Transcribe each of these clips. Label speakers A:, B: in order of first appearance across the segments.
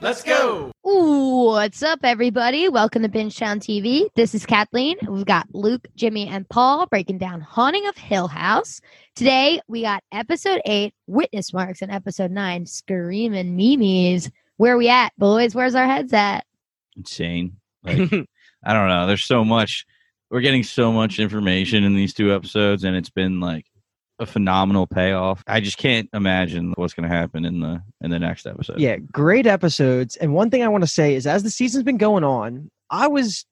A: Let's go.
B: Ooh, what's up, everybody? Welcome to Binge Town TV. This is Kathleen. We've got Luke, Jimmy, and Paul breaking down Haunting of Hill House. Today, we got episode eight, Witness Marks, and episode nine, Screaming Mimi's. Where we at, boys? Where's our heads at?
C: insane. Like, I don't know. There's so much. We're getting so much information in these two episodes, and it's been like a phenomenal payoff. I just can't imagine what's going to happen in the in the next episode.
D: Yeah, great episodes. And one thing I want to say is as the season's been going on, I was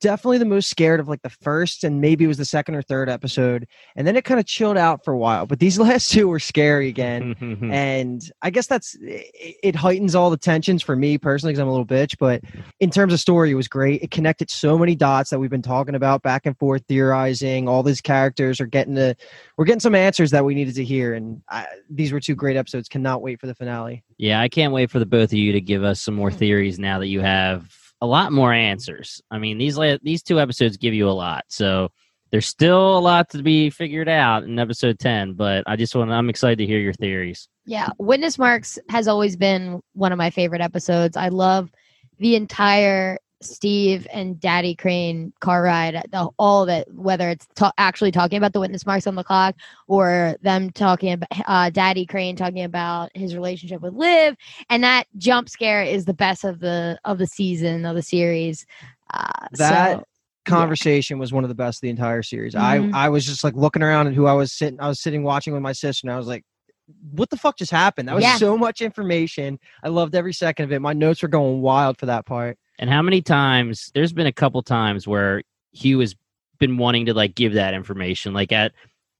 D: definitely the most scared of like the first and maybe it was the second or third episode. And then it kind of chilled out for a while. But these last two were scary again. And I guess that's it, it heightens all the tensions for me personally because I'm a little bitch. But in terms of story, it was great. It connected so many dots that we've been talking about back and forth, theorizing. All these characters are getting to we're getting some answers that we needed to hear. And I, these were two great episodes. Cannot wait for the finale.
E: Yeah, I can't wait for the both of you to give us some more theories now that you have a lot more answers. I mean, these la- these two episodes give you a lot. So there's still a lot to be figured out in episode 10, but I just want I'm excited to hear your theories.
B: Yeah, Witness Marks has always been one of my favorite episodes. I love the entire Steve and Daddy Crane car ride, the, all of it, whether it's ta- actually talking about the witness marks on the clock or them talking about uh, Daddy Crane talking about his relationship with Liv. And that jump scare is the best of the of the season of the series. Uh,
D: That
B: so,
D: conversation was one of the best of the entire series.
B: Mhm.
D: I I was just like looking around at who I was sitting I was sitting watching with my sister and I was like what the fuck just happened? That was
B: Yeah.
D: so much information. I loved every second of it. My notes were going wild for that part.
E: And how many times there's been a couple times where Hugh has been wanting to like give that information like at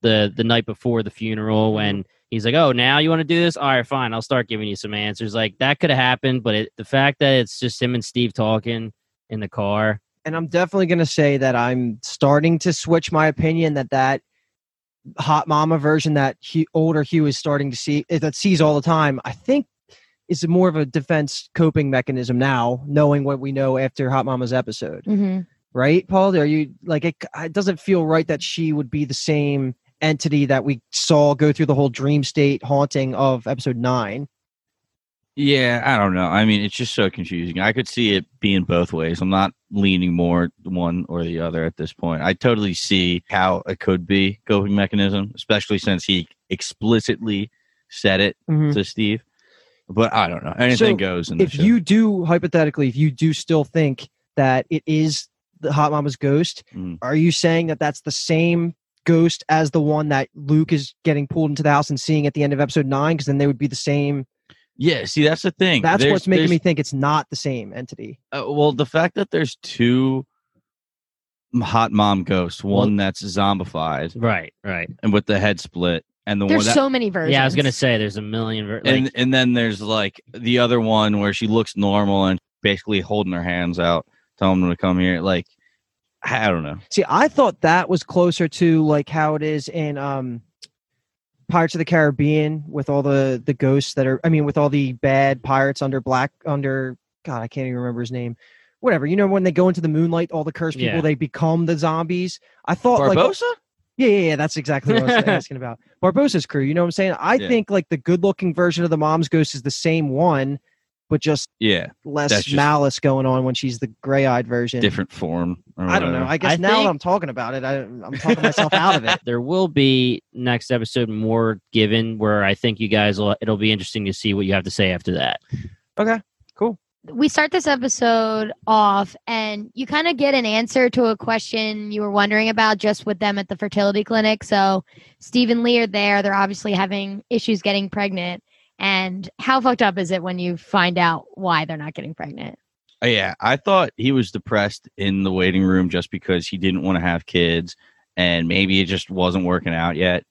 E: the the night before the funeral when he's like, "Oh, now you want to do this? All right, fine. I'll start giving you some answers." Like that could have happened, but it, the fact that it's just him and Steve talking in the car
D: And I'm definitely going to say that I'm starting to switch my opinion that that hot mama version that he, older Hugh is starting to see eh, that sees all the time. I think is more of a defense coping mechanism now, knowing what we know after Hot Mama's episode.
B: mhm.
D: right paul are you like it, it doesn't feel right that she would be the same entity that we saw go through the whole dream state haunting of episode 9
C: Yeah, I don't know. I mean, it's just so confusing. I could see it being both ways. I'm not leaning more one or the other at this point. I totally see how it could be coping mechanism, especially since he explicitly said it to Steve. But I don't know. Anything goes. In
D: Hmm. if
C: the show.
D: you do hypothetically if you do still think that it is the hot mama's ghost
C: Mm.
D: are you saying that that's the same ghost as the one that luke is getting pulled into the house and seeing at the end of episode 9 because then they would be the same
C: Yeah, see, that's the thing.
D: that's
C: There's-
D: what's making
C: there's-
D: me think it's not the same entity
C: Uh, well, the fact that there's two m- hot mom ghosts, one that's zombified
E: Right, right.
C: and with the head split, and the
B: There's
C: one that,
B: so many versions.
E: Yeah, I was gonna say there's a million. Ver- like,
C: and and then there's like the other one where she looks normal and basically holding her hands out, telling them to come here. Like, I don't know.
D: See, I thought that was closer to like how it is in um Pirates of the Caribbean with all the the ghosts that are I mean with all the bad pirates under black under god, I can't even remember his name. Whatever. You know when they go into the moonlight, all the cursed people
E: Yeah.
D: they become the zombies. I thought like
C: Barbosa?
D: yeah, yeah, yeah, that's exactly what I was asking about. Barbosa's crew, you know what I'm saying? I
C: Yeah.
D: think like the good-looking version of the mom's ghost is the same one but just
C: yeah,
D: less
C: That's just-
D: malice going on when she's the gray-eyed version.
C: different form. or
D: I don't know.
C: whatever.
D: I guess
E: I
D: now that
E: think-
D: I'm talking about it, I, I'm talking myself out of it.
E: there will be next episode more given where I think you guys will. It'll be interesting to see what you have to say after that.
B: we start this episode off and you kind of get an answer to a question you were wondering about just with them at the fertility clinic. So Steve and Lee are there. They're obviously having issues getting pregnant. And how fucked up is it when you find out why they're not getting pregnant?
C: Oh, Yeah, I thought he was depressed in the waiting room just because he didn't want to have kids and maybe it just wasn't working out yet.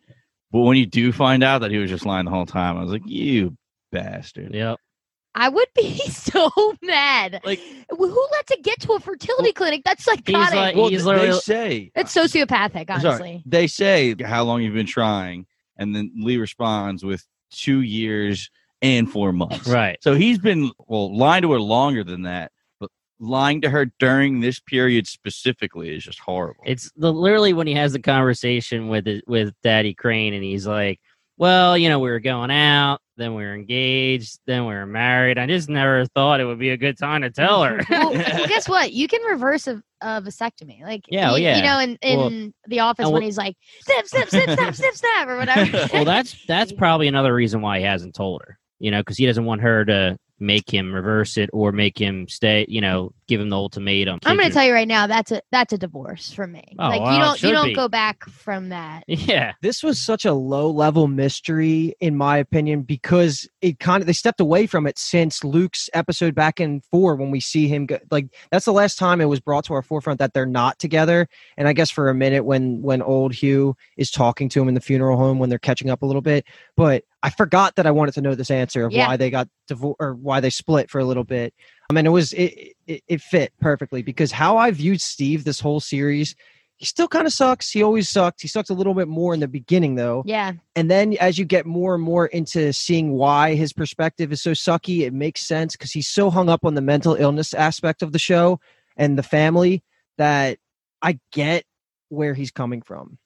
C: But when you do find out that he was just lying the whole time, I was like, you bastard.
E: Yep.
B: I would be so mad.
C: Like-
B: who lets it get to a fertility clinic? That's psychotic.
E: like- Well, He's literally-
C: they say,
B: it's sociopathic,
C: I'm
B: honestly.
C: sorry, they say how long you've been trying. And then Lee responds with two years and four months.
E: Right.
C: So he's been, well, lying to her longer than that, but lying to her during this period specifically is just horrible.
E: It's the literally when he has the conversation with it- with Daddy Crane and he's like, well, you know, we were going out, then we were engaged, then we were married. I just never thought it would be a good time to tell her.
B: well, well, guess what? You can reverse a, a vasectomy. Like,
E: Yeah,
B: you,
E: well, yeah.
B: you know, in, in
E: Well,
B: the office
E: and
B: when
E: well-
B: he's like, snip, snip, snip, snap, snip, snap, or whatever.
E: well, that's that's probably another reason why he hasn't told her. You know, because he doesn't want her to make him reverse it or make him stay. You know, give him the ultimatum.
B: I'm going to tell you right now, that's a that's a divorce for me.
E: Oh,
B: like,
E: well,
B: you
E: it
B: don't you
E: should
B: don't
E: be.
B: go back from that.
E: Yeah,
D: This was such a low level mystery, in my opinion, because it kind of they stepped away from it since Luke's episode back in four when we see him go, like that's the last time it was brought to our forefront that they're not together. And I guess for a minute when when old Hugh is talking to him in the funeral home when they're catching up a little bit, but I forgot that I wanted to know this answer of
B: Yeah.
D: why they got divorced or why they split for a little bit. I mean, it was it, it it fit perfectly because how I viewed Steve this whole series, he still kind of sucks. He always sucked. He sucks a little bit more in the beginning though,
B: Yeah.
D: and then as you get more and more into seeing why his perspective is so sucky, it makes sense because he's so hung up on the mental illness aspect of the show and the family that I get where he's coming from.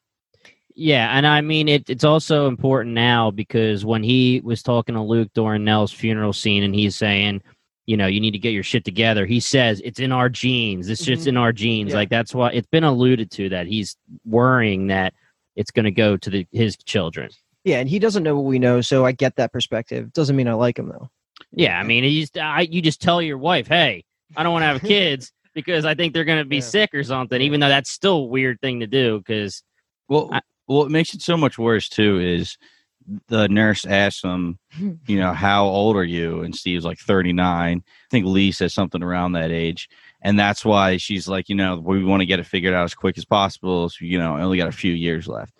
E: yeah, and I mean it. It's also important now because when he was talking to Luke during Nell's funeral scene, and he's saying, you know, you need to get your shit together. He says it's in our genes. This shit's
D: Mhm.
E: in our genes.
D: Yeah.
E: Like that's why it's been alluded to that he's worrying that it's going to go to the, his children.
D: Yeah, and he doesn't know what we know, so I get that perspective. Doesn't mean I like him though.
E: Yeah, I mean, you just, I, you just tell your wife, hey, I don't want to have kids because I think they're going to be
D: Yeah.
E: sick or something, even though that's still a weird thing to do because,
C: Well,
E: I-
C: what makes it so much worse too is the nurse asks him, you know, how old are you? And Steve's like 39. I think Lee says something around that age. And that's why she's like, you know, we want to get it figured out as quick as possible. So, you know, I only got a few years left.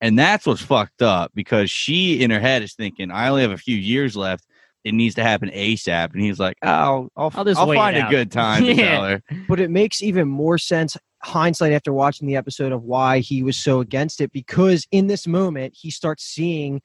C: And that's what's fucked up because she in her head is thinking, I only have a few years left. It needs to happen ASAP. And he's like, oh, I'll,
E: I'll
C: I'll,
E: just wait it
C: find a
E: out."
C: good time to
E: Yeah.
C: tell her.
D: But it makes even more sense hindsight after watching the episode of why he was so against it because in this moment he starts seeing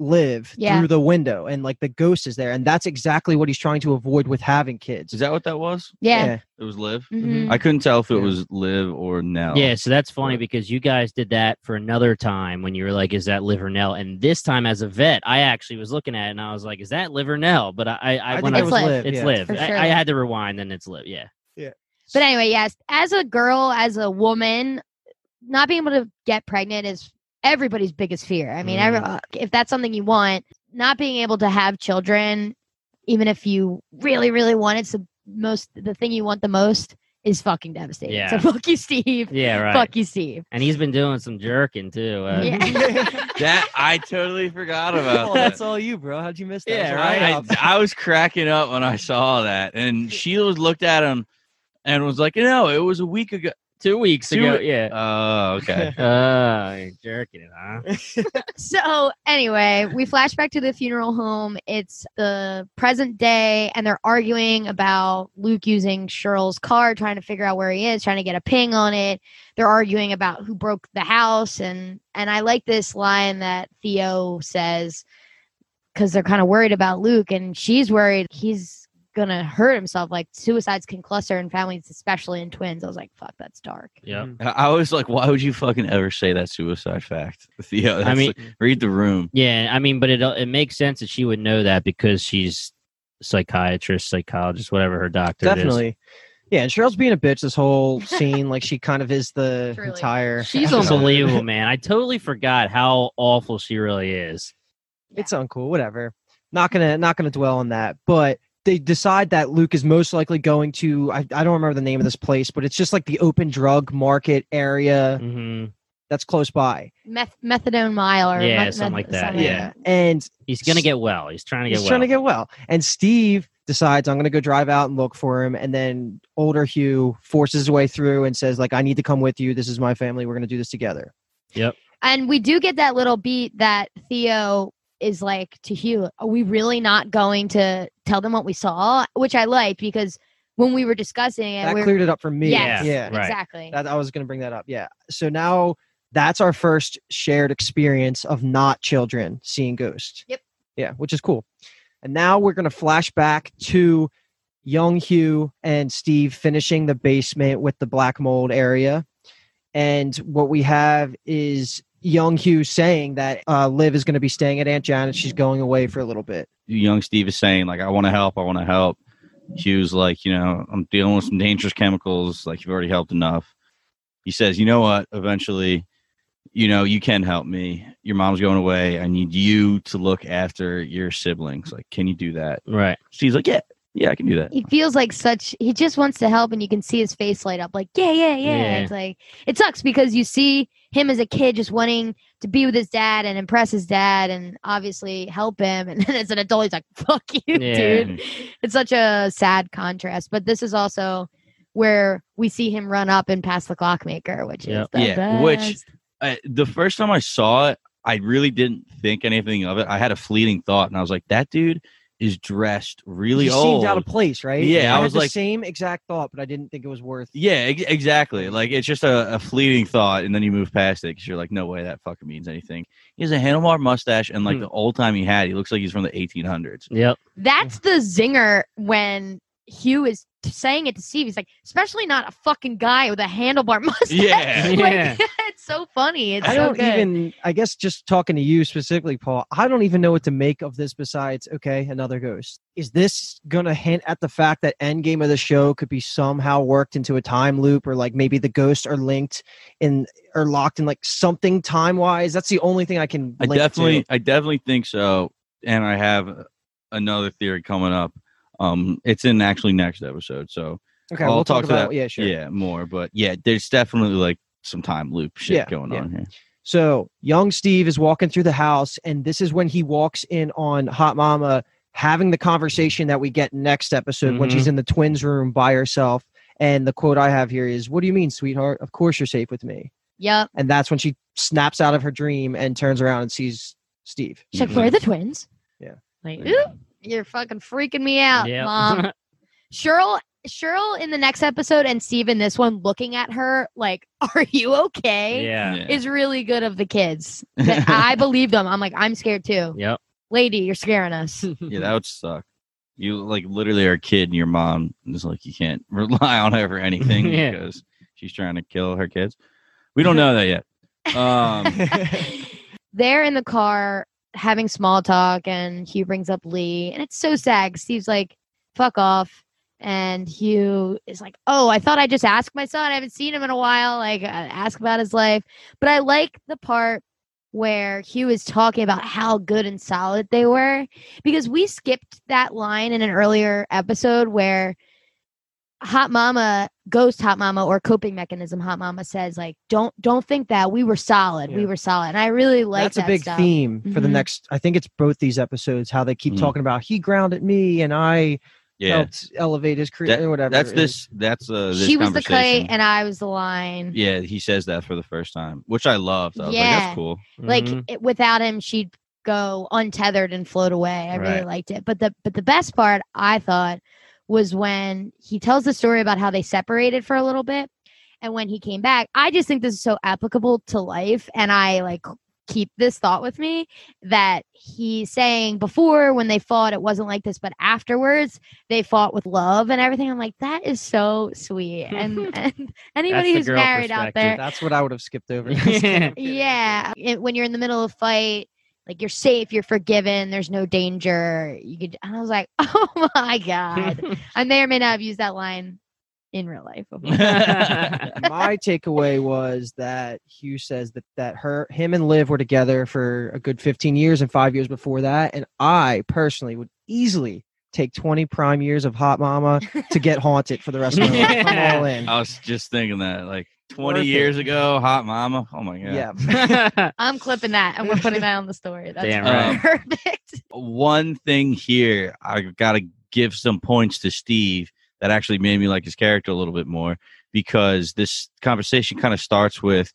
D: live
B: Yeah.
D: through the window and like the ghost is there and that's exactly what he's trying to avoid with having kids.
C: Is that what that was?
B: Yeah.
C: It was Liv.
B: Mhm.
C: I couldn't tell if it
D: Yeah.
C: was Liv or Nell.
E: yeah, so that's funny
C: Oh. Right.
E: because you guys did that for another time when you were like, is that Livernell? And this time as a vet, I actually was looking at it and I was like, is that Livernell? But I, I, I,
D: think
E: when
D: it
E: I
B: was
E: was,
B: Liv.
E: it's
D: yeah.
E: Liv.
B: For
E: I,
B: sure.
E: I had to rewind and it's Liv. Yeah.
B: But anyway, yes, as a girl, as a woman, not being able to get pregnant is everybody's biggest fear. I mean,
E: Mm.
B: every- uh, if that's something you want, not being able to have children, even if you really, really want it, it's the most the thing you want the most is fucking devastating.
E: Yeah.
B: So fuck you, Steve.
E: Yeah, right.
B: Fuck you, Steve.
E: And he's been doing some jerking too. Uh,
B: Yeah.
C: That I totally forgot about.
D: Oh,
C: that.
D: that's all you, bro. How'd you miss that?
E: Yeah,
D: That's
E: right.
D: all
C: I,
D: up.
C: I was cracking up when I saw that, and Sheila looked at him and was like, "No, it was a week ago."
E: Two weeks
C: Two-
E: ago. Yeah.
C: Oh, okay.
E: Uh, you're jerking it, huh?
B: So anyway, we flash back to the funeral home. It's the present day, and they're arguing about Luke using Cheryl's car, trying to figure out where he is, trying to get a ping on it. They're arguing about who broke the house, and and I like this line that Theo says because they're kind of worried about Luke, and she's worried he's gonna hurt himself. Like suicides can cluster in families, especially in twins. I was like, fuck, that's dark.
D: Mm.
E: Yeah.
C: I- I was like, "Why would you fucking ever say that suicide fact?" Theo, that's
E: I mean,
C: like- read the room.
E: Yeah, I mean, but it it makes sense that she would know that because she's psychiatrist, psychologist, whatever her doctor it is.
D: Definitely. Yeah, and Cheryl's being a bitch this whole scene. Like she kind of is the
B: Truly.
D: entire.
E: She's
D: episode.
E: unbelievable, man. I totally forgot how awful she really is.
D: it's uncool whatever not gonna not gonna dwell on that but they decide that luke is most likely going to I, I don't remember the name of this place but it's just like the open drug market area
E: hmm
D: that's close by
B: Meth- methadone mile or
E: Yeah,
B: meth- meth-
E: something like that.
B: something like
E: Yeah.
D: and
E: He's gonna get well. He's trying to get
D: he's
E: well.
D: trying to get well and steve decides i'm gonna go drive out and look for him and then older hugh forces his way through and says like i need to come with you this is my family we're gonna do this together
B: And we do get that little beat that Theo is like to Hugh, are we really not going to tell them what we saw? Which I liked because when we were discussing it,
D: that
B: we were,
D: cleared it up for me
B: Yes,
D: yeah
E: Right.
B: exactly.
D: That I was going to bring that up. Yeah. So now that's our first shared experience of not children seeing ghosts.
B: Yep.
D: Yeah, which is cool. And now we're going to flash back to young Hugh and Steve finishing the basement with the black mold area. And what we have is young Hugh saying that uh, Liv is going to be staying at Aunt Janet's. She's going away for a little bit.
C: young Steve is saying, like, I want to help, I want to help. Hugh's like, you know, I'm dealing with some dangerous chemicals. Like, you've already helped enough. He says, you know what? Eventually, you know, you can help me. Your mom's going away. I need you to look after your siblings. Like, can you do that?
E: Right.
C: She's like, yeah, yeah, I can do that.
B: He feels like such. He just wants to help, and you can see his face light up. Like yeah, yeah, yeah.
E: Yeah.
B: It's like it sucks because you see him as a kid just wanting to be with his dad and impress his dad, and obviously help him. And then as an adult, he's like, "Fuck you,
E: Yeah.
B: dude." It's such a sad contrast. But this is also where we see him run up and pass the clockmaker, which is
E: Yep.
B: the
C: Yeah,
B: best.
C: which- I, the first time I saw it, I really didn't think anything of it. I had a fleeting thought, and I was like, that dude is dressed really
D: She
C: old.
D: seems out of place, right?
C: Yeah, I
D: had
C: was
D: the
C: like-
D: same exact thought, but I didn't think it was worth.
C: Yeah, ex- exactly. Like it's just a, a fleeting thought, and then you move past it because you're like, no way, that fucking means anything. He has a handlebar mustache, and like
E: Hmm.
C: the old time he had, he looks like he's from the 1800s.
E: Yep.
B: That's the zinger when Hugh is t- saying it to Steve. He's like, especially not a fucking guy with a handlebar mustache.
C: Yeah.
B: Like,
E: Yeah.
B: it's so funny. It's
D: I
B: so
D: don't
B: good.
D: even. I guess just talking to you specifically, Paul. I don't even know what to make of this. Besides, okay, another ghost. Is this gonna hint at the fact that endgame of the show could be somehow worked into a time loop, or like maybe the ghosts are linked in or locked in like something time wise? That's the only thing I can.
C: I
D: link to.
C: definitely, I definitely think so, and I have uh, another theory coming up. Um, it's in actually next episode, so
D: Okay,
C: I'll
D: we'll
C: talk
D: talk,
C: to
D: about
C: that.
D: yeah, sure.
C: yeah, more. But yeah, there's definitely like some time loop shit
D: Yeah,
C: going
D: yeah.
C: on here.
D: So young Steve is walking through the house, and this is when he walks in on Hot Mama having the conversation that we get next episode when
E: Mhm.
C: Mm-hmm.
D: she's in the twins' room by herself. And the quote I have here is, What do you mean, sweetheart? Of course you're safe with me.
B: Yep.
D: And that's when she snaps out of her dream and turns around and sees Steve.
B: Check for the twins.
D: Mm-hmm. Yeah.
B: Like,
C: Yeah.
B: "Oop, you're fucking freaking me out,
E: Yep.
B: mom. Cheryl, Cheryl in the next episode, and Steve in this one, looking at her like, "Are you okay?"
E: yeah.
B: Is really good of the kids. That I believe them. I'm like, I'm scared too.
E: Yep.
B: Lady, you're scaring us.
C: Yeah, that would suck. You like literally are a kid, and your mom is like, you can't rely on her for anything
E: Yeah.
C: because she's trying to kill her kids. We don't know that yet. Um,
B: They're in the car having small talk, and Hugh brings up Lee, and it's so sad. 'cause Steve's like, "Fuck off," and Hugh is like, "Oh, I thought I just asked my son. I haven't seen him in a while. Like, uh, ask about his life." But I like the part where Hugh is talking about how good and solid they were because we skipped that line in an earlier episode where hot mama ghost hot mama or coping mechanism hot mama says like don't don't think that we were solid we
D: Yeah.
B: were solid and i really like
D: that's
B: that
D: a big
B: stuff.
D: theme for the
B: Mhm.
D: next I think it's both these episodes, how they keep
C: Mhm.
D: talking about he grounded me and I
C: yeah,
D: helped elevate his career or whatever.
C: that's
D: it
C: this.
D: is.
C: That's uh, this
B: she was the clay
C: conversation.
B: and i was the line
C: yeah, he says that for the first time, which I loved. I was like,
B: Yeah.
C: that's cool.
B: like
E: Mhm.
B: it, without him she'd go untethered and float away i really
E: Right.
B: liked it but the but the best part i thought was when he tells the story about how they separated for a little bit and when he came back i just think this is so applicable to life and i like keep this thought with me that he's saying before when they fought it wasn't like this but afterwards they fought with love and everything i'm like that is so sweet and, and anybody
E: the
B: who's
E: girl
B: married out
E: perspective.
B: there
D: That's what I would have skipped over.
E: Yeah.
B: yeah it- when you're in the middle of a fight like you're safe you're forgiven there's no danger you could and i was like oh my god i may or may not have used that line in real life before.
D: my takeaway was that Hugh says that that her him and Liv were together for a good 15 years and 5 years before that and I personally would easily take 20 prime years of hot mama to get haunted for the rest of my life. I'm all
E: Oh,
D: in.
C: I was just thinking that, like, 20
D: Worth it.
C: years ago, hot mama. Oh my god.
D: yeah.
E: Mm-hmm.
B: i'm clipping that and we're putting that on the story that's
E: Damn
C: right.
B: perfect
C: one thing here i gotta give some points to steve that actually made me like his character a little bit more because this conversation kind of starts with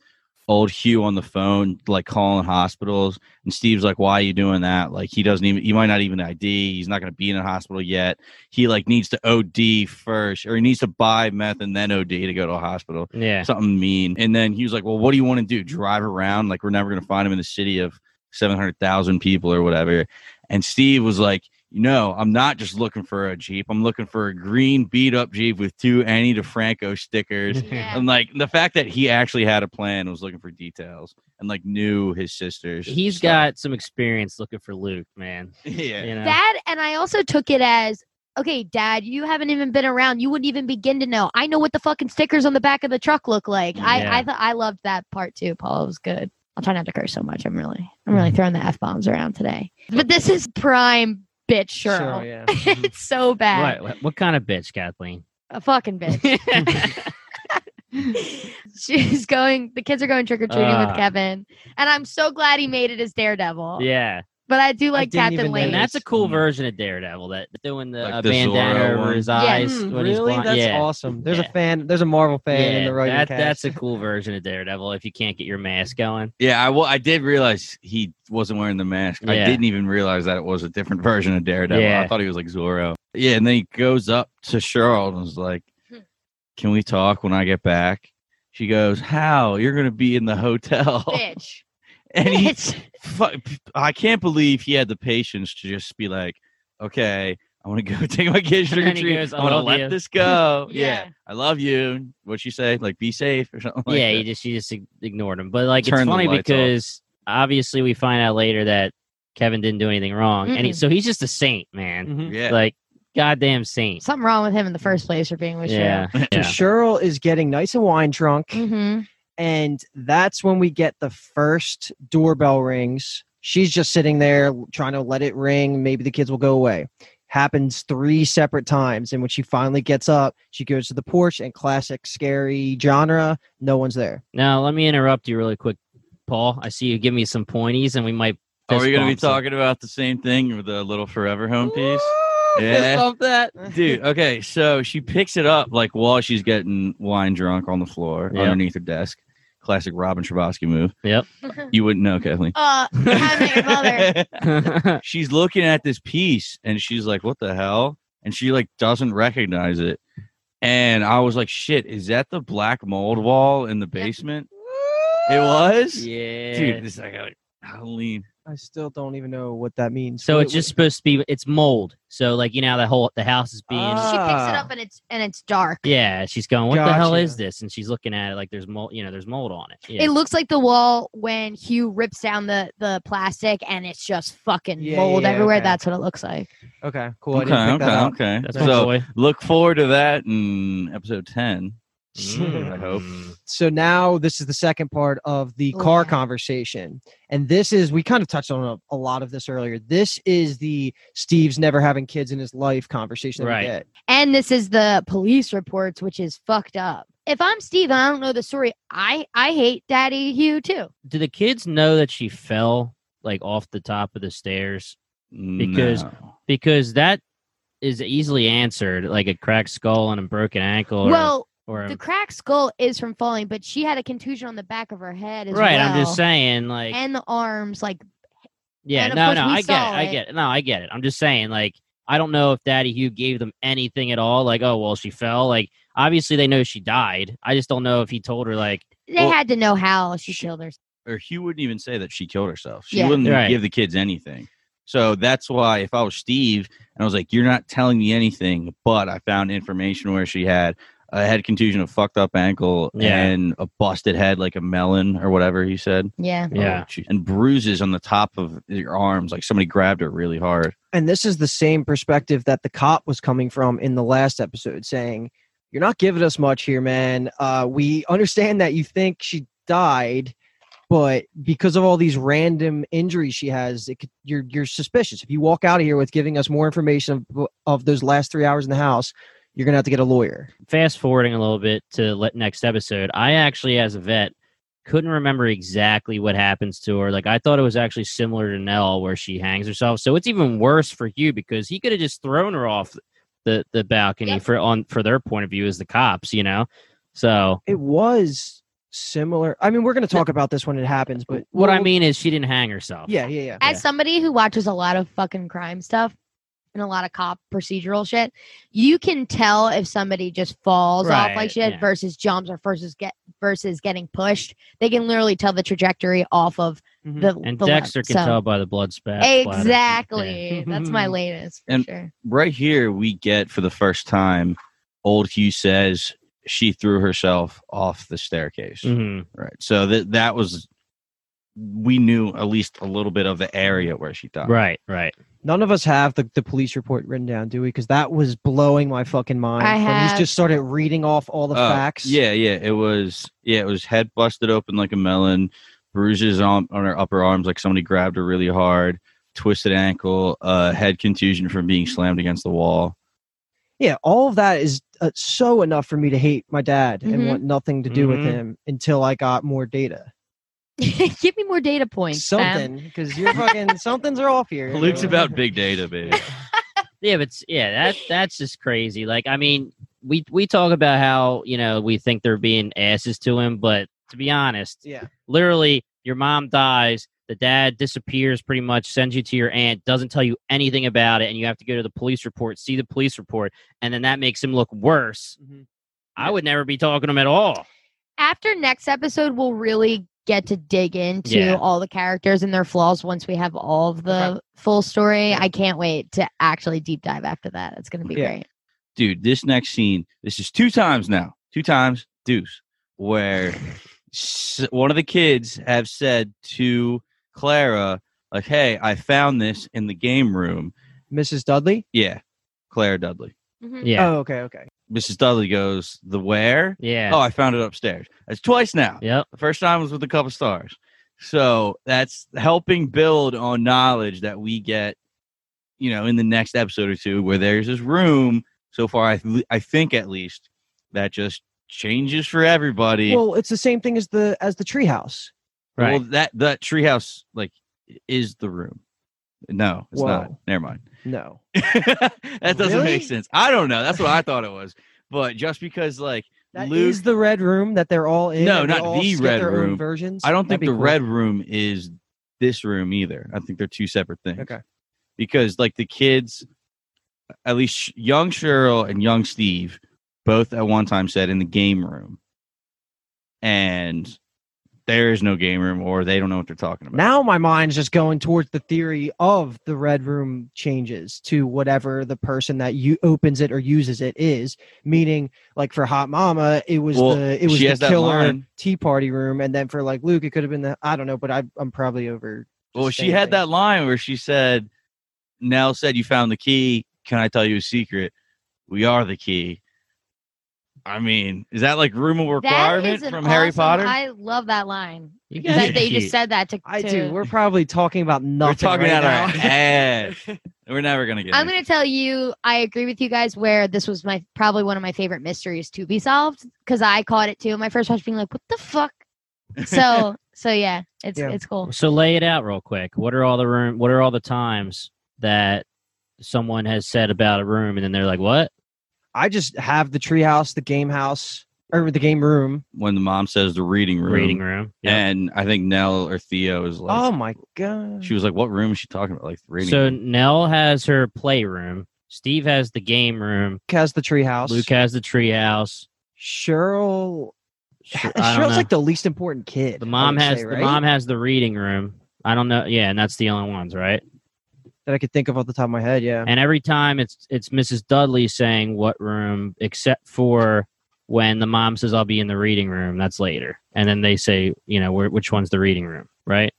C: old hugh on the phone like calling hospitals and steve's like why are you doing that like he doesn't even he might not even id he's not going to be in a hospital yet he like needs to od first or he needs to buy meth and then od to go to a hospital
E: yeah.
C: something mean. And then he was like, Well, what do you want to do? Drive around? Like, we're never going to find him in the city of 700,000 people or whatever. And Steve was like, no, I'm not just looking for a Jeep. I'm looking for a green beat up Jeep with two Annie DeFranco stickers.
B: Yeah.
C: And like the fact that he actually had a plan and was looking for details and like knew his sisters.
E: He's
C: stuff.
E: got some experience looking for Luke, man.
C: yeah.
E: You know?
B: Dad and I also took it as okay, Dad, you haven't even been around. You wouldn't even begin to know. I know what the fucking stickers on the back of the truck look like.
E: Yeah.
B: I I, th- I loved that part too. Paul it was good. I'll try not to curse so much. I'm really I'm really throwing the f bombs around today. But this is prime bitch Cheryl.
D: Sure, Oh, yeah.
B: it's so bad.
E: what, what what kind of bitch, Kathleen?
B: A fucking bitch. She's going. The kids are going trick or treating
E: Ah.
B: with Kevin, and I'm so glad he made it as Daredevil.
E: yeah.
B: But I do like
D: didn't
B: Captain
D: even
B: Wayne.
E: And that's a cool
C: Mm.
E: version of Daredevil that doing the,
C: Like
E: uh,
C: the
E: bandana
C: Zorro
E: over
C: one?
E: his
B: Yeah.
E: eyes
D: Hmm,
E: when he's
D: really?
E: blind.
D: That's
E: yeah.
D: awesome. There's
E: Yeah.
D: a fan. There's a Marvel fan in
E: Yeah,
D: the writing
E: that,
D: cast.
E: that's a cool version of Daredevil if you can't get your mask going.
C: Yeah, I, well, I did realize he wasn't wearing the mask. I
E: Yeah.
C: didn't even realize that it was a different version of Daredevil.
E: Yeah.
C: I thought he was like Zorro. Yeah, and then he goes up to Cheryl and was like, "Can we talk when I get back?" She goes, "How? You're going to be in the hotel?"
B: bitch.
C: and he,
B: Bitch.
C: fu- I can't believe he had the patience to just be like, "Okay, I want to go take my kids trick
E: And
C: or
E: then he
C: treat.
E: goes, "I
C: I want to
E: love
C: let
E: you."
C: this go."
B: Yeah.
C: I love you. What'd she say? Like, be safe or something. Like
E: yeah,
C: that.
E: you just you just ig- ignored him. But like
C: Turn
E: it's
C: the
E: funny
C: lights off.
E: because obviously we find out later that Kevin didn't do anything wrong, and he, so he's just a saint, man.
D: Mhm.
C: yeah.
E: Like goddamn saint.
B: Something wrong with him in the first place for being with
E: Yeah,
D: So
E: yeah.
D: Cheryl is getting nice and wine drunk,
B: Cheryl. hmm
D: and that's when we get the first doorbell rings. She's just sitting there trying to let it ring. Maybe the kids will go away. Happens three separate times, and when she finally gets up, she goes to the porch and classic scary genre. No one's there.
E: Now let me interrupt you really quick, Paul. I see you give me some pointies, and we might.
C: Are Oh, we
E: fist
C: going to be
E: bump some-
C: talking about the same thing with the little Forever Home piece? Yeah.
E: that.
C: Dude, okay, so she picks it up like while she's getting wine drunk on the floor
E: Yep.
C: underneath her desk. Classic Robin Trubosky move.
E: Yep.
C: You wouldn't know, Kathleen.
B: Uh,
D: Oh,
B: I met your mother.
C: she's looking at this piece and she's like, "What the hell?" And she like doesn't recognize it. And I was like, "Shit, is that the black mold wall in the basement?" It was.
E: yeah,
C: Dude, this like a- Halloween.
D: I still don't even know what that means.
E: So
D: What-
E: it's just supposed to be it's mold. So like you know the whole the house is being
D: Ah.
B: she picks it up and it's and it's dark.
E: yeah. She's going, what the hell
D: Gotcha.
E: is this? And she's looking at it like there's mold. You know, there's mold on it. Yeah.
B: It looks like the wall when Hugh rips down the the plastic and it's just fucking
D: Yeah,
B: mold
D: yeah,
B: everywhere.
D: okay.
B: That's what it looks like.
D: okay. Cool. I
C: Okay,
D: didn't pick
C: okay,
D: that up.
C: okay.
E: That's my
C: So
E: boy.
C: look forward to that in episode ten.
D: Hmm.
C: I hope.
E: Mm.
D: so now this is the second part of the car
B: Yeah.
D: conversation and this is we kind of touched on a, a lot of this earlier this is the steve's never having kids in his life conversation that we
E: Right.
D: get.
B: And this is the police reports, which is fucked up. If I'm Steve and I don't know the story, I I hate Daddy Hugh too.
E: Do the kids know that she fell like off the top of the stairs? Because-
C: No.
E: Because that is easily answered, like a cracked skull and a broken ankle. Or,
B: well,
E: or
B: the cracked skull is from falling, but she had a contusion on the back of her head as
E: right.
B: well.
E: I'm just saying, like,
B: And the arms, like
E: yeah,
B: and of
E: no,
B: course
E: no,
B: we
E: I get, it,
B: saw
E: I
B: it.
E: get, it. no, I get it. I'm just saying, like, I don't know if Daddy Hugh gave them anything at all. Like, oh well, she fell. Like, obviously they know she died. I just don't know if he told her, like,
B: they
C: Well,
B: had to know how she
C: she-
B: killed herself.
C: or Hugh wouldn't even say that she killed herself. She
B: Yeah.
C: wouldn't
E: Right.
C: give the kids anything. So that's why if I was Steve and I was like, "You're not telling me anything," but I found information where she had a head contusion, a fucked up ankle,
E: Yeah.
C: and a busted head, like a melon or whatever he said,
B: Yeah.
E: yeah,
C: Oh, geez. and bruises on the top of your arms, like somebody grabbed her really hard.
D: and this is the same perspective that the cop was coming from in the last episode saying you're not giving us much here man uh, we understand that you think she died but because of all these random injuries she has it could, you're, you're suspicious if you walk out of here with giving us more information of, of those last three hours in the house you're gonna have to get a lawyer
E: fast forwarding a little bit to let next episode, I actually, as a vet, couldn't remember exactly what happens to her. Like I thought it was actually similar to Nell, where she hangs herself. So it's even worse for you because he could have just thrown her off the the balcony
B: Yep.
E: for on for their point of view as the cops, you know. So
D: it was similar i mean we're gonna talk about this when it happens but
E: what I
D: we'll-
E: mean is she didn't hang herself.
D: yeah yeah yeah
B: As somebody who watches a lot of fucking crime stuff and a lot of cop procedural shit, you can tell if somebody just falls off
E: Right,
B: like shit
E: yeah.
B: versus jumps or versus get versus getting pushed. They can literally tell the trajectory off of The,
E: Mm-hmm. And
B: the
E: Dexter
B: left,
E: can
B: so-
E: tell by the blood spat.
B: Exactly.
E: Yeah.
B: That's my latest for
C: And-
B: sure.
C: right here we get for the first time old hugh says she threw herself off the staircase
E: hmm
C: right so that that was we knew at least a little bit of the area where she died
E: Right, right.
D: None of us have the, the police report written down, do we? Because that was blowing my fucking mind.
B: I
D: when
B: have-
D: He just started reading off all the
C: Oh,
D: facts.
C: yeah yeah it was yeah it was head busted open like a melon bruises on on her upper arms like somebody grabbed her really hard twisted ankle uh head contusion from being slammed against the wall
D: Yeah, all of that is uh, so enough for me to hate my dad and
B: Mhm.
D: want nothing to do with
C: Mm-hmm.
E: Mhm.
D: him until I got more data.
B: Give me more data points. fam.
D: Something, because you're fucking something's off here. you
C: luke's
D: know?
C: about big data baby
E: Yeah, but it's- yeah, that that's just crazy. Like, I mean, we we talk about how you know we think they're being asses to him, but to be honest,
D: Yeah.
E: literally, your mom dies, the dad disappears, pretty much sends you to your aunt, doesn't tell you anything about it, and you have to go to the police report, see the police report, and then that makes him look worse.
D: Mhm.
E: I would never be talking to him at all.
B: After next episode, we'll really get to dig into
E: Yeah.
B: all the characters and their flaws once we have all of the full story. I can't wait to actually deep dive after that. It's going to be
D: Yeah.
B: great.
C: dude, this next scene, this is two times now, two times, deuce, where s- one of the kids have said to Clara, like, hey, I found this in the game room.
D: Mrs. Dudley.
C: Yeah, Clara Dudley.
B: Mhm.
E: Yeah,
D: Oh, okay, okay.
C: Mrs. Dudley goes, the where?
E: yeah,
C: Oh, I found it upstairs. That's twice now.
E: yep.
C: The first time was with a couple stars. So that's helping build on knowledge that we get, you know, in the next episode or two, where there's this room. So far, I th- I think at least that just changes for everybody. Well,
D: Well, it's the same thing as the as the treehouse.
E: Right.
C: that that treehouse like is the room. No, it's not.
D: Whoa.
C: Never mind.
D: No.
C: that doesn't
D: Really?
C: make sense. I don't know. That's what I thought it was. But just because like
D: that is
C: Luke
D: the red room that they're all in.
C: No,
D: and they
C: not
D: all
C: the
D: skip
C: red
D: their own
C: room.
D: versions.
C: I don't think
D: That'd be
C: the
D: cool.
C: red room is this room either. I think they're two separate things.
D: Okay.
C: Because like the kids, at least Sh- young Cheryl and young Steve, both at one time said in the game room, and there is no game room, or they don't know what they're talking about.
D: Now my mind's just going towards the theory of the red room changes to whatever the person that you opens it or uses it is. Meaning, like for Hot Mama, it was
C: Well,
D: the it was
C: she
D: the
C: has that
D: killer
C: line.
D: tea party room, and then for like Luke, it could have been the I don't know, but I, I'm probably over.
C: well,
D: just
C: she
D: saying
C: had that
D: things.
C: line where she said, "Nell said you found the key. Can I tell you a secret? We are the key." I mean, is that like room
B: That is
C: of requirement
B: an
C: from Harry
B: awesome-
C: Potter?
B: I love that line.
E: You
D: Yeah,
B: That
E: guys are
B: they just
E: cute.
B: said that to.
D: I
B: to-
D: do. We're probably talking about
C: We're
D: nothing.
C: talking
D: right
C: out
D: now.
C: our ass. We're never gonna get.
B: I'm
C: it.
B: going to tell you, I agree with you guys. Where this was my probably one of my favorite mysteries to be solved because I caught it too. My first watch, being like, "What the fuck?" So, so yeah, it's
D: Yeah.
B: it's cool.
E: So lay it out real quick. What are all the room? What are all the times that someone has said about a room, and then they're like, "What?"
D: I just have the treehouse, the game house, or the game room.
C: when the mom says the reading room,
E: Reading room. Yep.
C: and I think Nell or Theo is like,
D: oh my god!
C: she was like, "What room is she talking about?" Like the reading.
E: So
C: room.
E: Nell has her playroom. Steve has the game room.
D: Luke has the treehouse.
E: Luke has the treehouse.
D: Cheryl.
E: Sh- I don't
D: Cheryl's
E: know.
D: like the least important kid.
E: the
D: I
E: mom
D: would
E: has
D: say,
E: the
D: right?
E: mom has the reading room. I don't know. Yeah, and that's the only ones, right?
D: that I could think of off the top of my head. Yeah.
E: And every time it's it's Mrs. Dudley saying what room, except for when the mom says I'll be in the reading room. That's later, and then they say, you know, where, which one's the reading room, right?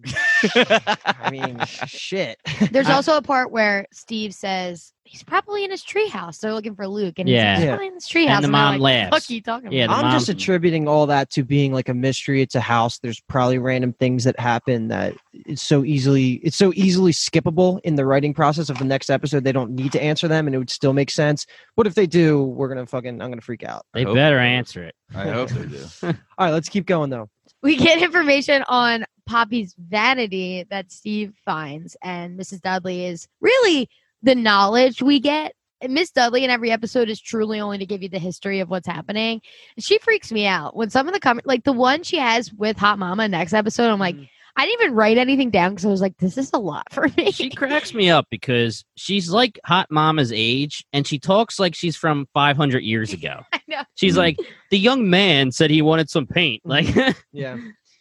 D: I mean, shit.
B: There's also a part where Steve says he's probably in his treehouse. They're looking for Luke, and
E: Yeah.
B: he's, like, he's
D: Yeah.
B: probably in his treehouse.
E: And the
B: I'm
E: mom
B: like,
E: laughs.
B: Fuck you talking
E: Yeah, the
B: about?
D: I'm just
E: mom-
D: attributing all that to being like a mystery. It's a house. There's probably random things that happen that it's so easily it's so easily skippable in the writing process of the next episode. They don't need to answer them, and it would still make sense. But if they do, we're gonna fucking I'm gonna freak out.
E: They
C: hope
E: better
C: so.
E: answer it.
C: I hope they do.
D: All right, let's keep going though.
B: We get information on Poppy's vanity that Steve finds, and Mrs. Dudley is really the knowledge we get. And Miss Dudley in every episode is truly only to give you the history of what's happening. She freaks me out when some of the comments, like the one she has with Hot Mama next episode, I'm like,
E: Mm.
D: Mm,
B: I didn't even write anything down because I was like, this is a lot for me.
E: she cracks me up because she's like hot mama's age and she talks like she's from 500 years ago
B: I know.
C: Mhm.
E: she's
B: Mm-hmm.
E: like the young man said he wanted some paint like
D: Yeah.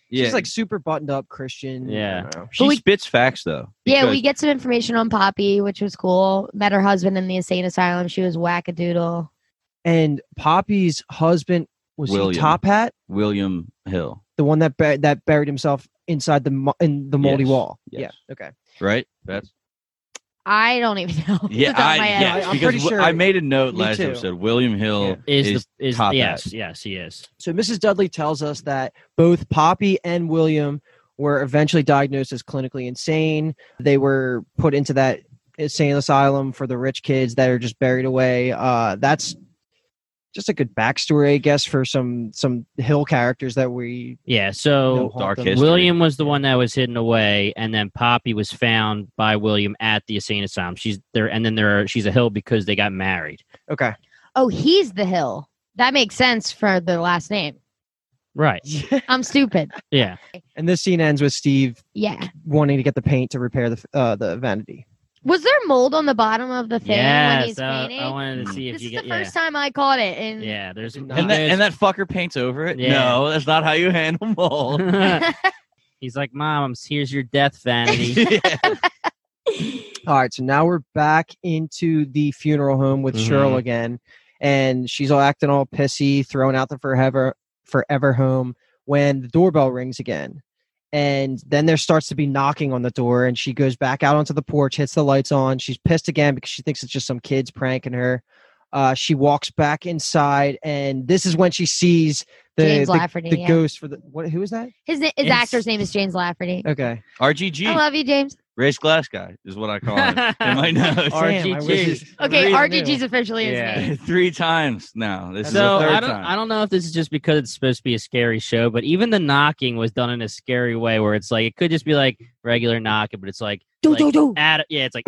D: She's like super buttoned up Christian. I
E: Yeah.
D: don't know.
C: she
B: But we-
C: spits facts though.
B: yeah,
C: because-
B: we get some information on Poppy, which was cool. Met her husband in the insane asylum. She was wackadoodle.
D: And Poppy's husband was he
C: William.
D: Top Hat,
C: William Hill,
D: the one that bur- that buried himself inside the mo- in the moldy
C: Yes.
D: wall.
C: Yes.
D: Yeah. Okay.
C: right? That's
B: I don't even know. off the
C: yeah,
B: top of
C: I,
B: my head.
C: yes,
D: I- I'm
C: because
D: pretty
C: w-
D: sure-
C: I made a note
D: Me
C: last
D: too.
C: episode. William Hill
E: is,
C: is,
E: the is
C: top
E: yes,
C: hat.
E: yes, he is.
D: So Mrs. Dudley tells us that both Poppy and William were eventually diagnosed as clinically insane. They were put into that insane asylum for the rich kids that are just buried away. Uh, that's just a good backstory, I guess, for some some Hill characters that we
E: Yeah, so
D: know haunt
C: Dark
D: them.
C: history.
E: William was the one that was hidden away, and then Poppy was found by William at the insane asylum. She's there, and then there are, she's a hill because they got married.
D: Okay.
B: Oh, he's the hill. That makes sense for the last name.
E: Right.
B: I'm stupid.
E: Yeah.
D: And this scene ends with Steve
B: Yeah.
D: wanting to get the paint to repair the uh, the vanity.
B: Was there mold on the bottom of the thing when
E: Yeah.
B: he's
E: So
B: painting?
E: I wanted to see if
B: this
E: you
B: is
E: get
B: the
E: yeah.
B: first time I caught it. And
E: yeah. There's
D: And
E: he
C: Mm-hmm. and that,
E: goes-
C: and that fucker paints over it.
E: Yeah.
C: No, that's not how you handle mold.
E: He's like, Mom, I'm, here's your death vanity.
C: Yeah.
D: All right, so now we're back into the funeral home with Cheryl
E: Mhm.
D: again, and she's all acting all pissy, throwing out the forever forever home when the doorbell rings again. And then there starts to be knocking on the door, and she goes back out onto the porch, hits the lights on. She's pissed again because she thinks it's just some kids pranking her. Uh, she walks back inside, and this is when she sees the
B: James
D: the,
B: Lafferty,
D: the
B: yeah.
D: ghost for the what? Who is that?
B: His, na- his
C: It's-
B: actor's name is James Lafferty.
D: Okay,
B: I
C: RGG,
B: love you, James.
C: race glass guy, is what I call it. In my notes.
E: Or-
D: Damn, I wish-
E: RGG.
D: I
B: Okay,
D: really knew.
B: RGG's officially his
E: Yeah.
B: name.
C: Three times now. This is
E: so
C: the third
E: I don't,
C: time.
E: I don't know if this is just because it's supposed to be a scary show, but even the knocking was done in a scary way where it's like it could just be like regular knocking, but it's like
B: Do,
E: like,
B: do, do.
E: At, yeah, it's like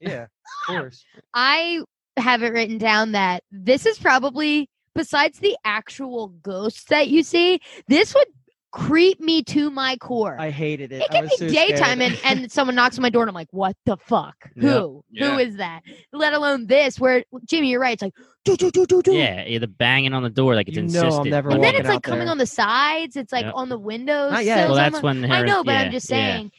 D: Yeah, of course.
B: I have it written down that this is probably, besides the actual ghosts that you see, this would creep me to my core.
D: I hated it.
B: it
D: I
B: could
D: was
B: be
D: so scared.
B: daytime and, and someone knocks on my door and I'm like, what the fuck?
E: Yeah.
B: Who?
C: Yeah.
B: Who is that? Let alone this, where Jimmy, you're right. It's like, do, do, do, do, do.
E: yeah, yeah, the banging on the door like it's
D: You know I'm
E: insistent.
D: never
B: And then
D: walking
B: it's like
D: out
B: coming
D: there.
B: on the sides. It's like
E: Yeah.
B: on the windows.
D: Not yet.
E: well, that's
B: I'm-
E: when
B: I
E: her-
B: know, but
E: yeah,
B: I'm just saying.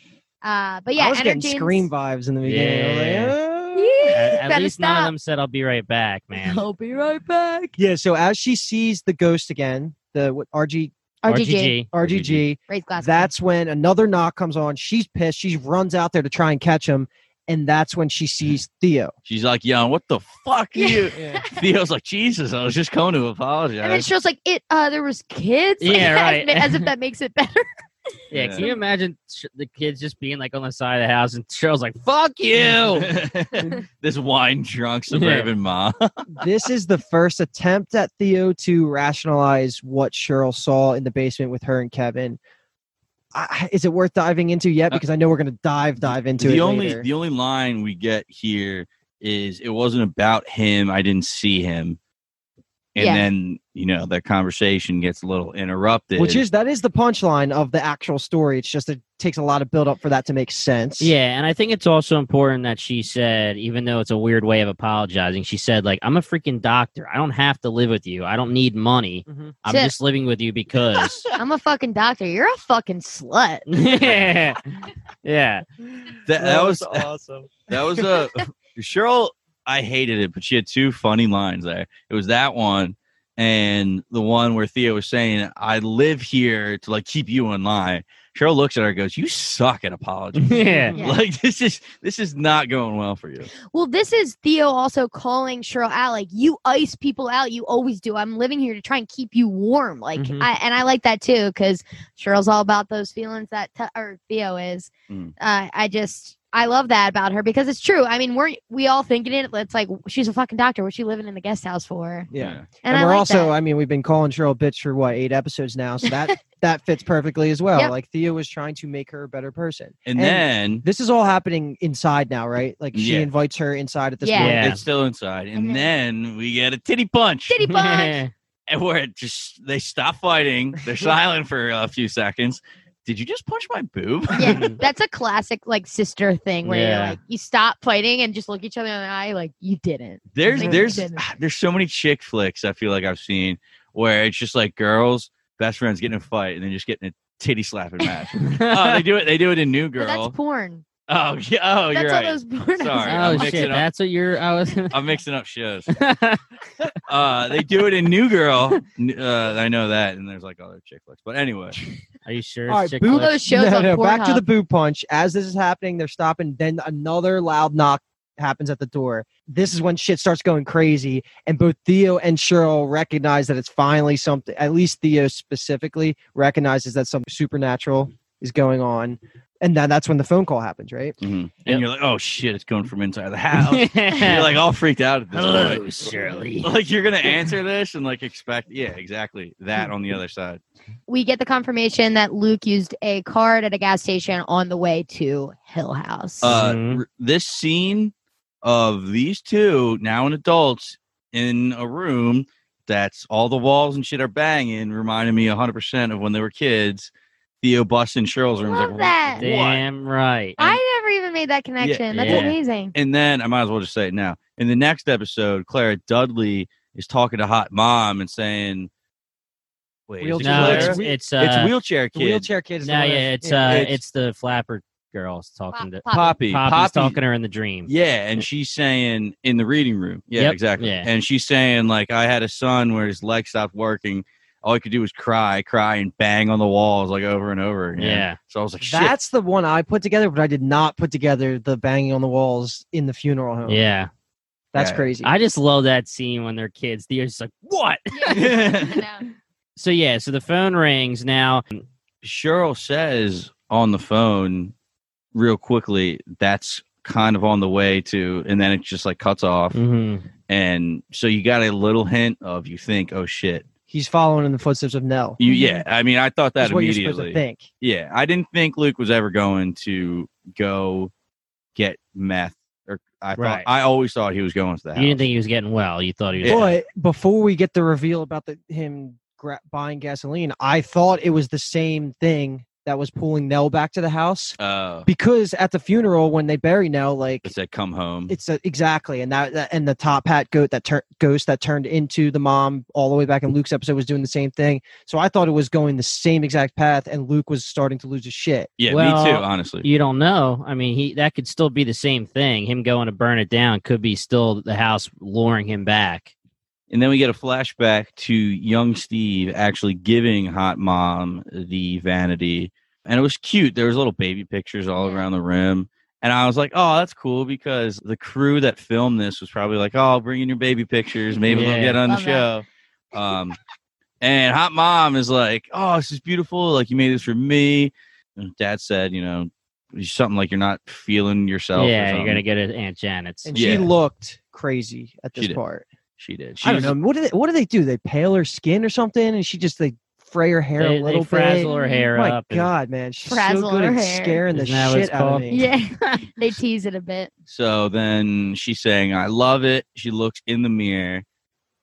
B: Uh, but yeah,
D: I was getting
B: Energen's-
D: scream vibes in the beginning. I was like,
E: Yeah.
D: "Ah."
E: Yeah.
B: Yeah,
E: At, at
B: better
E: least none of them said I'll be right back, man.
B: I'll be right back.
D: Yeah, So as she sees the ghost again, the what, RG,
B: RGG,
D: RGG,
B: raise glass.
D: that's when another knock comes on. She's pissed. She runs out there to try and catch him. And that's when she sees Theo.
C: She's like, yo, what the fuck are
B: Yeah.
C: you? Theo's like, Jesus, I was just coming to
B: And then
C: apologize.
B: Cheryl's like, "It, uh, there was kids." Like,
E: Yeah, right.
B: as if that makes it better.
E: Yeah, can
C: Yeah.
E: you imagine sh- the kids just being like on the side of the house and Cheryl's like, "Fuck you."
C: this wine drunk suburban mom.
D: this is the first attempt at Theo to rationalize what Cheryl saw in the basement with her and Kevin. I, is it worth diving into yet?
C: Uh,
D: Because I know we're going to dive dive into
C: the
D: it.
C: only
D: later.
C: the only line we get here is it wasn't about him. I didn't see him. And
B: Yeah.
C: then, you know, that conversation gets a little interrupted.
D: Which is that is the punchline of the actual story. It's just it takes a lot of build up for that to make sense.
E: Yeah, and I think it's also important that she said, even though it's a weird way of apologizing, she said, like, I'm a freaking doctor. I don't have to live with you. I don't need money.
D: Mhm.
E: I'm
B: Shit.
E: just living with you because
B: I'm a fucking doctor. You're a fucking slut.
E: Yeah. Yeah.
C: that, that was
D: awesome.
C: That was a Cheryl. I hated it, but she had two funny lines there. It was that one and the one where Theo was saying, "I live here to like keep you in line." Cheryl looks at her, and goes, "You suck at apologies."
E: Yeah.
B: Yeah.
C: Like this is this is not going well for you.
B: Well, this is Theo also calling Cheryl out. Like, you ice people out. You always do. I'm living here to try and keep you warm. Like,
E: Mhm.
B: I, and I like that too because Cheryl's all about those feelings that t- or Theo is.
C: Mm.
B: Uh, I just I love that about her because it's true. I mean, we're we all thinking it. It's like she's a fucking doctor. What's she living in the guest house for?
D: Yeah.
B: And,
D: And,
B: I
D: we're
B: like
D: also, uh,
B: that.
D: I mean, we've been calling Cheryl a bitch for what eight episodes now, so that that fits perfectly as well.
B: Yep.
D: Like Theo was trying to make her a better person.
C: And, then
D: this is all happening inside now, right? Like she
C: Yeah.
D: invites her inside at this
B: Yeah.
D: point.
E: Yeah.
C: it's still inside, and,
B: And
C: then, we get a titty punch,
B: Titty punch.
C: and where it just they stop fighting. They're silent for a few seconds. Did you just punch my boob?
B: yeah, that's a classic like sister thing where you're
E: Yeah.
B: like you stop fighting and just look each other in the eye like you didn't.
C: There's
B: Like,
C: there's ah,
B: dinner.
C: there's so many chick flicks I feel like I've seen where it's just like girls best friends getting in a fight and then just getting a titty slapping match. oh, they do it. They do it in New
B: But that's
C: Girl.
B: porn.
C: Oh, yeah. Oh,
B: that's
C: you're
B: all
C: right.
B: those porn.
C: Sorry,
E: oh
C: I'm
E: shit,
C: mixing up-
E: that's what you're. I was.
C: I'm mixing up shows. Uh, they do it in New Girl. N- Uh, I know that, and there's like other chick flicks. But anyway,
E: Are you sure?
D: All right,
E: it's chick
D: boo-
E: flick?
B: All those shows
D: no,
B: on
D: no, back to
B: Pornhub.
D: the boot punch. As this is happening, they're stopping. Then another loud knock happens at the door. This is when shit starts going crazy, and both Theo and Cheryl recognize that it's finally something. At least Theo specifically recognizes that something supernatural is going on, and then that's when the phone call happens, right?
C: Mhm. and
E: Yep.
C: you're like, oh shit, it's going from inside the house.
E: Yeah.
C: you're like all freaked out at this point.
E: hello, Shirley.
C: Like you're gonna answer this and like expect, yeah, exactly that on the other side.
B: we get the confirmation that Luke used a card at a gas station on the way to Hill House.
C: Uh,
E: Mhm.
C: r- this scene of these two now in adults in a room that's all the walls and shit are banging reminded me 100% of when they were kids. Theo busts in Cheryl's room. was
B: Love
C: like,
B: that.
C: "What?"
E: Damn right.
B: I never even made that connection. That's
E: yeah.
B: amazing.
C: And then I might as well just say it now. In the next episode, Clara Dudley is talking to Hot Mom and saying, "Wait, is it
D: Wheelchair-
E: no,
C: Clara?
E: it's
C: it's,
D: Wheel-
E: it's uh,
C: wheelchair
D: The
C: kid,
D: wheelchair kid is the
E: no,
D: one that-
E: yeah, it's uh,
C: It's-
E: it's, the flapper girls talking to
B: Pop- pop.
C: Poppy,
E: Poppy's
C: Poppy,
E: talking to her in the dream.
C: Yeah, and she's saying in the reading room. Yeah,
E: Yep,
C: exactly.
E: yeah.
C: And she's saying like I had a son where his leg stopped working. All he could do was cry, cry, and bang on the walls like over and over again.
E: Yeah.
C: So I was like, shit.
D: That's the one I put together, but I did not put together the banging on the walls in the funeral
C: Oh.
D: home.
E: Yeah,
D: that's
C: Yeah.
D: crazy.
E: I just love that scene when they're kids. They're just like, "What?"
B: Yeah.
E: So yeah, so the phone rings now.
C: Cheryl says on the phone real quickly. That's kind of on the way to, and then it just like cuts off.
D: Mm. Mm-hmm.
E: Mhm.
C: And so you got a little hint of you think, oh shit.
D: He's following in the footsteps of Nell.
C: You yeah. I mean, I thought that
D: That's Mm-hmm. what you're supposed to
C: immediately.
D: think.
C: Yeah, I didn't think Luke was ever going to go get meth. Or I
E: Right.
C: thought I always thought he was going to the house.
E: You didn't think he was getting well. You thought he was.
D: But before we get the reveal about the, him gra- buying gasoline, I thought it was the same thing that was pulling Nell back to the house
C: Oh,
D: because at the funeral when they bury Nell, like
C: it said come home.
D: it's a, exactly and that, that- and the top hat goat that tur- ghost that turned into the mom all the way back in Luke's episode was doing the same thing. So I thought it was going the same exact path, and Luke was starting to lose his shit.
C: yeah,
E: well,
C: me too. Honestly,
E: You don't know. I mean, he that could still be the same thing. Him going to burn it down could be still the house luring him back.
C: and then we get a flashback to young Steve actually giving Hot Mom the vanity, and it was cute. There was little baby pictures all around the room. And I was like, "Oh, that's cool," because the crew that filmed this was probably like, "Oh, bring in your baby pictures. Maybe
E: Yeah.
C: they'll get on the
B: Love that.
C: show." Um, and Hot Mom is like, "Oh, this is beautiful. Like you made this for me." And Dad said, "You know, something like you're not feeling yourself." or
E: yeah, you're
C: something.
E: gonna get it, Aunt Janet's.
D: And she
C: Yeah.
D: looked crazy at
C: She
D: this
C: did.
D: part.
C: She did.
D: I don't
C: She's-
D: know what do they what do they do? They pale her skin or something, and she just like fray her hair
E: They,
D: a
E: they
D: little bit.
E: frazzle her hair
D: my
E: up. and-
D: God, man, she's so
B: Frazzle
D: good
B: her
D: at
B: hair.
D: scaring the
E: Isn't that what it's
D: shit out of
E: called?
D: me.
B: yeah. they tease it a bit.
C: So then she's saying, I love it. She looks in the mirror,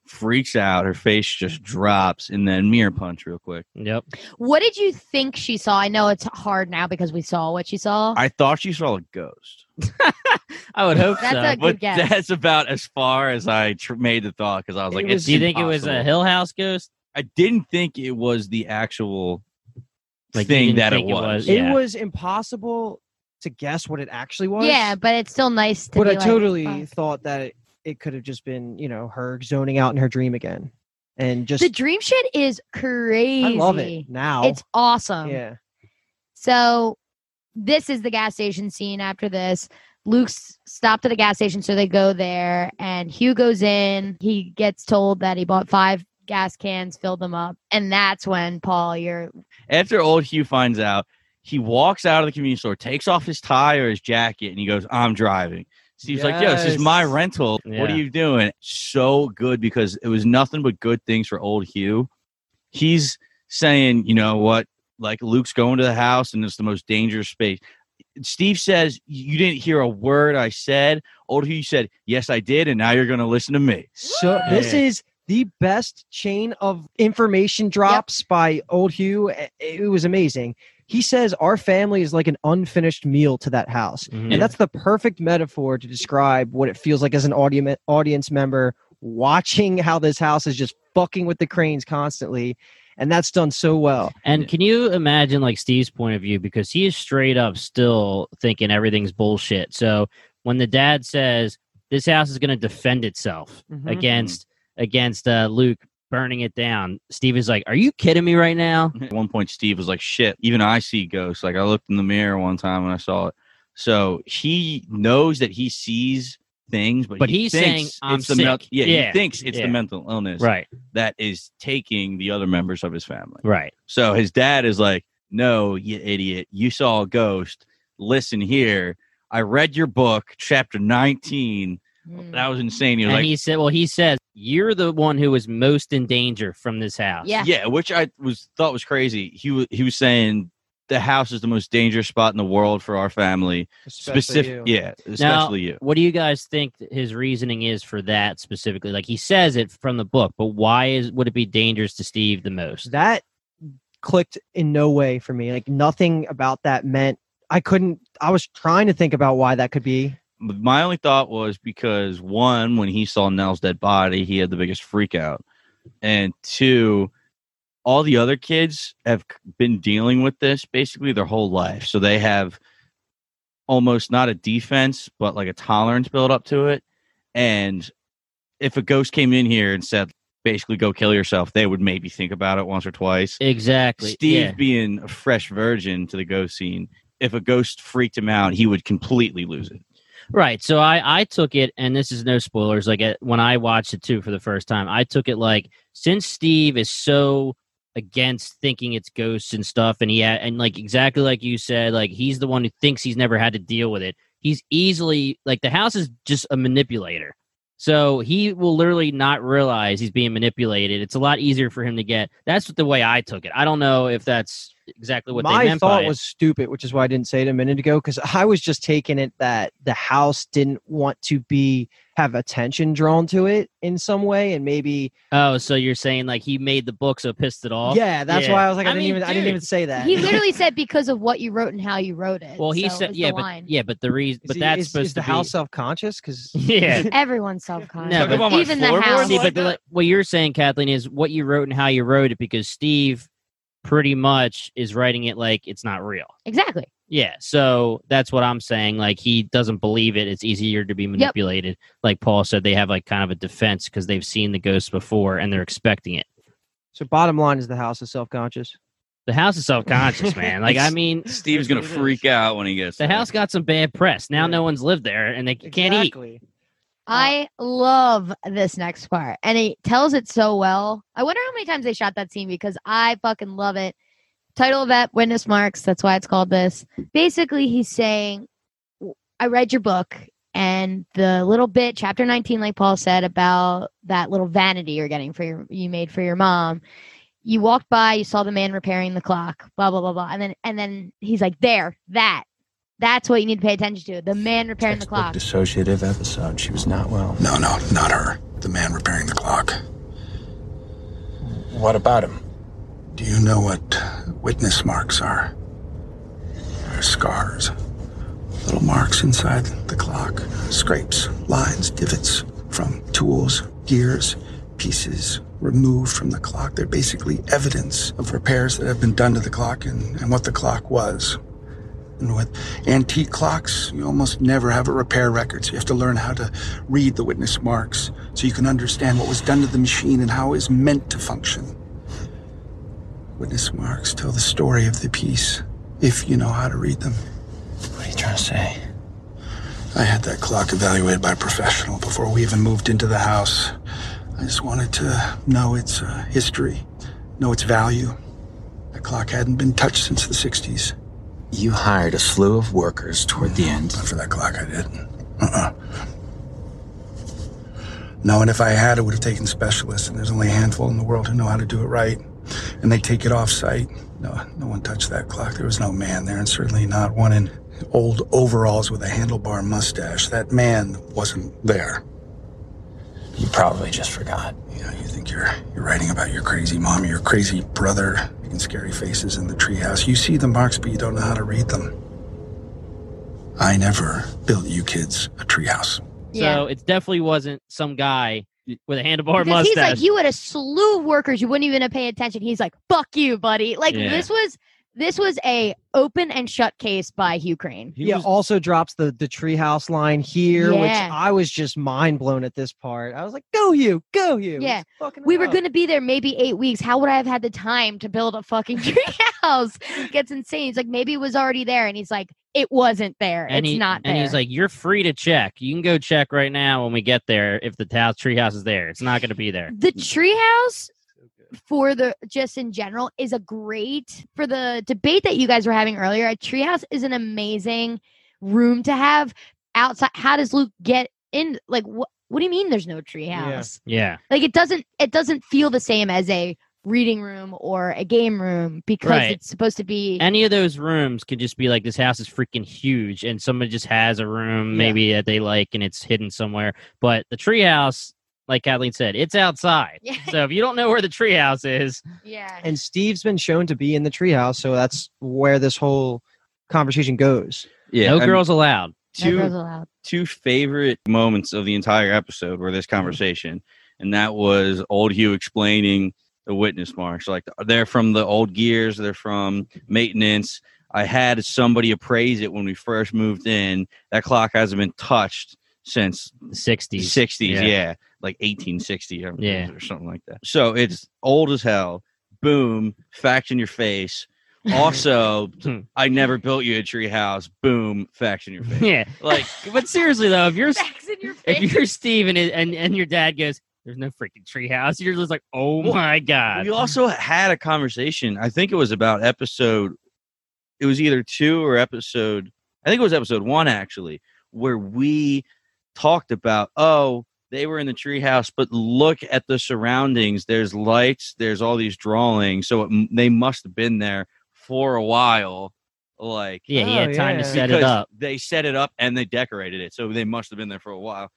C: freaks out. Her face just drops, and then mirror punch real quick.
E: Yep.
B: What did you think she saw? I know it's hard now because we saw what she saw.
C: I thought she saw a ghost.
E: I would hope
B: That's
E: so.
B: a- Good
C: But
B: guess.
C: that's about as far as I tr- made the thought because I was
D: It
C: like,
D: was-
C: it's
E: Do you think it was a
C: impossible.
E: Hill House ghost?
C: I didn't think it was the actual
E: Like, you
C: thing
E: didn't
C: that it
E: think it
C: was.
E: was- Yeah.
D: It was impossible to guess what it actually was.
B: yeah, but it's still nice to
D: but
B: be
D: I
B: like, "Oh,
D: totally
B: fuck.
D: thought that it, it could have just been, you know, her zoning out in her dream again, and just
B: the dream shit is crazy.
D: I love it now.
B: It's um, awesome.
D: yeah,
B: So this is the gas station scene after this. Luke's stopped at the gas station, so they go there, and Hugh goes in. He gets told that he bought five gas cans, filled them up, and that's when Paul, you're
C: After old Hugh finds out, he walks out of the convenience store, takes off his tie or his jacket, and he goes, I'm driving. Steve's like, yo, this is my
D: Yes.
C: rental. What
E: Yeah.
C: are you doing? So good because it was nothing but good things for old Hugh. He's saying, you know what? Like Luke's going to the house and it's the most dangerous space. Steve says, You didn't hear a word I said. Old Hugh said, Yes, I did. And now you're going to listen to me.
D: so this
E: Yeah.
D: is the best chain of information drops by Old Hugh. It- It was amazing. He says our family is like an unfinished meal to that house.
E: Mhm.
D: And that's the perfect metaphor to describe what it feels like as an audience audience member watching how this house is just fucking with the cranes constantly. and that's done so well.
E: And
C: Yeah.
E: can you imagine like Steve's point of view because he is straight up still thinking everything's bullshit. So when the dad says this house is going to defend itself
C: Mm-hmm.
E: against against uh, Luke burning it down, Steve is like, "Are you kidding me right now?"
C: At one point, Steve was like, "Shit, even I see ghosts." Like I looked in the mirror one time and I saw it. So he knows that he sees things, but,
E: But
C: he
E: he's
C: thinks
E: saying,
C: it's
E: "I'm
C: the mel-
E: sick."
C: yeah,
E: Yeah,
C: he thinks it's
E: yeah.
C: the mental illness
E: Right,
C: that is taking the other members of his family.
E: right.
C: So his dad is like, "No, you idiot! You saw a ghost. Listen here." I read your book, chapter 19.
B: Mm.
C: That was insane. He was
E: and
C: like,
E: he said, "Well, he says you're the one who is most in danger from this house."
B: Yeah.
C: Yeah, which I was thought was crazy. He was he was saying the house is the most dangerous spot in the world for our family. Specific, yeah, especially you.
E: What do you guys think his reasoning is for that specifically? Like he says it from the book, but why is would it be dangerous to Steve the most?
D: that clicked in no way for me. Like nothing about that meant I couldn't. I was trying to think about why that could be.
C: My only thought was because one, when he saw Nell's dead body, he had the biggest freak out, and two, all the other kids have c- been dealing with this basically their whole life, so they have almost not a defense, but like a tolerance built up to it. And if a ghost came in here and said, basically go kill yourself, they would maybe think about it once or twice.
E: Exactly.
C: Steve
E: yeah.
C: being a fresh virgin to the ghost scene, if a ghost freaked him out, he would completely lose it.
E: Right. So I I took it, and this is no spoilers. Like uh, when I watched it too for the first time, I took it like since Steve is so against thinking it's ghosts and stuff, and he ha- and like exactly like you said, like he's the one who thinks he's never had to deal with it. He's easily like the house is just a manipulator. So he will literally not realize he's being manipulated. It's a lot easier for him to get. That's the way I took it. I don't know if that's exactly what they
D: My
E: meant by
D: thought
E: it.
D: was stupid, which is why I didn't say it a minute ago because I was just taking it that the house didn't want to be have attention drawn to it in some way, and maybe
E: Oh, so you're saying like he made the book, so pissed it off?
D: yeah, that's
E: yeah.
D: why I was like I,
E: I
D: didn't
E: mean,
D: even I didn't
E: dude,
D: even say that.
B: He literally said because of what you wrote and how you wrote it.
E: Well, he
B: So it
E: said,
B: was
E: yeah,
B: the
E: but
B: line.
E: yeah, but the reason, but
D: Is he-
E: that's
D: is,
E: supposed
D: is
E: to
D: the
E: be
D: house self conscious because
E: yeah.
B: Everyone's self-conscious.
E: No, Talk but-
C: about my
B: even the
C: floorboards
B: house.
E: See,
C: like
E: but the,
C: that.
E: what you're saying, Kathleen, is what you wrote and how you wrote it because Steve pretty much is writing it like it's not real.
B: exactly.
E: Yeah, so that's what I'm saying. Like he doesn't believe it. It's easier to be manipulated. Like Paul said, they have like kind of a defense because they've seen the ghosts before and they're expecting it.
D: so bottom line is the house is self conscious.
E: The house is self conscious, man. Like I mean,
C: Steve's gonna freak out when he gets
E: the
C: there.
E: house got some bad press. Now
D: Yeah.
E: no one's lived there and they can't eat.
B: I love this next part. And it tells it so well. I wonder how many times they shot that scene because I fucking love it. Title of that witness marks. That's why it's called this. Basically, he's saying, w- I read your book and the little bit, chapter 19, like Paul said, about that little vanity you're getting for your, you made for your mom. You walked by, you saw the man repairing the clock, blah, blah, blah, blah. And then, and then he's like, there, that. That's what you need to pay attention to. The man repairing the clock.
A: Dissociative episode. She was not well.
F: No, no, not her. The man repairing the clock.
A: What about him?
F: Do you know what witness marks are? They're scars. Little marks inside the clock. Scrapes, lines, divots from tools, gears, pieces removed from the clock. They're basically evidence of repairs that have been done to the clock and, and what the clock was. And with antique clocks, you almost never have a repair record, so you have to learn how to read the witness marks so you can understand what was done to the machine and how it was meant to function. Witness marks tell the story of the piece, if you know how to read them.
A: What are you trying to say?
F: I had that clock evaluated by a professional before we even moved into the house. I just wanted to know its uh, history, know its value. The clock hadn't been touched since the 60s.
A: You hired a slew of workers toward the end.
F: Not for that clock, I did. Uh-uh. No, and if I had, it would have taken specialists, and there's only a handful in the world who know how to do it right. And they take it off site. No, no one touched that clock. There was no man there, and certainly not one in old overalls with a handlebar mustache. That man wasn't there.
A: You probably just forgot.
F: You know, you think you're you're writing about your crazy mom, your crazy brother, making scary faces in the treehouse. You see the marks, but you don't know how to read them. I never built you kids a treehouse.
E: So it definitely wasn't some guy with a handlebar
B: Because
E: mustache.
B: he's like, you had a slew of workers. You wouldn't even pay attention. He's like, fuck you, buddy. Like
E: Yeah.
B: this was this was a open and shut case by Hugh Crane.
C: He
D: yeah,
C: was-
D: also drops the the treehouse line here, which
B: Yeah.
D: I was just mind blown at this part. I was like, "Go you, go you!"
B: Yeah.
D: It's fucking
B: We were
D: up.
B: going to be there maybe eight weeks. How would I have had the time to build a fucking treehouse? Gets insane. He's like, maybe it was already there, and he's like, it wasn't there.
E: and
B: it's
E: he-
B: not there.
E: And he's like, "You're free to check. You can go check right now when we get there. If the ta- treehouse is there, it's not going to be there."
B: the treehouse for the just in general is a great for the debate that you guys were having earlier. A treehouse is an amazing room to have outside. How does Luke get in? Like, what what do you mean? There's no treehouse.
E: Yeah,
B: Like, it doesn't it doesn't feel the same as a reading room or a game room because
E: Right.
B: it's supposed to be.
E: any of those rooms could just be like this house is freaking huge, and somebody just has a room
D: Yeah.
E: maybe that they like, and it's hidden somewhere. But the treehouse, like Kathleen said, it's outside.
B: Yeah.
E: So if you don't know where the treehouse is,
B: yeah.
D: And Steve's been shown to be in the treehouse, so that's where this whole conversation goes.
C: yeah,
E: no
C: I mean,
E: girls allowed.
B: That goes
C: two
B: loud.
C: two favorite moments of the entire episode were this conversation, and that was old Hugh explaining the witness marks. Like they're from the old gears, they're from maintenance. I had somebody appraise it when we first moved in. That clock hasn't been touched since
E: The
C: the
E: Sixties.
C: 60s,
E: Yeah.
C: yeah. like 1860 or,
E: Yeah.
C: or something like that. So it's old as hell. Boom, fact in your face. Also,
E: Hmm.
C: I never built you a tree house. Boom, fact in your face.
E: Yeah,
C: Like,
E: but seriously though, if you're
B: Facts in your face.
E: if you're Steve and, and and your dad goes, "There's no freaking treehouse," you're just like, "Oh
C: Well,
E: my god!"
C: we also had a conversation. I think it was about episode, it was either two or episode, I think it was episode one actually, where we talked about, oh, they were in the treehouse, but look at the surroundings. There's lights, there's all these drawings. So it, they must have been there for a while. Like,
E: Yeah, he had
D: Oh,
E: time
D: yeah.
E: to set it
C: because
E: up.
C: They set it up and they decorated it, so they must have been there for a while.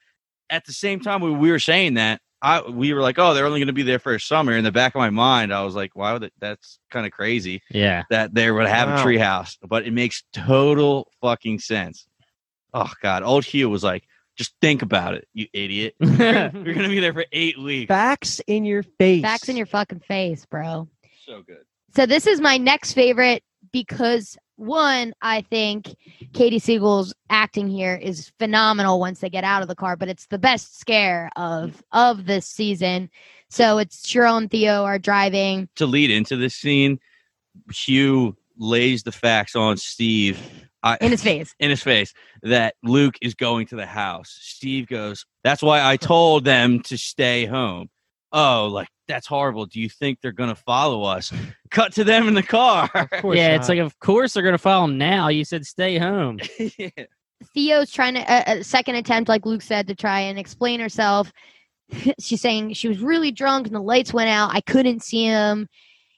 C: At the same time, when we were saying that, I we were like, "Oh, they're only going to be there for a summer." In the back of my mind, I was like, "Wow, that, that's kind of crazy
E: Yeah,
C: that they would have
D: Wow.
C: a treehouse." But it makes total fucking sense. Oh God, old Hugh was like, "Just think about it, you idiot. You're going to be there for eight weeks."
D: Facts in your face.
B: Facts in your fucking face, bro.
C: So good.
B: So this is my next favorite because one, I think Katie Siegel's acting here is phenomenal once they get out of the car, but it's the best scare of of this season. So it's Cheryl and Theo are driving.
C: to lead into this scene, Hugh lays the facts on Steve I,
B: In his face.
C: In his face that Luke is going to the house. Steve goes, "That's why I told them to stay home." Oh, like that's horrible. Do you think they're gonna follow us? Cut to them in the car.
D: Of course
E: yeah. It's
D: not.
E: like, of course they're gonna follow him now. You said stay home.
C: Yeah.
B: Theo's trying to a, a second attempt, like Luke said, to try and explain herself. She's saying she was really drunk and the lights went out. I couldn't see him.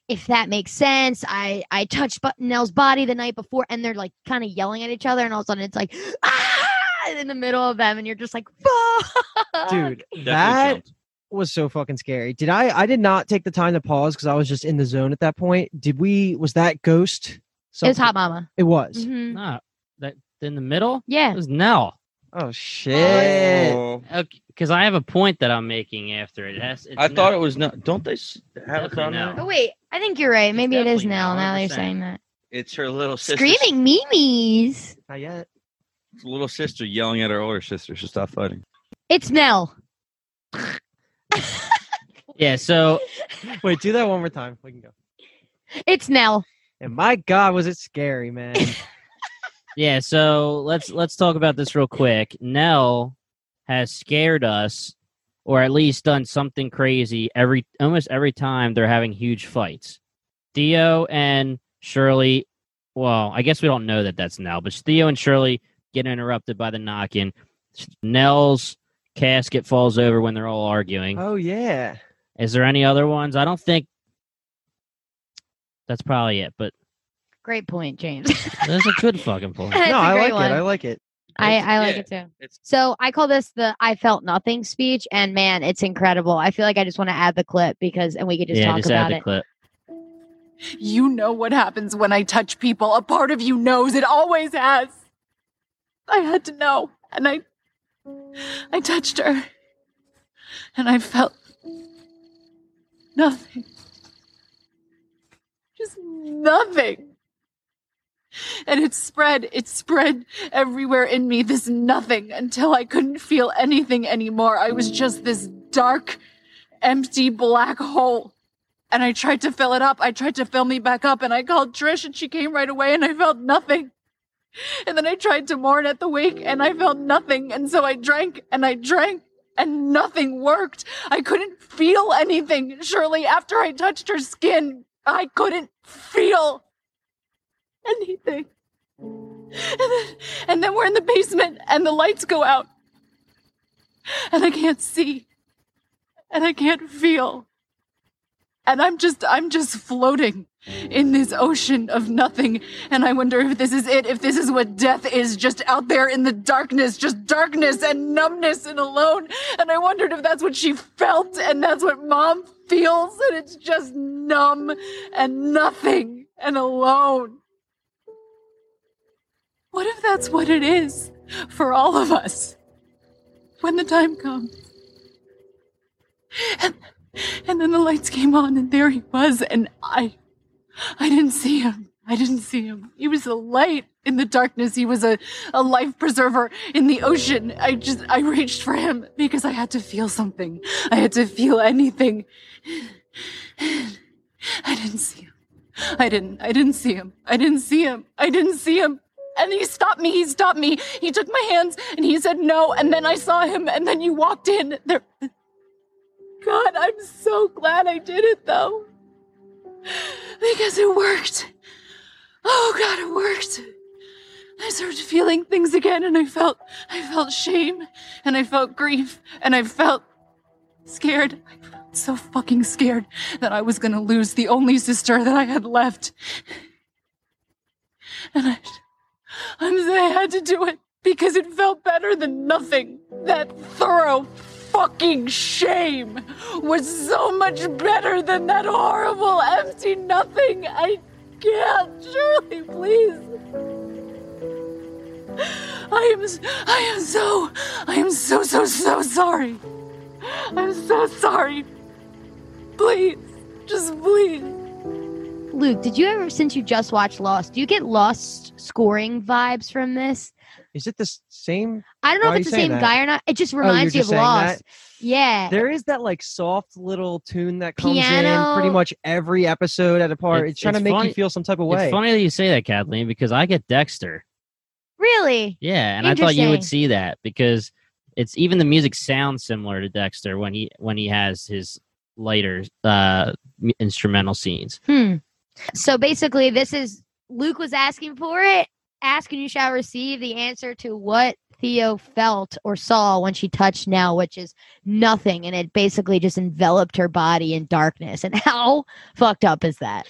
B: If that makes sense, I I touched Buttonell's body the night before, and they're like kind of yelling at each other, and all of a sudden it's like ah in the middle of them, and you're just like, fuck.
D: dude,
C: Definitely
D: that
C: jumped.
D: was so fucking scary. Did I? I did not take the time to pause because I was just in the zone at that point. Did we? Was that ghost?
B: it was
D: something?
B: hot, mama.
D: It was.
B: Mhm.
E: No, that in the middle. It
B: Yeah,
E: was Nell.
B: Mm-hmm.
D: Oh
C: Oh.
D: shit!
E: Because I have a point that I'm making after it. That's, it's
C: I
E: Nell.
C: thought it was not. Don't they s- have it
E: Definitely
C: on
E: no.
C: there?
B: but wait, I think you're right.
E: It's
B: Maybe it is
E: definitely
B: now. Now that you're
E: 100%.
B: saying that,
C: It's her little sister.
B: screaming memes.
D: Not yet.
C: Little sister yelling at her older sister to stop fighting.
B: It's Mel.
E: Yeah. So
D: Wait, do that one more time. We can go.
B: It's Nell.
D: And my God, was it scary, man!
E: yeah. So let's let's talk about this real quick. Nell has scared us, or at least done something crazy every almost every time they're having huge fights. Theo and Shirley. Well, I guess we don't know that that's Nell, but Theo and Shirley get interrupted by the knocking. Nell's casket falls over when they're all arguing.
D: oh yeah.
E: Is there any other ones? I don't think that's probably it, but
B: Great point, James.
E: that's a good fucking point.
B: That's
D: no,
B: a
D: I
B: great
D: like
B: one.
D: it. I like it.
B: I,
C: It's-
B: I like
C: yeah.
B: it too.
C: It's-
B: So I call this the I felt nothing speech, and man, it's incredible. I feel like I just want to add the clip because, and we could just
E: yeah,
B: talk
E: just
B: about
E: add the
B: it.
E: clip.
G: You know what happens when I touch people. A part of you knows it always has. I had to know, and I I touched her. and I felt nothing. Just nothing. And it spread, it spread everywhere in me, this nothing, until I couldn't feel anything anymore. I was just this dark, empty black hole. And I tried to fill it up. I tried to fill me back up, and I called Trish, and she came right away, and I felt nothing. And then I tried to mourn at the wake and I felt nothing. And so I drank and I drank and nothing worked. I couldn't feel anything. Surely after I touched her skin, I couldn't feel anything. And then, and then we're in the basement and the lights go out. And I can't see. And I can't feel. And I'm just, I'm just floating in this ocean of nothing. And I wonder if this is it, if this is what death is, just out there in the darkness, just darkness and numbness and alone. And I wondered if that's what she felt and that's what mom feels. And it's just numb and nothing and alone. What if that's what it is for all of us when the time comes? And, and then the lights came on and there he was and I I didn't see him. I didn't see him. He was a light in the darkness. He was a, a life preserver in the ocean. I just, I reached for him because I had to feel something. I had to feel anything. I didn't see him. I didn't, I didn't see him. I didn't see him. I didn't see him. And he stopped me. He stopped me. He took my hands and he said no. And then I saw him and then you walked in. There. God, I'm so glad I did it though because it worked. Oh God, it worked. I started feeling things again, and I felt, I felt shame, and I felt grief, and I felt scared. I felt so fucking scared that I was gonna lose the only sister that I had left. And I, I'm, I had to do it because it felt better than nothing. That thorough fucking shame was so much better than that horrible empty nothing. I can't, Shirley, please. I am, s- I am so, I am so, so, so sorry. I'm so sorry. Please, just please.
B: Luke, did you ever, since you just watched Lost, do you get Lost scoring vibes from this?
D: Is it the s- same?
B: I don't know
D: Why are
B: if it's
D: you
B: the
D: saying
B: same
D: that? Oh,
B: guy or not. It just
D: you're
B: reminds
D: just
B: you
D: saying
B: of Lost.
D: that?
B: Yeah.
D: There is that like soft little tune that comes in pretty
B: Piano.
D: much every episode at a part.
E: It's-
D: It's, trying
E: it's
D: to make
E: funny-
D: you feel some type of way.
E: It's funny that you say that, Kathleen, because I get Dexter.
B: really?
E: Yeah, and I thought you
B: Interesting.
E: would see that because it's even the music sounds similar to Dexter when he when he has his lighter uh, m- instrumental scenes.
B: Hmm. So basically, this is Luke was asking for it. Ask and you shall receive the answer to what Theo felt or saw when she touched now, which is nothing. And it basically just enveloped her body in darkness. And how fucked up is that?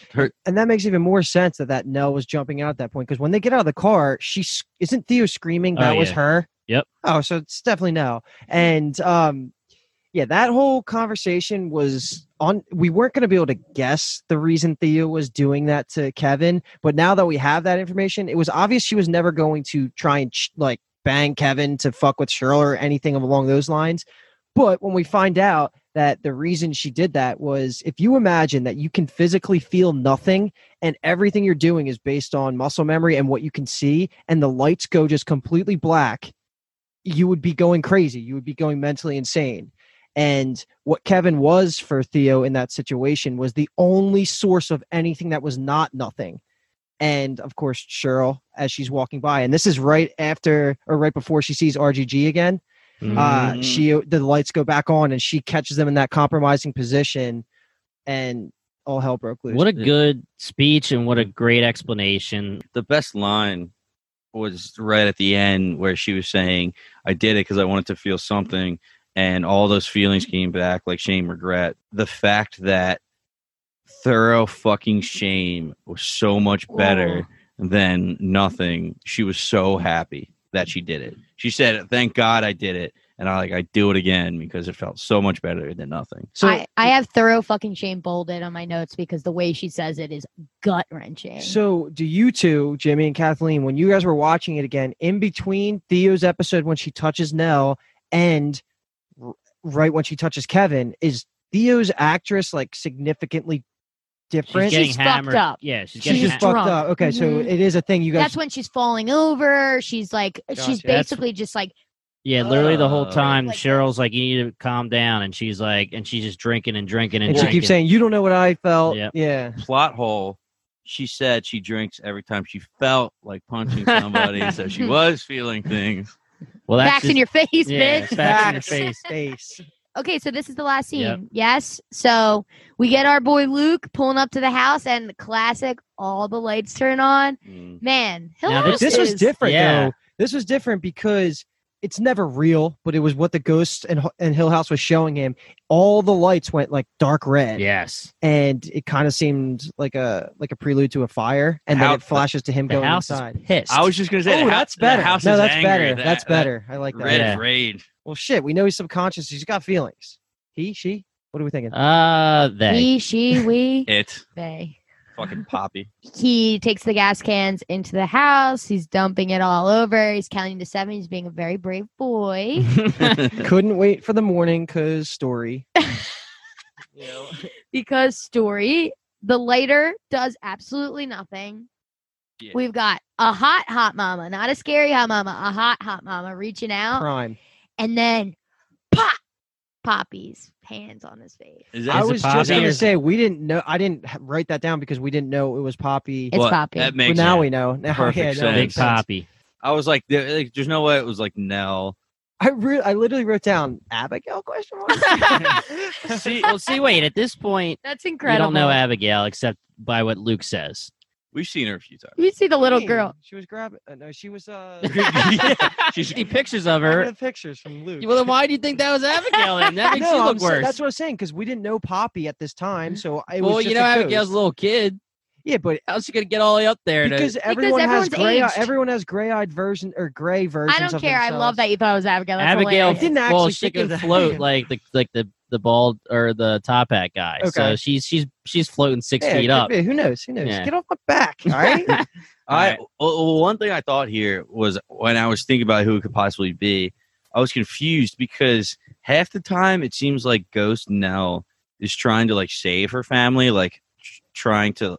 D: and that makes even more sense that that Nell was jumping out at that point because when they get out of the car, she s- isn't Theo screaming
E: Oh,
D: that was
E: yeah.
D: her.
E: Yep.
D: Oh, so it's definitely Nell. And um, yeah, that whole conversation was on. We weren't going to be able to guess the reason Theo was doing that to Kevin, but now that we have that information, it was obvious she was never going to try and ch- like bang Kevin to fuck with Shirley or anything along those lines. But when we find out that the reason she did that was if you imagine that you can physically feel nothing and everything you're doing is based on muscle memory and what you can see, and the lights go just completely black, you would be going crazy. You would be going mentally insane. And what Kevin was for Theo in that situation was the only source of anything that was not nothing. And of course, Cheryl, as she's walking by, and this is right after or right before she sees RGG again uh
C: Mhm.
D: she the lights go back on and she catches them in that compromising position and all hell broke loose
E: What a good speech and what a great explanation.
C: the best line was right at the end where she was saying, "I did it because I wanted to feel something," and all those feelings came back like shame, regret. The fact that thorough fucking shame was so much better than nothing. She was so happy that she did it. She said, "Thank God I did it," and I like I do it again because it felt so much better than nothing.
D: so
B: I, I have thorough fucking shame bolded on my notes because the way she says it is gut wrenching.
D: so do you two jimmy and kathleen when you guys were watching it again in between theo's episode when she touches nell and right when she touches Kevin is Theo's actress like significantly different.
E: She's getting
B: She's fucked
E: hammered.
B: up.
E: Yeah, she's
D: She's
E: getting.
D: just
E: ha-
B: drunk.
D: fucked up. Okay, so
B: Mhm.
D: it is a thing you guys.
B: That's when she's falling over. She's like, she's
D: Gotcha. That's-
B: basically just like,
E: yeah, literally the whole
C: Uh,
E: time,
B: like-
E: Cheryl's like, "You need to calm down," and she's like, and she's just drinking and drinking and,
D: and she
E: drinking.
D: keeps saying, "You don't know what I felt."
E: Yep.
D: Yeah.
C: Plot hole. She said she drinks every time she felt like punching somebody, so she was feeling things.
E: "Well, that's
B: facts in
E: just-
B: your face,
E: yeah,
B: bitch.
E: facts in your
D: Facts.
E: face."
D: Face.
B: Okay, so this is the last scene.
E: Yep.
B: Yes. So we get our boy Luke pulling up to the house, and the classic, all the lights turn on.
C: Mm.
B: Man,
E: Now,
B: hilarious.
D: this was different
E: Yeah.
D: though. This was different because it's never real, but it was what the ghost and, and Hill House was showing him. All the lights went like dark red,
E: Yes,
D: and it kind of seemed like a like a prelude to a fire, and
C: How-
D: then it flashes to him
E: the
D: going
E: house
D: inside.
E: is pissed.
C: I was just gonna say,
D: Oh,
C: the hou-
D: that's
C: the
D: better.
C: house
D: no,
C: is
D: that's
C: angry.
D: better.
C: That-
D: that's
C: that
D: better. I like that.
C: Red
E: Yeah.
C: is rage.
D: Well, shit. We know he's subconscious. He's got feelings. He, she. What are we thinking?
E: uh, they.
B: He, she, we,
C: It
B: they.
C: fucking poppy.
B: He takes the gas cans into the house. He's dumping it all over. He's counting to seven. He's being a very brave boy.
D: Couldn't wait for the morning because story.
B: because story the lighter does absolutely nothing
C: Yeah.
B: we've got a hot hot mama not a scary hot mama a hot hot mama reaching out
D: Prime.
B: and then pop poppy's hands on his face
C: Is
E: I
D: I
C: that,
E: it
D: was just
E: Poppy
D: going
E: or
D: to
E: is it-
D: say we didn't know. I didn't h- write that down because we didn't know it was Poppy.
B: It's
C: Well,
B: Poppy.
C: That
D: Well,
C: makes
D: now
C: sense.
D: we know. Now,
C: perfect
D: yeah, now it
C: sense.
E: Big
D: makes sense.
E: Poppy.
C: I was like, there, like, there's no way it was like Nell.
D: I re- I literally wrote down Abigail question mark.
E: see, well, see, wait. At this point,
B: that's
E: you
B: incredible
E: don't know Abigail except by what Luke says.
C: We've seen her a few times.
B: you see the little
D: Hey,
B: girl
D: She was grabbing. Uh, no, she was. Uh,
E: You
C: She's-
E: see pictures of
D: grabbing
E: her.
D: the pictures from Luke.
E: Well, then why do you think that was Abigail? Then that makes
D: no,
E: you
D: I'm
E: look
D: sa-
E: worse.
D: that's what I was saying because we didn't know Poppy at this time, so I
E: well,
D: was.
E: you
D: just
E: know,
D: a
E: Abigail's a
D: ghost.
E: little kid.
D: Yeah, but
E: How's she gonna get all the way up there?
D: because
E: to,
D: everyone has
B: everyone's
D: gray,
B: aged.
D: everyone has gray-eyed version or gray versions.
B: i don't
D: of
B: care i love
D: themselves.
B: that you thought it was abigail that's
E: Abigail
B: hilarious.
D: didn't actually
E: well, she
D: think
E: can
D: of that.
E: float like the like the the bald or the top hat guy. So
D: Okay.
E: she's she's she's floating six
D: Yeah, it
E: feet
D: could
E: up.
D: be. Who knows? Who knows?
E: Yeah.
D: Get off my back, all right?
C: I
E: Alright.
C: well, well, one thing I thought here was when I was thinking about who it could possibly be, I was confused because half the time it seems like Ghost Nell is trying to like save her family, like tr- trying to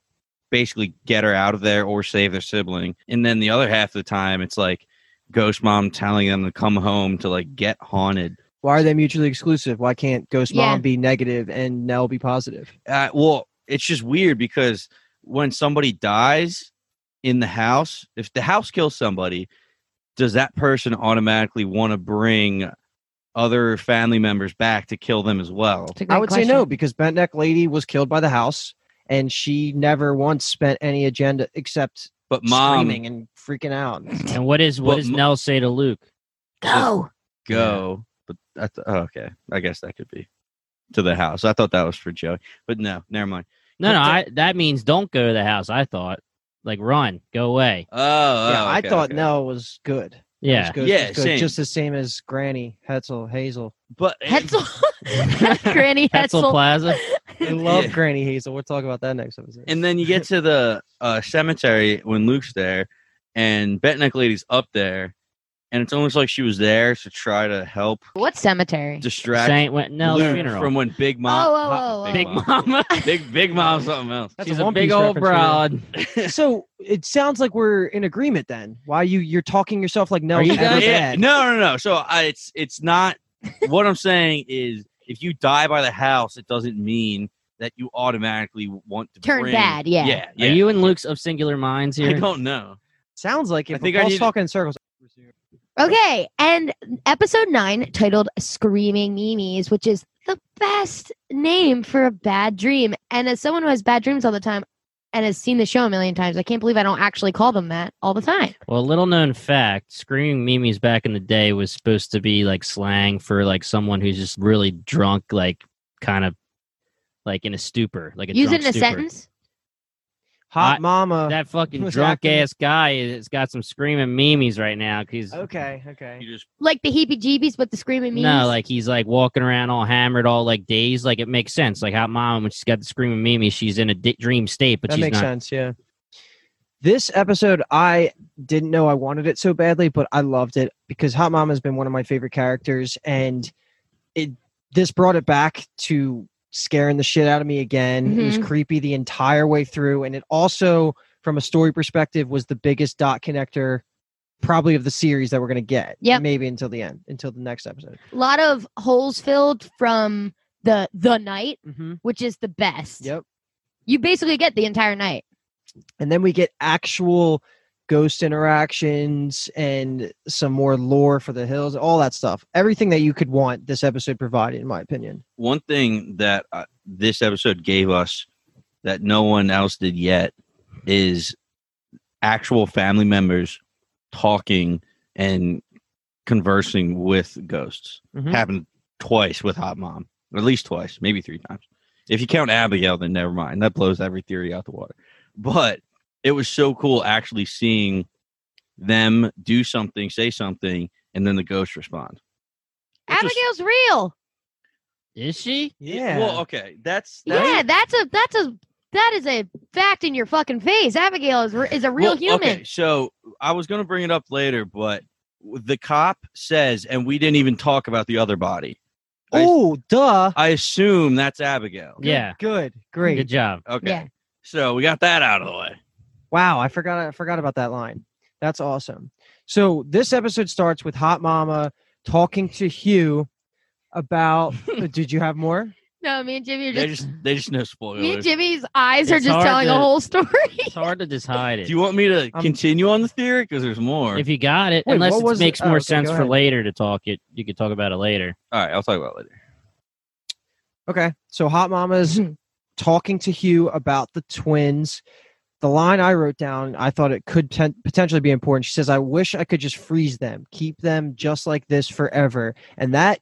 C: basically get her out of there or save their sibling, and then the other half of the time it's like Ghost Mom telling them to come home to like get haunted.
D: Why are they mutually exclusive? Why can't Ghost
B: Yeah.
D: Mom be negative and Nell be positive?
C: uh, well, it's just weird because when somebody dies in the house, if the house kills somebody, does that person automatically want to bring other family members back to kill them as well?
B: It's a great
D: I would say
B: question.
D: no because bent neck lady was killed by the house and she never once spent any agenda except
C: But mom,
D: screaming and freaking out.
E: And what is what
C: Well,
E: does
C: m-
E: Nell say to Luke?
B: go
C: go. But that's oh, okay. I guess that could be to the house. I thought that was for Joey, but no, never mind.
E: No,
C: What
E: no,
C: the-
E: I, that means don't go to the house. I thought like run, go away.
C: Oh, oh,
D: yeah, I
C: okay,
D: thought
C: okay.
D: Nell was good. It was
E: Yeah,
D: good,
C: Yeah,
D: it was good,
C: same.
D: just the same as Granny Hetzel Hazel.
C: but
B: hetzel granny
E: Hetzel
B: hetzel
E: Plaza.
D: I love
C: Yeah.
D: Granny Hazel. We'll talk about that next episode.
C: And then you get to the uh, cemetery when Luke's there, and Betneck Lady's up there, and it's almost like she was there to try to help
B: what cemetery
C: distract
E: Saint went Nell's
C: Luke
E: funeral.
C: from when Big Mom.
B: Oh, oh, oh,
C: Big,
E: Big
C: Mom.
E: Mama.
C: Big Big Mom's something else.
D: That's
E: She's
D: a
E: a
D: One
E: big
D: Piece
E: old
D: reference, really.
E: broad.
D: so it sounds like we're in agreement then. Why you you're talking yourself like Nell's
E: you
D: ever
E: guys-
C: Yeah,
D: bad.
C: no, no, no. So I, it's it's not. what I'm saying is, if you die by the house, it doesn't mean that you automatically want to
B: Turn
C: bring-
B: bad, yeah.
C: yeah, yeah.
E: Are you and Luke's of singular minds
C: I
E: here?
C: don't know.
D: Sounds like
C: I
D: it. I
C: think
D: think
C: I
D: Paul's
C: need to-
D: talking in circles.
B: Okay, and episode nine, titled "Screaming Mimes," which is the best name for a bad dream. And as someone who has bad dreams all the time and has seen the show a million times, I can't believe I don't actually call them that all the time.
E: Well, little known fact, screaming memes back in the day was supposed to be like slang for like someone who's just really drunk, like kind of like in a stupor, like a
B: Use it
E: drunk
B: in a
E: stupor.
B: sentence.
D: Hot
E: I-
D: mama.
E: That fucking
D: was
E: drunk
D: acting-
E: ass guy has got some screaming memes right now. Cause
D: okay, okay.
C: You just
B: Like the heebie-jeebies, but the screaming memes.
E: no, like he's like walking around all hammered, all like dazed. Like it makes sense. Like how mom, when she's got the screaming memes, she's in a di- dream state, but
D: that
E: she's
D: makes
E: not.
D: sense. Yeah. This episode, I didn't know I wanted it so badly, but I loved it because Hot Mama has been one of my favorite characters, and it this brought it back to scaring the shit out of me again. It was creepy the entire way through. And it also, from a story perspective, was the biggest dot connector probably of the series that we're going to get. Yeah,
B: Yep.
D: Maybe until the end, until the next episode.
B: A lot of holes filled from the the night,
D: Mm-hmm.
B: which is the best.
D: Yep.
B: You basically get the entire night.
D: and then we get actual ghost interactions and some more lore for the hills all that stuff everything that you could want this episode provided in my opinion
C: one thing that uh, this episode gave us that no one else did yet is actual family members talking and conversing with ghosts.
D: Mhm.
C: Happened twice with Hot Mom, at least twice, maybe three times. If you count Abigail, then never mind. That blows every theory out the water. But it was so cool actually seeing them do something, say something, and then the ghost respond. Which was-
B: Abigail's real.
E: Is she?
D: yeah
C: Well, okay. That's, that's
B: Yeah, that's a that's a that is a fact in your fucking face. Abigail is re- is a real
C: Well,
B: human.
C: Okay, so I was going to bring it up later, but w- the cop says, and we didn't even talk about the other body. I-
D: oh duh
C: I assume that's Abigail.
E: Yeah.
D: good
E: Good
D: great
E: job.
C: Okay.
B: Yeah.
C: So we got that out of the way.
D: wow i forgot i forgot about that line that's awesome so this episode starts with hot mama talking to hugh about uh, did you have more
B: No, me and Jimmy are
C: They
B: just,
C: just they just know
B: me and
C: spoilers.
B: Jimmy's eyes are
E: It's
B: just
E: hard
B: telling a
E: to-
B: whole story.
E: It's hard to just hide it.
C: Do you want me to
D: I'm-
C: continue on the theory? Because there's more.
E: if you got it,
D: Wait,
E: unless
D: what
E: it
D: was it?
E: makes
D: Oh,
E: more
D: okay,
E: sense
D: go
E: for
D: ahead.
E: later to talk it, you could talk about it later.
C: All right, I'll talk about it later.
D: Okay. So Hot Mama's talking to Hugh about the twins. The line I wrote down, I thought it could ten- potentially be important. She says, I wish I could just freeze them, keep them just like this forever. And that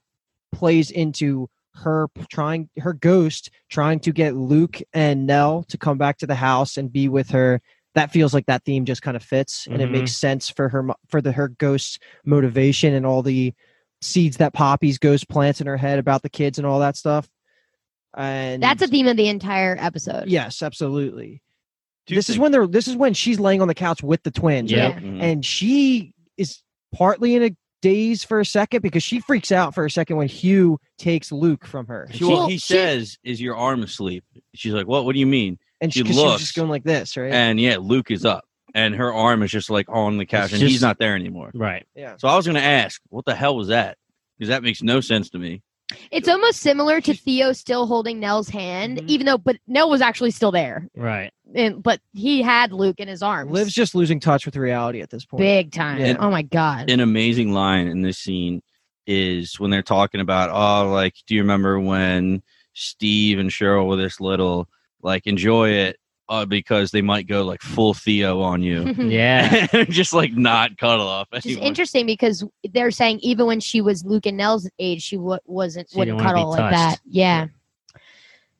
D: plays into her p- trying, her ghost trying to get Luke and Nell to come back to the house and be with her. That feels like that theme just kind of fits and it
E: Mhm.
D: makes sense for her, mo- for the her ghost motivation and all the seeds that Poppy's ghost plants in her head about the kids and all that stuff. And
B: That's a theme of the entire episode.
D: Yes, absolutely.
C: Two
D: this is
C: things.
D: when they're this is when she's laying on the couch with the twins,
E: Yeah.
D: right?
B: Yeah.
C: Mhm.
D: And she is partly in a daze for a second because she freaks out for a second when Hugh takes Luke from her.
C: She- well,
B: Well,
C: he
B: she-
C: says, "Is your arm asleep?" She's like, "What? What do you mean?"
D: And she,
C: she
D: 'cause she was
C: looks
D: just going like this, right?
C: And yeah, Luke is up, and her arm is just like on the couch,
E: It's
C: and he's
E: just-
C: not there anymore.
E: Right.
D: yeah.
C: So I was going to ask, what the hell was that? Because that makes no sense to me.
B: It's almost similar to
C: She's-
B: Theo still holding Nell's hand,
C: Mm-hmm.
E: Mhm.
B: even though but Nell was actually still there.
E: Right.
B: And but he had Luke in his arms.
D: Liv's just losing touch with reality at this point.
B: big time.
D: Yeah.
B: Oh my god.
C: An amazing line in this scene is when they're talking about, oh, like, do you remember when Steve and Cheryl were this little? Like, enjoy it uh, because they might go like full Theo on you.
E: Yeah.
C: just like not cuddle off.
B: Which is
C: anyone.
B: interesting because they're saying even when she was Luke and Nell's age, she w- wasn't
E: She
B: wouldn't
E: didn't wanna be
B: cuddle like that.
E: touched.
B: Yeah.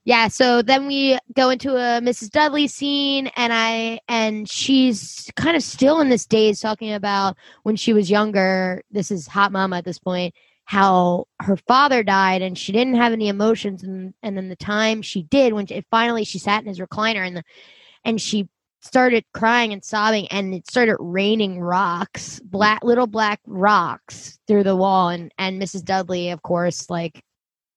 B: yeah, So then we go into a Mrs. Dudley scene, and I and she's kind of still in this daze, talking about when she was younger. This is hot mama at this point. How her father died, and she didn't have any emotions, and and then the time she did when it finally she sat in his recliner, and the and she started crying and sobbing and it started raining rocks black little black rocks through the wall and and mrs dudley of course like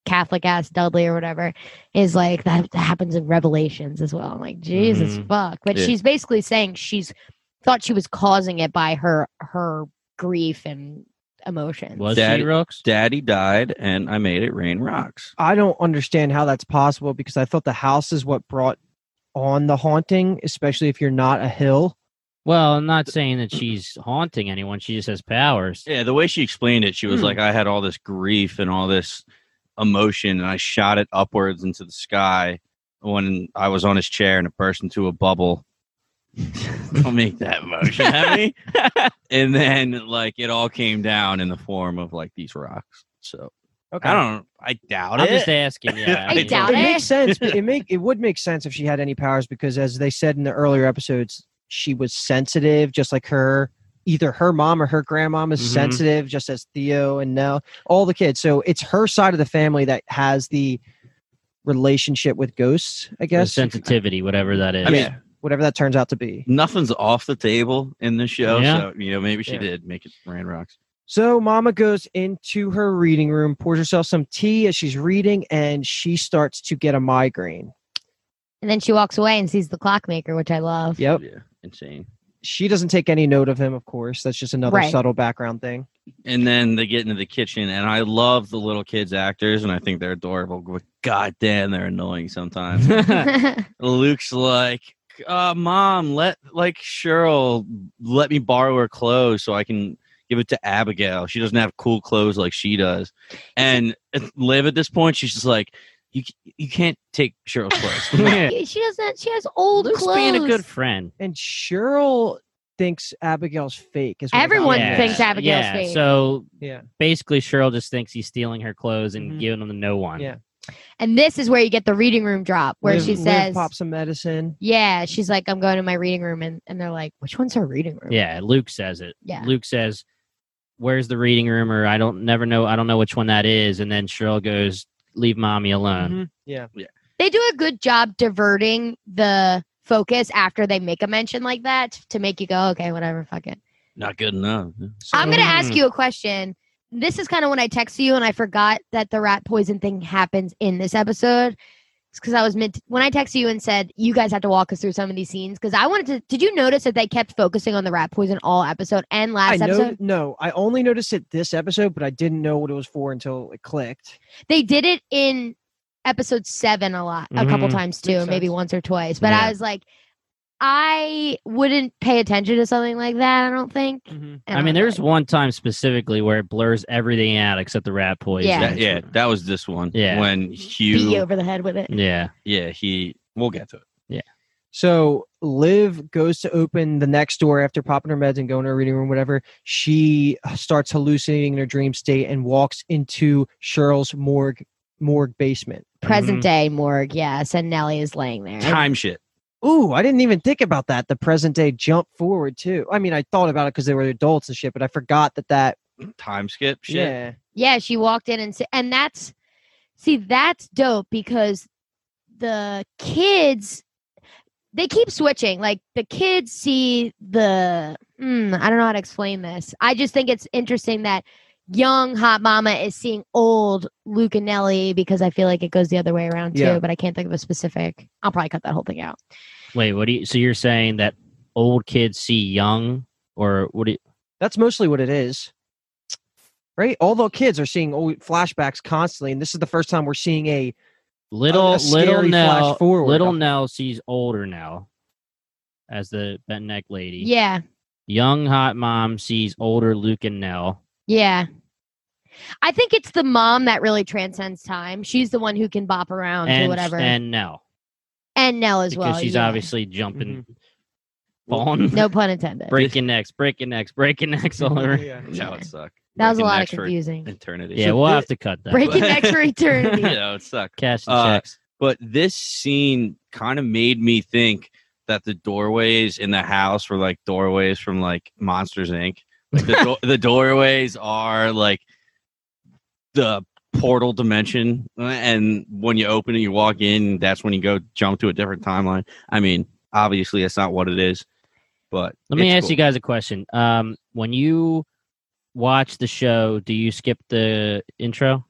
B: catholic ass dudley or whatever is like that, that happens in revelations as well i'm like jesus
E: Mhm.
B: fuck but
C: Yeah.
B: she's basically saying she's thought she was causing it by her her grief and emotions
E: Was
C: Daddy-
E: she Rooks?
C: Daddy died, and I made it rain rocks.
D: I don't understand how that's possible because I thought the house is what brought on the haunting, especially if you're not a hill.
E: Well, I'm not saying that she's haunting anyone. She just has powers.
C: Yeah, the way she explained it, she was
D: Hmm.
C: like, I had all this grief and all this emotion, and I shot it upwards into the sky when I was on his chair and it burst into a bubble. Don't make that motion at me. and then, like, it all came down in the form of like these rocks. So
D: Okay.
C: I don't, I doubt
E: I'm
C: it.
E: just asking. Yeah.
B: I
E: mean,
B: doubt
D: it
B: it.
D: makes sense. but It make it would make sense if she had any powers because, as they said in the earlier episodes, she was sensitive, just like her. Either her mom or her grandmom is
E: Mhm.
D: sensitive, just as Theo and Nell, all the kids. So it's her side of the family that has the relationship with ghosts, I
E: the
D: guess.
E: sensitivity, whatever that is.
C: I mean,
D: Yeah, whatever that turns out to be.
C: Nothing's off the table in this show.
E: Yeah.
C: So, you know, maybe she
D: Yeah.
C: did make it rain rocks.
D: So Mama goes into her reading room, pours herself some tea as she's reading, and she starts to get a migraine.
B: And then she walks away and sees the clockmaker, which I love.
D: Yep.
E: Yeah, insane.
D: She doesn't take any note of him, of course. That's just another
B: Right.
D: subtle background thing.
C: And then they get into the kitchen, and I love the little kids actors, and I think they're adorable. But god damn, they're annoying sometimes. Luke's like, uh, "Mom, let like Cheryl let me borrow her clothes so I can give it to Abigail. She doesn't have cool clothes like she does." And Liv at this point, she's just like, "You you can't take Cheryl's clothes."
E: Yeah.
B: she doesn't. She has old
E: Luke's
B: clothes.
E: being a good friend.
D: And Cheryl thinks Abigail's fake. Is what I got
B: Everyone
D: from
B: Yeah.
D: this.
B: thinks Abigail's
E: yeah.
B: fake.
E: So
D: Yeah.
E: basically, Cheryl just thinks he's stealing her clothes and
D: Mhm.
E: giving them to no one.
D: Yeah.
B: and this is where you get the reading room drop, where
D: Liv-
B: she
D: Liv
B: says,
D: "Pop some medicine."
B: "Yeah." She's like, "I'm going to my reading room," and, and they're like, "Which one's her reading room?"
E: Yeah, Luke says it.
B: Yeah.
E: Luke says, "Where's the reading room?" Or I don't never know. I don't know which one that is. And then Cheryl goes, "Leave mommy alone."
D: Mhm. Yeah,
B: They do a good job diverting the focus after they make a mention like that to make you go, "Okay, whatever, fuck it."
C: Not good enough.
B: I'm gonna ask
E: Mm.
B: you a question. This is kind of when I text you, and I forgot that the rat poison thing happens in this episode. It's because I was mid when I texted you and said you guys have to walk us through some of these scenes because I wanted to. Did you notice that they kept focusing on the rat poison all episode and
D: I
B: last
D: know.
B: episode?
D: No, I only noticed it this episode, but I didn't know what it was for until it clicked.
B: They did it in episode seven a lot, a couple
E: Mhm.
B: times too,
D: Makes
B: maybe
D: sense.
B: once or twice. But I
E: Yeah.
B: was like, I wouldn't pay attention to something like that. I don't think. And
E: I mean,
B: was
E: there's
B: like,
E: one time specifically where it blurs everything out except the rat poison.
B: Yeah.
C: That- yeah, that was this one.
E: Yeah.
C: when
B: beat you
C: Hugh.
B: over the head with it.
E: Yeah.
C: Yeah, he. We'll get to it.
D: So Liv goes to open the next door after popping her meds and going to her reading room, whatever. She uh, starts hallucinating in her dream state and walks into Cheryl's morgue morgue basement.
B: Present
E: Mhm.
B: day morgue, yes, and Nellie is laying there.
C: Time shit.
D: Ooh, I didn't even think about that. The present day jump forward too. I mean, I thought about it because they were adults and shit, but I forgot that that.
C: Time skip. Shit.
D: Yeah.
B: Yeah, she walked in and s- and that's see that's dope because the kids they keep switching. Like the kids see the mm, I don't know how to explain this. I just think it's interesting that young hot mama is seeing old Luke and Nelly because I feel like it goes the other way around too.
D: Yeah.
B: But I can't think of a specific. I'll probably cut that whole thing out.
E: Wait, what do you? So you're saying that old kids see young, or what do you?
D: That's mostly what it is. Right? All the kids are seeing old flashbacks constantly, and this is the first time we're seeing a a
E: Little little
D: Oh, scary flash
E: Nell,
D: forward.
E: little Nell sees older Nell as the bent neck lady.
B: Yeah,
E: Young hot mom sees older Luke and Nell.
B: yeah. I think it's the mom that really transcends time. She's the one who can bop around to
E: and,
B: whatever.
E: and Nell
B: and Nell as
E: because
B: well.
E: she's
B: yeah.
E: obviously
D: Mm-hmm.
E: jumping, falling,
B: no pun intended.
E: breaking necks, breaking necks, breaking necks all over.
D: Yeah.
C: That would suck.
B: that was a
C: Breaking
B: lot of
C: necks for
B: confusing.
C: Eternity.
E: Yeah, we'll have to cut that.
B: Breaking necks for eternity.
C: yeah, it would suck.
E: Cash the
C: Uh,
E: checks.
C: but this scene kind of made me think that the doorways in the house were like doorways from like Monsters Inc. Like the, do- the doorways are like the portal dimension, uh, and when you open it, you walk in. That's when you go jump to a different timeline. I mean, obviously, that's not what it is, but
E: Let me
C: it's
E: ask
C: cool.
E: you guys a question. Um, when you watch the show, do you skip the intro?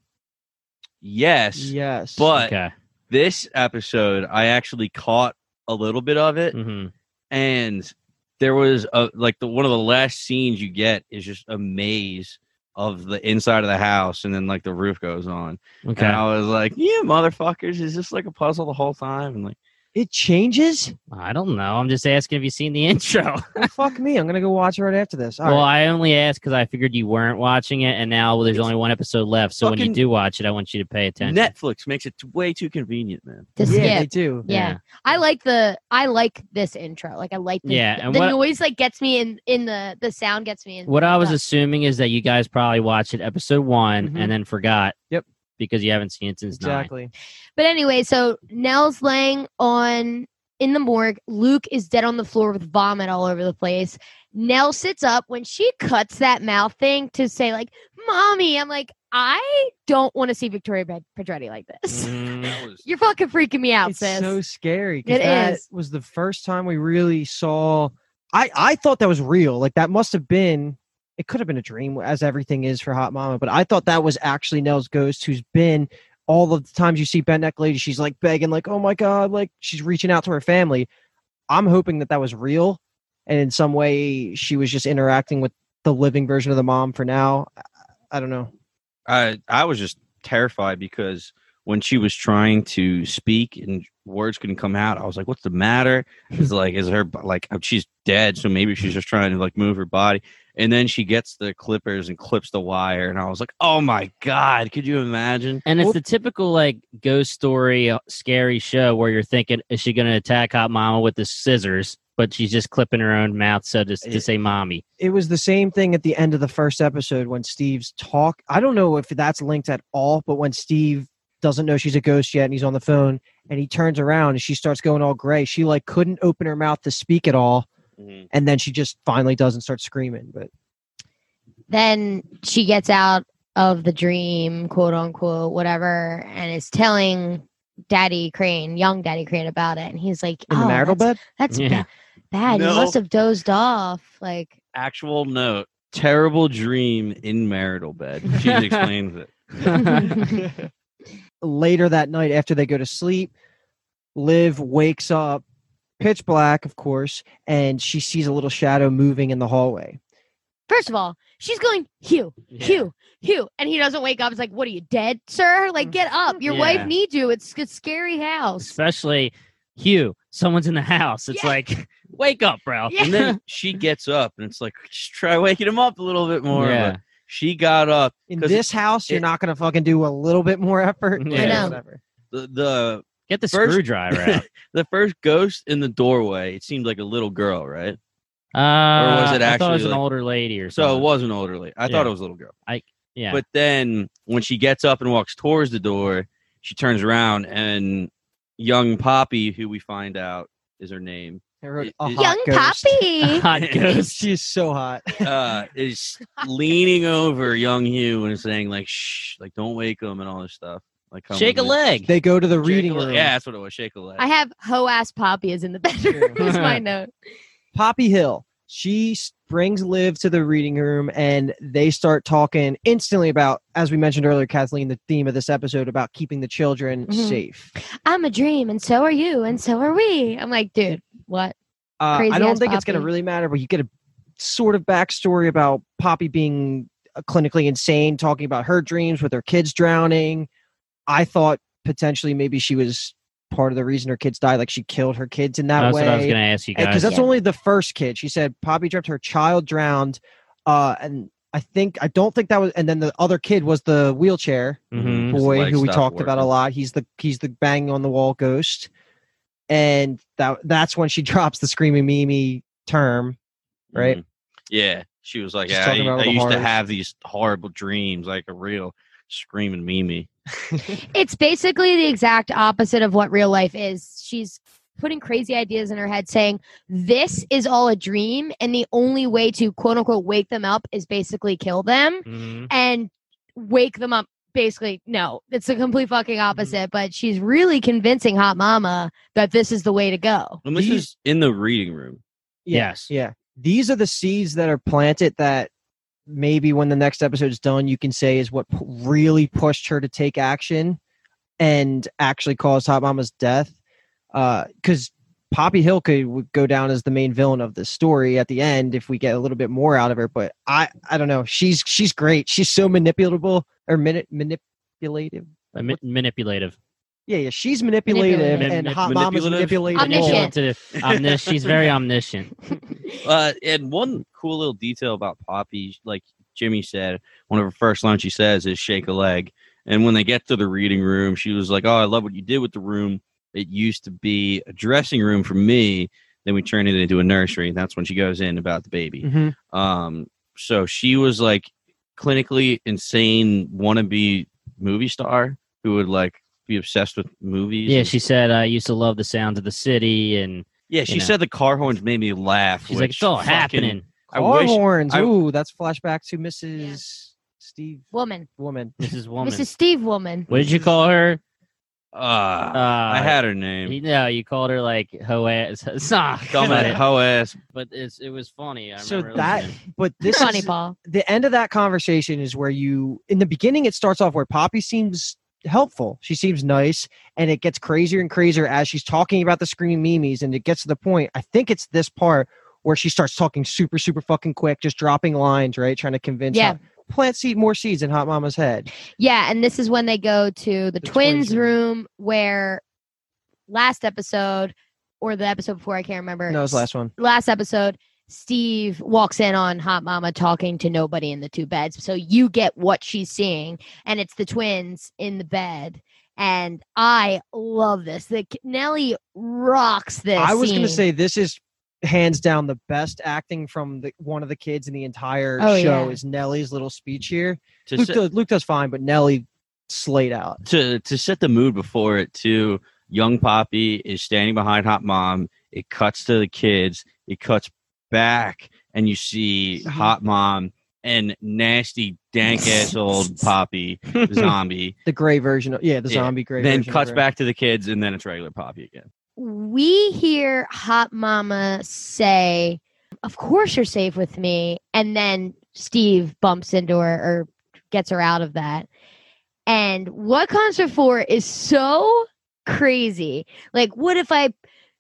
C: Yes,
D: Yes.
C: but
E: okay.
C: this episode, I actually caught a little bit of it.
E: hmm
C: and there was a like the one of the last scenes you get is just a maze of the inside of the house and then like the roof goes on
E: Okay.
C: and i was like yeah motherfuckers is this like a puzzle the whole time and like
D: it changes?
E: I don't know. I'm just asking if you've seen the intro.
D: Well, fuck me. I'm gonna go watch it right after this. All
E: well,
D: right.
E: I only asked because I figured you weren't watching it, and now there's only one episode left. So when
C: fucking-
E: you do watch it, I want you to pay attention.
C: netflix makes it t- way too convenient man
B: To
D: yeah, they
B: skip.
D: do.
B: Yeah. I like the I like this intro. Like I like the,
E: Yeah, and
B: the
E: what-
B: noise like gets me in in the the sound gets me in.
E: What I was
B: the-
E: assuming is that you guys probably watched it episode one
D: Mhm.
E: and then forgot.
D: Yep.
E: Because you haven't seen it since
D: Exactly.
B: But anyway, so Nell's laying on in the morgue. Luke is dead on the floor with vomit all over the place. Nell sits up when she cuts that mouth thing to say like, "Mommy," I'm like, I don't want to see Victoria Ped- Pedretti like this.
E: nine.
C: that was
B: You're fucking freaking me out,
D: It's
B: sis.
D: so scary. 'cause
B: It
D: that
B: is.
D: was the first time we really saw. I I thought that was real. Like that must have been it could have been a dream as everything is for Hot Mama, but I thought that was actually Nell's ghost who's been all of the times you see bent neck lady, she's like begging, like, oh my God, like she's reaching out to her family. I'm hoping that that was real. And in some way, she was just interacting with the living version of the mom for now. I- I don't know.
C: I I was just terrified because when she was trying to speak and words couldn't come out, I was like, "What's the matter?" It's like, "Is her like oh, she's dead?" So maybe she's just trying to like move her body. And then she gets the clippers and clips the wire, and I was like, "Oh my god, could you imagine?"
E: And it's
D: Well-
E: the typical like ghost story, uh, scary show where you're thinking, is she going to attack Hot Mama with the scissors? But she's just clipping her own mouth so to, to say mommy.
D: it was the same thing at the end of the first episode when Steve's talk. I don't know if that's linked at all, but when Steve doesn't know she's a ghost yet and he's on the phone and he turns around and she starts going all gray. She like couldn't open her mouth to speak at all.
C: Mhm.
D: And then she just finally does and starts screaming. But
B: then she gets out of the dream, quote unquote, whatever, and is telling Daddy Crane, young Daddy Crane, about it. And he's like,
D: in
B: oh,
D: the marital
B: that's,
D: bed,
B: That's
E: Yeah.
B: ba- bad. You
C: No.
B: must have dozed off. Like,
C: Actual note: terrible dream in marital bed. She explains it.
D: later that night after they go to sleep, Liv wakes up, pitch black, of course, and she sees a little shadow moving in the hallway.
B: first of all, she's going, Hugh, Hugh, Hugh. And he doesn't wake up. It's like, what are you, dead, sir? Like, get up. Your
E: Yeah.
B: wife needs you. It's a scary house.
E: Especially Hugh, someone's in the house. It's
B: Yeah.
E: like, wake up, bro.
B: Yeah.
C: And then she gets up, and it's like, just try waking him up a little bit more.
E: Yeah.
C: But she got up.
D: In
C: 'Cause
D: this house, you're
C: it-
D: not gonna fucking do a little bit more effort.
E: I
D: Like,
B: know.
D: Whatever.
C: The, the
E: Get the
C: First-
E: screwdriver out.
C: the first ghost in the doorway, it seemed like a little girl, right?
E: Uh,
C: it
E: I thought it
C: actually,
E: was an
C: like-
E: older lady or something.
C: So it was an elderly. I thought it was a little girl.
E: Uh-huh. Yeah.
C: But then when she gets up and walks towards the door, she turns around and young Poppy, who we find out is her name,
D: I wrote
C: It-
D: a
C: it-
D: hot
B: Young
D: ghost.
B: Poppy.
E: hot ghost.
D: She's so hot.
C: uh, is leaning over young Hugh and saying like, "Shh, like don't wake him" and all this stuff. Like, come
E: Shake a
C: with me.
E: leg.
D: They go to the
C: Shake a
D: reading
C: leg.
D: room.
C: Yeah, that's what it was. Shake a leg.
B: I have ho ass Poppy is in the bedroom. is my note.
D: Poppy Hill. She s- brings Liv to the reading room and they start talking instantly about, as we mentioned earlier, Kathleen, the theme of this episode about keeping the children
B: Mhm.
D: safe.
B: I'm a dream, and so are you, and so are we. I'm like, dude, what?
D: Uh, I
B: Crazy
D: don't
B: ass
D: think it's going to
B: Poppy.
D: really matter, but you get a sort of backstory about Poppy being uh, clinically insane, talking about her dreams with her kids drowning. I thought potentially maybe she was part of the reason her kids died, like she killed her kids in that
E: That's
D: way.
E: what I was going to ask you guys.
D: because that's
B: Yeah.
D: only the first kid. She said Poppy dreamt her child drowned, uh, and I think I don't think that was. And then the other kid was the wheelchair
E: Mhm.
C: His
D: boy
C: leg
D: who we
C: stopped
D: talked about a
C: working.
D: lot. He's the he's the banging on the wall ghost, and that that's when she drops the screaming Mimi term, right?
C: Mhm. Yeah, she was like,
D: Just
C: "Yeah, I,
D: talking about all
C: I
D: the
C: used to
D: horrors.
C: have these horrible dreams, like a real screaming Mimi."
B: It's basically the exact opposite of what real life is. She's putting crazy ideas in her head, saying, This is all a dream, and the only way to quote unquote wake them up is basically kill them
E: Mhm.
D: Mm-hmm.
B: and wake them up. Basically, no, it's the complete fucking
D: Mm-hmm.
B: opposite, but she's really convincing Hot Mama that this is the way to go.
C: And this
D: These-
C: is in the reading room.
E: Yes.
D: Yeah. These are the seeds that are planted that maybe when the next episode's done, you can say is what pu- really pushed her to take action and actually caused Hot Mama's death. Because Poppy Hill could would go down as the main villain of this story at the end if we get a little bit more out of her. But I, I don't know. She's she's great. She's so manipulatable or mani- manipulative.
E: Uh, ma- manipulative.
D: Yeah, yeah. She's manipulative,
B: Manipulative.
D: and
E: Manip-
D: Hot Mama's
C: manipulative?
D: manipulating.
B: Omniscient.
E: Manipulative. Omnis- she's very omniscient.
C: Uh, and one cool little detail about Poppy, like Jimmy said, one of her first lines she says is "shake a leg." And when they get to the reading room, she was like, "Oh, I love what you did with the room. It used to be a dressing room for me. Then we turned it into a nursery." And that's when she goes in about the baby.
D: hmm
E: Mm.
C: Um, so she was like clinically insane wannabe movie star who would like be obsessed with movies.
E: Yeah,
C: and-
E: she said, I used to love the sounds of the city. And
C: yeah. She
E: you know.
C: said the car horns made me laugh.
E: she's like,
C: which
E: it's all
C: fucking-
E: happening.
C: I
D: Car
C: wish.
D: horns.
C: I-
D: Ooh, that's flashback to Mrs. Steve
B: Woman,
D: Woman.
E: Mrs. Woman.
B: Mrs. Steve Woman.
E: What did you call her?
C: Uh, I
D: Uh,
C: had her name.
E: You no, you called her like hoe ass. It's not
C: Dumb
E: but it-
C: hoe ass.
E: but it's it was funny. I
D: So
E: remember
D: that,
E: listening.
D: but this
B: funny,
D: is,
B: Paul.
D: the end of that conversation is where you in the beginning it starts off where poppy seems helpful she seems nice and it gets crazier and crazier as she's talking about the screaming mimis and it gets to the point i think it's this part where she starts talking super super fucking quick just dropping lines right trying to convince
B: Yeah.
D: Hot- plant seed more seeds in hot mama's head
B: Yeah, and this is when they go to the,
D: twins'
B: twins, room where last episode or the episode before I can't remember.
D: no it's the last one
B: last episode, Steve walks in on Hot Mama talking to nobody in the two beds. So you get what she's seeing, and it's the twins in the bed. And I love this. The Nelly rocks this.
D: i was
B: going
D: gonna say this is hands down the best acting from the one of the kids in the entire
B: Oh,
D: show
B: yeah.
D: is nellie's little speech here
C: To
D: luke,
C: set-
D: does, luke does fine but nellie slayed out
C: to to set the mood before it too young poppy is standing behind hot mom it cuts to the kids it cuts back and you see
D: Mm-hmm.
C: hot mom and nasty dank ass old poppy zombie
D: the gray version of yeah the
C: Yeah.
D: zombie gray
C: then
D: version of
C: cuts
D: Ray.
C: back to the kids and then it's regular poppy again
B: we hear Hot Mama say, Of course you're safe with me. And then Steve bumps into her or gets her out of that. And what comes before is so crazy. Like, what if I,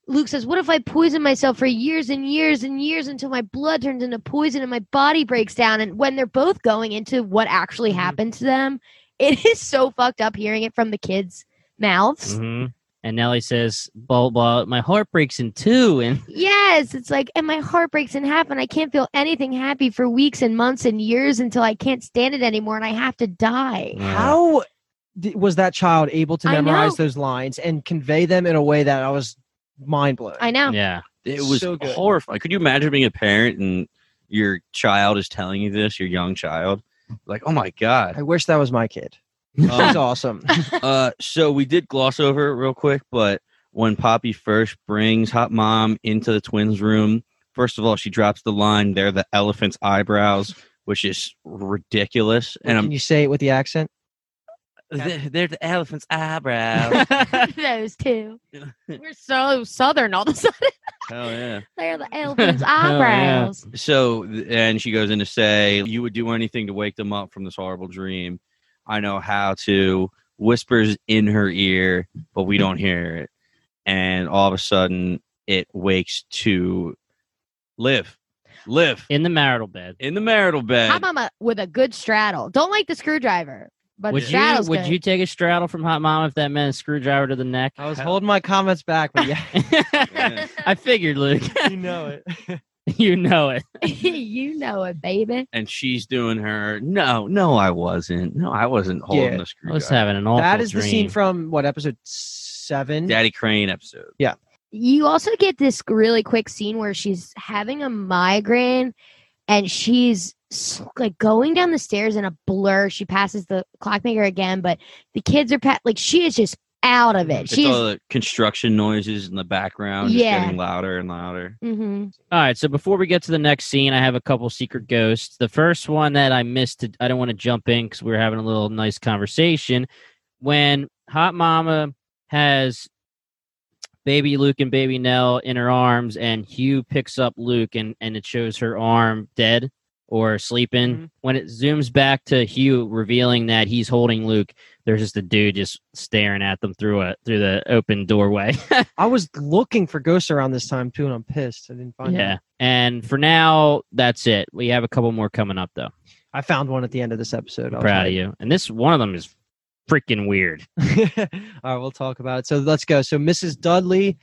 B: Luke says, what if I poison myself for years and years and years until my blood turns into poison and my body breaks down? And when they're both going into what actually
D: Mhm.
B: happened to them, it is so fucked up hearing it from the kids' mouths.
E: Mhm. And Nelly says, blah, blah, my heart breaks in two. And
B: Yes, it's like, and my heart breaks in half, and I can't feel anything happy for weeks and months and years until I can't stand it anymore and I have to die.
C: Uh,
D: how d- was that child able to
B: I
D: memorize
B: know.
D: those lines and convey them in a way that i was mind blown
B: I know.
E: Yeah.
C: it was
D: So good.
C: horrifying could you imagine being a parent and your child is telling you this your young child like oh my god
D: i wish that was my kid she's
C: Um,
D: awesome
C: Uh, so we did gloss over it real quick, but when Poppy first brings Hot Mom into the twins' room, first of all, she drops the line, they're the elephant's eyebrows, which is ridiculous. And
D: can
C: I'm,
D: you say it with the accent
C: "They're- they're the elephant's eyebrows.
B: Those two. We're so southern all of a sudden.
C: Hell yeah.
B: They're the elephant's
E: Oh, yeah.
B: eyebrows.
C: So, th- and she goes in to say, You would do anything to wake them up from this horrible dream. I know how to. Whispers in her ear, but we don't hear it. And all of a sudden, it wakes to live, live
E: In the marital bed.
C: in the marital
B: Hot
C: bed.
B: mama with a good straddle. Don't like the screwdriver, but
E: Would
B: the
E: you,
B: straddle's
E: would
B: good.
E: you take a straddle from Hot Mom if that meant a screwdriver to the neck?
D: i was holding my comments back but yeah
C: Yeah.
E: I figured, Luke.
D: you know it
E: you know it.
B: you know it, baby.
C: And she's doing her, No, no, I wasn't. No, I wasn't holding
D: Yeah.
C: the
E: I was
C: screwdriver.
E: having an awful
D: that is the
E: dream.
D: scene from what episode seven
C: Daddy Crane episode.
B: you also get this really quick scene where she's having a migraine and she's s- like going down the stairs in a blur she passes the clockmaker again but the kids are pat like she is just out of it
C: It's all
B: she's
C: the construction noises in the background just
B: Yeah.
C: getting louder and louder.
B: hmm
E: All right, so before we get to the next scene, I have a couple secret ghosts. The first one that I missed, to- I don't want to jump in because we were having a little nice conversation. When Hot Mama has baby Luke and baby Nell in her arms, and Hugh picks up Luke, and, and it shows her arm dead or sleeping.
D: Mhm.
E: When it zooms back to Hugh, revealing that he's holding Luke, there's just a dude just staring at them through a through the open doorway.
D: i was looking for ghosts around this time too and i'm pissed i didn't find
E: yeah.
D: them.
E: And for now, that's it. We have a couple more coming up, though.
D: i found one at the end of this episode I was
E: Proud
D: like-
E: of you. And this one of them is freaking weird.
D: All right, we'll talk about it. So let's go. So Mrs. Dudley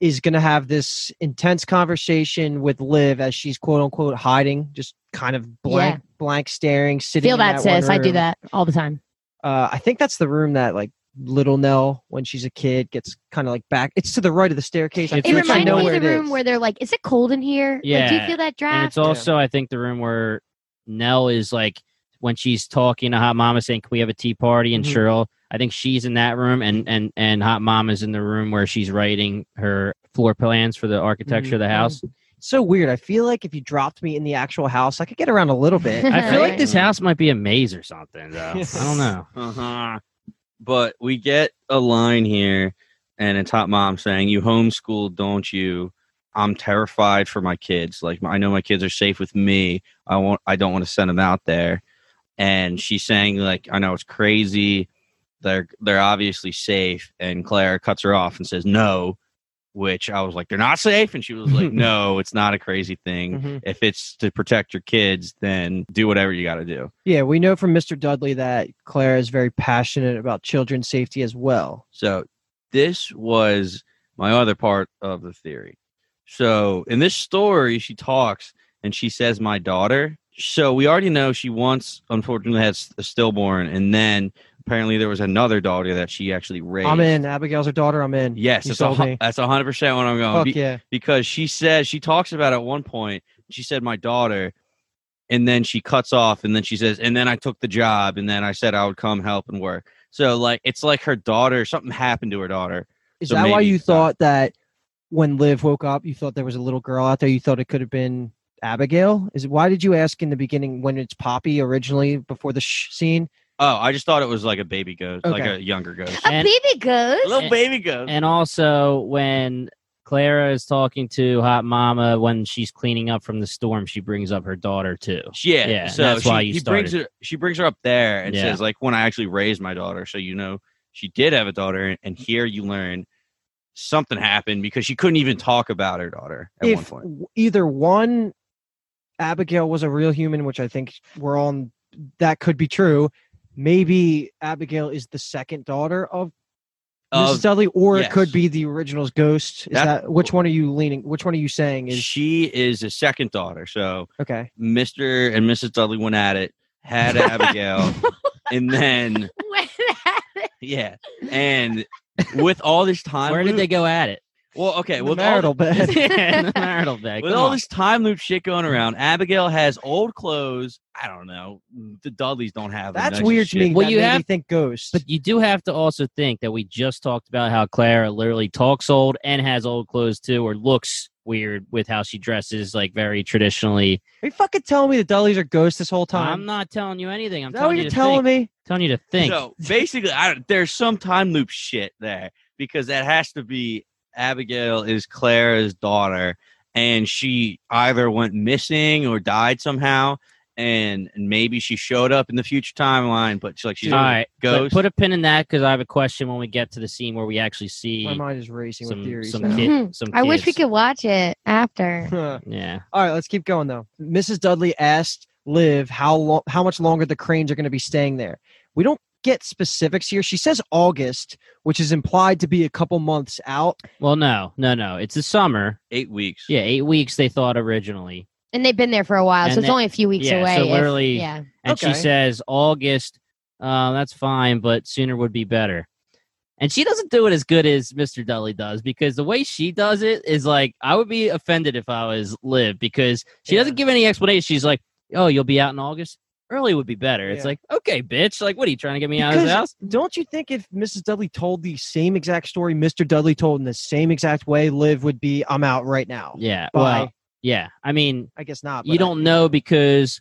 D: is going to have this intense conversation with Liv as she's quote unquote hiding, just kind of blank, blank staring, sitting.
B: feel
D: in
B: that,
D: one
B: sis i do
D: room.
B: that all the time
D: Uh, I think that's the room that like little Nell, when she's a kid, gets kind of like back. It's to the right of the staircase. I
E: It
D: feel
B: it
D: like I
B: reminds
D: know
B: me of
D: where
B: the
D: it
B: room
D: is.
B: where they're like is it cold in here like, do you
E: Yeah.
B: feel that
E: And
B: draft
E: it's also, I think, the room where Nell is like, when she's talking to Hot Mama saying, Can we have a tea party? And
D: Mhm.
E: Cheryl, I think she's in that room, and, and, and Hot Mama's in the room where she's writing her floor plans for the architecture of the house.
D: so weird. I feel like if you dropped me in the actual house, I could get around a little bit.
E: I feel like
B: Right.
E: this house might be a maze or something, though. I don't know.
C: Uh-huh.
E: but
C: we get a line here and it's hot mom saying you homeschool don't you i'm terrified for my kids like i know my kids are safe with me i won't i don't want to send them out there and she's saying like i know it's crazy they're they're obviously safe and claire cuts her off and says no which i was like they're not safe and she was like no it's not a crazy thing
D: Mhm.
C: if it's to protect your kids then do whatever you got to do
D: Yeah, we know from Mr. Dudley that Claire is very passionate about children's safety as well.
C: So this was my other part of the theory. So in this story, she talks and she says, "My daughter." So we already know she once, unfortunately, had s- a stillborn, and then apparently there was another daughter that she actually raised.
D: I'm in. Abigail's her daughter. I'm in.
C: Yes,
D: You
C: that's a,
D: sold
C: hu-
D: me.
C: that's hundred percent what I'm going.
D: Fuck
C: Be-
D: yeah.
C: because she says she talks about it at one point she said my daughter and then she cuts off and then she says and then i took the job and then i said i would come help and work so like it's like her daughter something happened to her daughter
D: Is
C: so
D: that why
C: maybe
D: you
C: it's not.
D: thought that when Liv woke up, you thought there was a little girl out there? You thought it could have been Abigail? Is why did you ask in the beginning when it's Poppy originally before the sh- scene?
C: oh i just thought it was like a baby ghost like
D: Okay.
C: a younger ghost
B: A
E: And-
B: baby ghost.
C: little baby ghost
E: and also when Clara is talking to Hot Mama when she's cleaning up from the storm, she brings up her daughter too.
C: yeah,
E: Yeah,
C: so
E: that's
C: she,
E: why you
C: he brings
E: started.
C: her she brings her up there and
E: Yeah.
C: says like when i actually raised my daughter so you know she did have a daughter and here you learn something happened because she couldn't even talk about her daughter at one
D: If
C: point
D: w- either one, Abigail was a real human, which I think we're on, that could be true. Maybe Abigail is the second daughter of Mrs.
C: Of-
D: Dudley, or it
C: yes.
D: could be the original's ghost. Is
C: That-
D: that, which one are you leaning? Which one are you saying is
C: she is a second daughter. So
D: okay?
C: Mr. and Mrs. Dudley went at it, had Abigail, and then
B: Wait,
C: yeah, and with all this time,
E: Where did they
C: loop-
E: go at it?
C: Well, okay,
D: The
C: with all,
D: marital bed.
E: In the marital bed.
C: with
E: come
C: all
E: on.
C: this time loop shit going around, Abigail has old clothes. I don't know. The Dudleys don't have. the
D: That's
C: nicest
D: weird to
C: shit.
D: me.
E: Well,
D: that
E: you
D: made me
E: have-
D: think ghost.
E: But you do have to also think that we just talked about how Clara literally talks old and has old clothes too, or looks weird with how she dresses, like very traditionally.
D: Are you fucking telling me the Dullies are ghosts this whole time?
E: I'm not telling you anything. I'm
D: Is that what
E: telling
D: you're
E: you to
D: telling
E: think.
D: me?
E: Telling you to think.
C: So basically, I, don't- there's some time loop shit there because that has to be Abigail is Clara's daughter, and she either went missing or died somehow, and maybe she showed up in the future timeline, but she's like she's
E: All right, but
C: ghost.
E: put a pin in that because I have a question when we get to the scene where we actually see
D: My mind is racing with
E: some
D: theories.
E: some,
D: now.
B: now.
E: kid, some
B: I wish we
E: kids.
B: could watch it after.
D: All
E: Yeah,
D: right, let's keep going though. Mrs. Dudley asked Liv how long, how much longer the cranes are going to be staying there. We don't get specifics here. She says August, which is implied to be a couple months out.
E: well, no, no, no. It's the summer.
C: eight weeks.
E: Yeah, eight weeks they thought originally,
B: And they've been there for a while,
E: And
B: so it's
E: they-
B: only a few weeks
E: yeah,
B: away.
E: so
B: if-
E: literally-
B: yeah.
E: and she
D: Okay.
E: says August. Uh, that's fine, but sooner would be better. And she doesn't do it as good as Mr. Dudley does because the way she does it is like I would be offended if I was Liv because she doesn't
D: Yeah.
E: give any explanation. She's like, "Oh, you'll be out in August. Early would be better." It's
D: Yeah.
E: like, "Okay, bitch. Like, what are you trying to get me out of this
D: Because
E: house?"
D: Don't you think if Mrs. Dudley told the same exact story Mr. Dudley told in the same exact way, Liv would be, I'm out right now.
E: Yeah.
D: Bye.
E: Well, yeah. I mean,
D: I guess not.
E: you
D: but I-
E: don't know because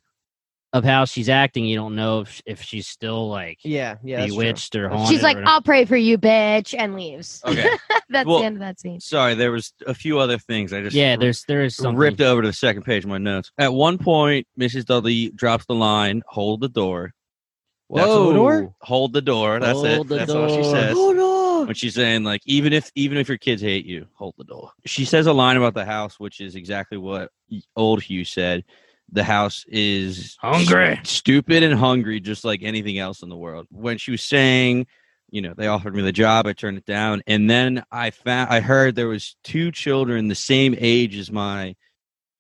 E: of how she's acting. You don't know if sh- if she's still like
D: Yeah, yeah. that's true.
E: bewitched or
D: She's
E: haunted.
B: She's
E: or
B: like,
E: whatever.
B: I'll pray for you, bitch, and leaves.
C: Okay.
B: That's
C: Well-
B: the end of that scene.
C: Sorry, there was a few other things
D: "Ah,
C: I just
E: yeah. There's there is something.
C: ripped over to the second page of my notes. At one point, Mrs. Dudley drops the line, "Hold the door."
D: That's the door?
C: Hold the door. That's
E: Hold
C: it.
E: the
C: That's all she
E: door.
C: says.
D: Oh no.
C: when she's saying like even if even if your kids hate you hold the door she says a line about the house which is exactly what old hugh said the house is
E: Hungry.
C: st- stupid and hungry just like anything else in the world when she was saying you know they offered me the job i turned it down and then i found i heard there was two children the same age as my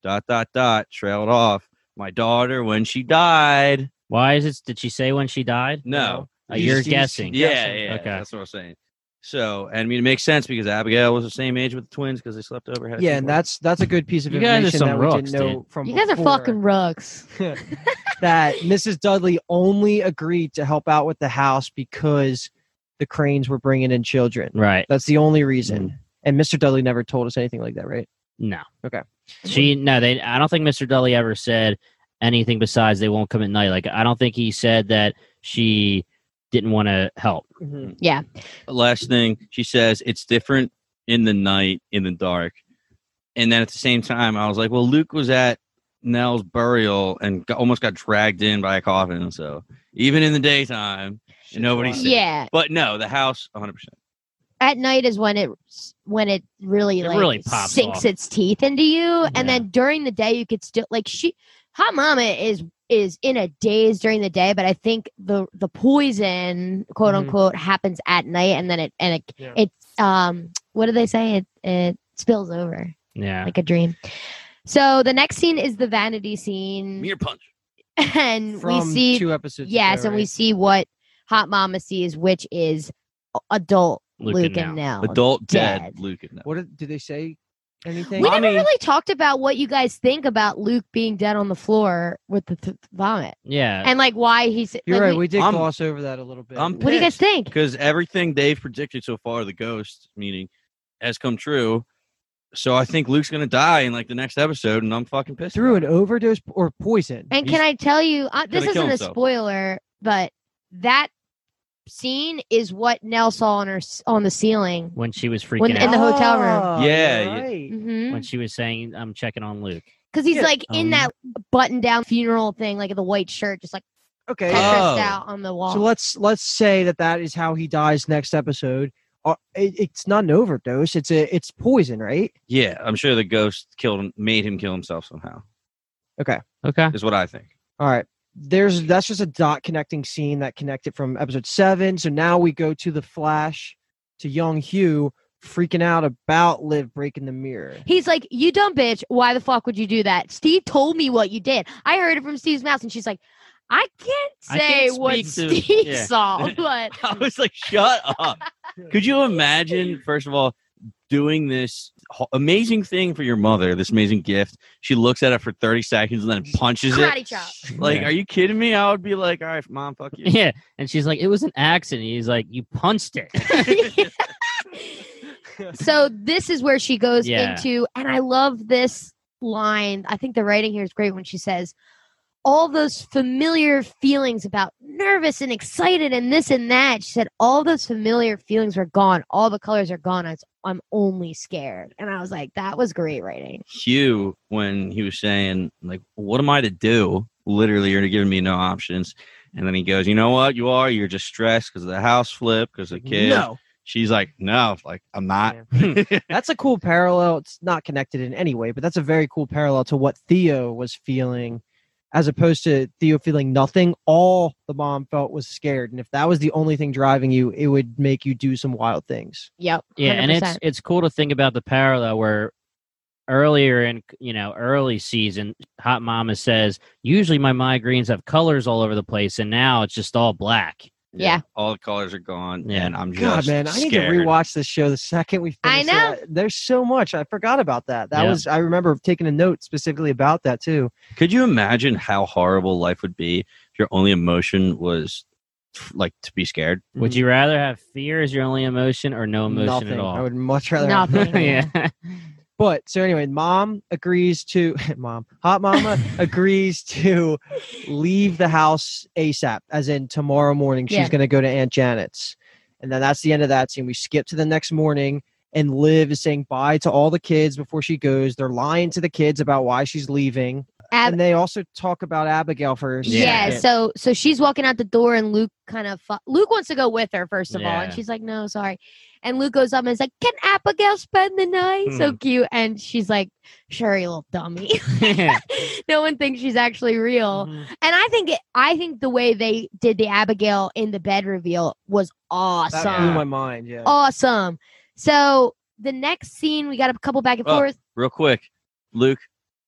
C: dot dot dot trailed off my daughter when she died
E: Why is it? Did she say when she died?
C: no
E: Uh, you're
D: She's-
E: guessing.
C: yeah, yeah,
E: Okay.
C: that's what I'm saying. So, and I mean, it makes sense because Abigail was the same age with the twins because they slept over. had a
D: Yeah, and
C: sleepover.
D: that's that's a good piece of
E: You guys are
D: information
E: some
D: that we
E: rooks,
D: didn't know from
B: You guys are
D: before,
B: fucking rooks.
D: that Mrs. Dudley only agreed to help out with the house because the cranes were bringing in children.
E: Right.
D: That's the only reason.
C: Mm-hmm.
D: And Mr. Dudley never told us anything like that, right?
E: No.
D: Okay.
E: She no. They. I don't think Mr. Dudley ever said anything besides they won't come at night. Like I don't think he said that she didn't want to help.
C: Mm-hmm.
D: Mhm.
C: last thing she says it's different in the night in the dark and then at the same time i was like well luke was at nell's burial and got, almost got dragged in by a coffin so even in the daytime nobody
D: wild.
C: said
B: Yeah.
C: but no the house 100%
B: At night is when it when it really
E: It
B: like
E: really pops
B: sinks
E: off.
B: its teeth into you,
E: Yeah.
B: and then during the day you could still like she hot mama is is in a daze during the day, but I think the the poison quote
D: Mhm.
E: Mm-hmm.
B: unquote happens at night, and then it and it
D: Yeah.
B: it um what do they say it it spills over
E: Yeah.
B: like a dream. So the next scene is the vanity scene,
C: mere punch
B: and
D: From
B: we see
D: two episodes.
B: yes,
D: ago,
B: and we
D: right?
B: see what Hot Mama sees, which is adult Luke, and Nell.
C: adult dead,
B: dead.
C: luke and Nell.
D: What did, did they say? Anything?
B: We
C: Mommy-
B: never really talked about what you guys think about Luke being dead on the floor with the th- vomit,
E: Yeah.
B: and like why he's.
D: You're
B: like,
D: right.
B: we-
D: We did
C: I'm-
D: gloss over that a little bit.
C: I'm
B: what do you guys
C: pissed.
B: think?
C: because everything they've predicted so far the ghost meaning has come true so i think luke's gonna die in like the next episode and i'm fucking pissed
D: through
C: about
D: an overdose p- or poison.
B: And
C: He's
B: can I tell you, uh, this
C: gonna kill
B: isn't a
C: himself.
B: spoiler, but that scene is what Nell saw on her s- on the ceiling.
E: when she was freaking
B: When- in
E: out.
B: the hotel room.
D: Oh,
C: Yeah,
D: you're
C: yeah.
D: right.
B: hmm
E: when she was saying, I'm checking on Luke.
B: Because he's
D: Yeah.
B: like in
E: Um,
B: that button down funeral thing, like the white shirt, just like Mm-hmm.
D: Okay.
B: Tetris
C: Oh.
B: out on the wall.
D: So let's let's say that that is how he dies next episode. Uh, it, it's not an overdose. It's a it's poison, right?
C: Yeah, I'm sure the ghost killed him, made him kill himself somehow.
E: Okay.
C: Is what I think.
D: All right. There's that's just a dot connecting scene that connected from episode seven. So now we go to the flash to young Hugh freaking out about Liv breaking the mirror.
B: He's like, "You dumb bitch! Why the fuck would you do that?" Steve told me what you did. I heard it from Steve's mouth, and she's like, "I can't
E: I
B: say
E: can't
B: what
E: speak to-
B: Steve
E: yeah.
B: saw, but
C: I was like, shut up. Could you imagine, first of all, doing this ho- amazing thing for your mother, this amazing gift? She looks at it for 30 seconds and then punches it.
B: karate chop."
C: Like,
E: Yeah.
C: are you kidding me? I would be like, all right, mom, fuck you.
E: Yeah. And she's like, it was an accident. He's like, you punched it.
B: so this is where she goes
E: Yeah.
B: into, and I love this line. I think the writing here is great when she says, "All those familiar feelings about nervous and excited and this and that." She said, "All those familiar feelings are gone. All the colors are gone. I was- I'm only scared." And I was like, "That was great writing."
C: Hugh, when he was saying, like, what am I to do? Literally, you're giving me no options. And then he goes, you know what? You are. You're just stressed because of the house flip, because of the kid.
D: No, Hmm.
C: She's like, no, like, I'm not.
D: that's a cool parallel. It's not connected in any way, but that's a very cool parallel to what Theo was feeling, as opposed to Theo feeling nothing. All the mom felt was scared, and if that was the only thing driving you, it would make you do some wild things.
B: Yep.
E: Yeah, and
B: 100%.
E: it's it's cool to think about the parallel where earlier in you know early season, Hot Mama says usually my migraines have colors all over the place, and now it's just all black.
B: Yeah.
C: All the colors are gone.
E: Yeah.
C: And I'm just
D: God, man, I need to
C: scared.
D: rewatch this show the second we
B: I
D: finish. it.
B: know.
D: there's so much I forgot about that. That
E: Yeah.
D: was I remember taking a note specifically about that too.
C: Could you imagine how horrible life would be if your only emotion was like to be scared?
E: Would you rather have fear as your only emotion or no emotion
D: Nothing.
E: at all?
D: I would much rather. have
B: Nothing.
E: yeah.
D: But so anyway, mom agrees to mom hot mama agrees to leave the house ASAP, as in tomorrow morning she's
B: Yeah.
D: going to go to Aunt Janet's, and then that's the end of that scene. We skip to the next morning, and Liv is saying bye to all the kids before she goes. They're lying to the kids about why she's leaving,
B: Ab-
D: and they also talk about Abigail for a
B: yeah.
D: second.
B: So so she's walking out the door, and Luke kind of fu- Luke wants to go with her first of all, and
E: Yeah.
B: she's like, "No, sorry." And Luke goes up and is like, "Can Abigail spend the night?" So cute, and she's like, "Sure, you little dummy."
E: Yeah.
B: no one thinks she's actually real,
D: Mm-hmm.
B: and I think it, I think the way they did the Abigail in the bed reveal was awesome,
D: That blew my mind. Oh, Yeah.
B: Oh, awesome. So the next scene, we got a couple back and
C: Oh,
B: forth.
C: Real quick, Luke,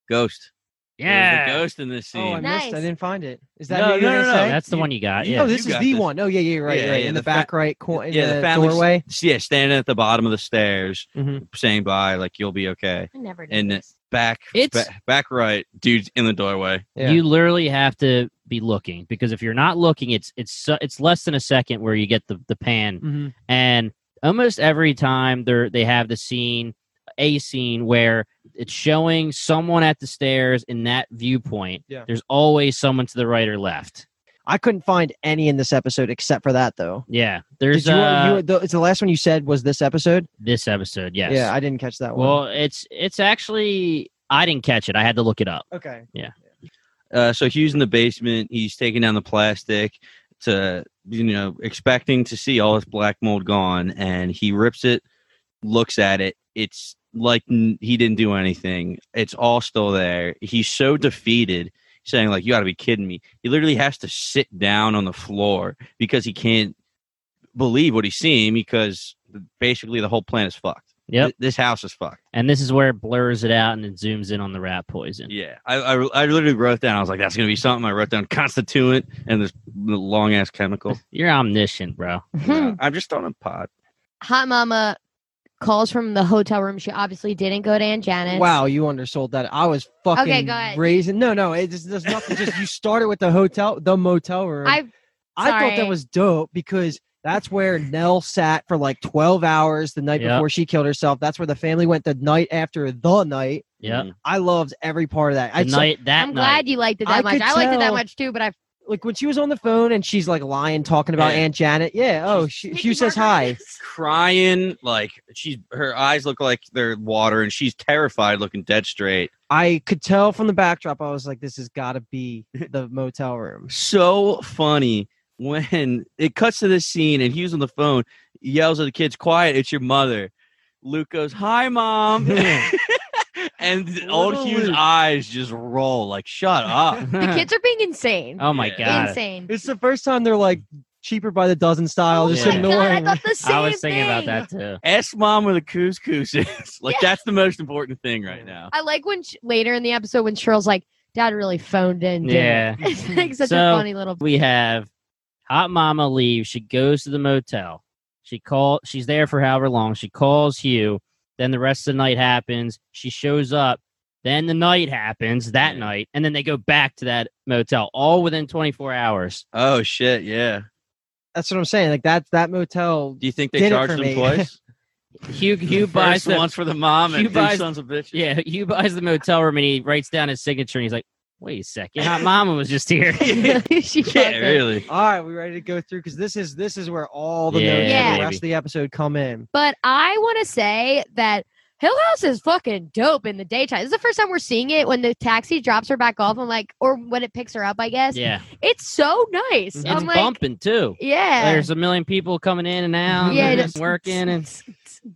C: ghost.
E: Yeah.
C: There's a ghost in this
D: Oh, I
C: scene.
B: Nice.
D: missed. I didn't find it. Is that
C: No,
D: who you were
C: no, no,
D: gonna
C: no,
D: say?
E: That's the
C: You-
E: one you got.
C: you
E: Yeah.
D: oh,
C: know
D: this is
C: got
D: the
C: this.
D: one. Oh yeah, yeah, you're right,
C: Yeah,
D: you're right.
C: yeah,
D: in
C: the
D: the, back
C: fa-
D: right corner, in
C: yeah, the
D: the,
C: family's-
D: doorway.
C: yeah, standing at the bottom of the stairs,
D: Mhm.
C: saying bye, like you'll be okay.
B: I never did
C: And
B: this.
C: Back,
E: It's-
C: ba- back right, dude's in the doorway.
D: Yeah.
E: You literally have to be looking because if you're not looking, it's it's so- it's less than a second where you get the the pan
D: Mhm.
E: and almost every time they are they have the scene a scene where it's showing someone at the stairs in that viewpoint
D: Yeah.
E: there's always someone to the right or left
D: I couldn't find any in this episode except for that though.
E: Yeah,
D: Did
E: there's
D: you,
E: uh,
D: you, the, it's the last one you said was this episode.
E: this episode. Yes.
D: Yeah, I didn't catch that one.
E: well, it's it's actually I didn't catch it. I had to look it up.
D: okay.
C: Uh, so Hugh's in the basement. He's taking down the plastic to, you know, expecting to see all this black mold gone. And he rips it, looks at it. It's like n- he didn't do anything. It's all still there. He's so defeated, saying, like, you got to be kidding me. He literally has to sit down on the floor because he can't believe what he's seeing because basically the whole planet is fucked.
E: Yep.
C: Th- This house is fucked.
E: And this is where it blurs it out and it zooms in on the rat poison.
C: Yeah, I, I, I literally wrote down. I was like, "That's gonna be something." I wrote down constituent and this long ass chemical.
E: You're omniscient, bro.
B: Hmm.
C: No, I'm just on a pod.
B: Hot Mama calls from the hotel room. She obviously didn't go to Aunt Janet.
D: Wow, you undersold that. I was fucking
B: go ahead.
D: raising. No, no, it just, there's nothing. just you started with the hotel, the motel room.
B: I
D: I thought that
B: Sorry.
D: was dope because that's where Nell sat for like 12 hours the night
E: Yep.
D: before she killed herself. That's where the family went the night after the night.
E: Yeah.
C: Mhm.
D: I loved every part of that.
E: Mm. The
D: I saw-
E: night that
B: I'm
E: night.
B: glad you liked it
D: I
B: that much.
D: could
B: I liked it that
D: tell.
B: much too, but I
D: like when she was on the phone and she's like lying, talking about
C: Yeah.
D: Aunt Janet. Yeah. Oh, she, Hugh says hi.
C: Crying like she's her eyes look like they're water, and she's terrified, looking dead straight.
D: I could tell from the backdrop. I was like, this has got to be the motel room.
C: So funny when it cuts to this scene, and Hughes on the phone yells at the kids, "Quiet! It's your mother." Luke goes, "Hi, mom," and old
E: Little
C: Hughes'
E: Luke.
C: eyes just roll like, "Shut up."
B: the kids are being insane.
E: Uh-huh. oh my
C: Yeah.
E: god.
B: insane.
D: It's the first time they're like cheaper by the dozen style.
B: Oh
D: just
E: my
B: my God, I
D: annoying.
B: thought the same
E: I was thinking about
B: thing.
E: that too.
C: Ask mom where the couscous is. like
B: Yeah.
C: that's the most important thing right now.
B: I like when sh- later in the episode when Cheryl's like, "Dad really phoned in." didn't
E: Yeah.
B: he?" it's like such
E: So-
B: a funny little.
E: We have Hot Mama leaves. She goes to the motel. She call she's there for however long. She calls Hugh. Then the rest of the night happens. She shows up. Then the night happens that
C: Yeah.
E: night. And then they go back to that motel all within 24 hours.
C: Oh shit, yeah.
D: That's what I'm saying. Like that, that motel.
C: Do you think they
D: Did it
C: charged
D: for
C: them
D: me.
C: twice?
E: Hugh Hugh
C: First
E: buys the,
C: once for the mom
E: Hugh
C: and two
E: buys-
C: sons of bitches.
E: Yeah, Hugh buys the motel room and he writes down his signature and he's like, wait a second, Hot Mama was just here.
B: she
C: yeah,
B: fucked it.
C: really.
D: All right, we ready to go through because this is this is where all the notes
B: Yeah,
D: for
E: baby.
D: the rest of the episode come in.
B: But I want to say that Hill House is fucking dope in the daytime. This is the first time we're seeing it when the taxi drops her back off. I'm like, or when it picks her up, I guess.
E: yeah,
B: It's so nice.
E: it's
B: I'm like,
E: bumping too.
B: Oh yeah.
E: There's a million people coming in and out.
B: Yeah,
E: Yeah,
B: it
E: just
B: is.
E: working and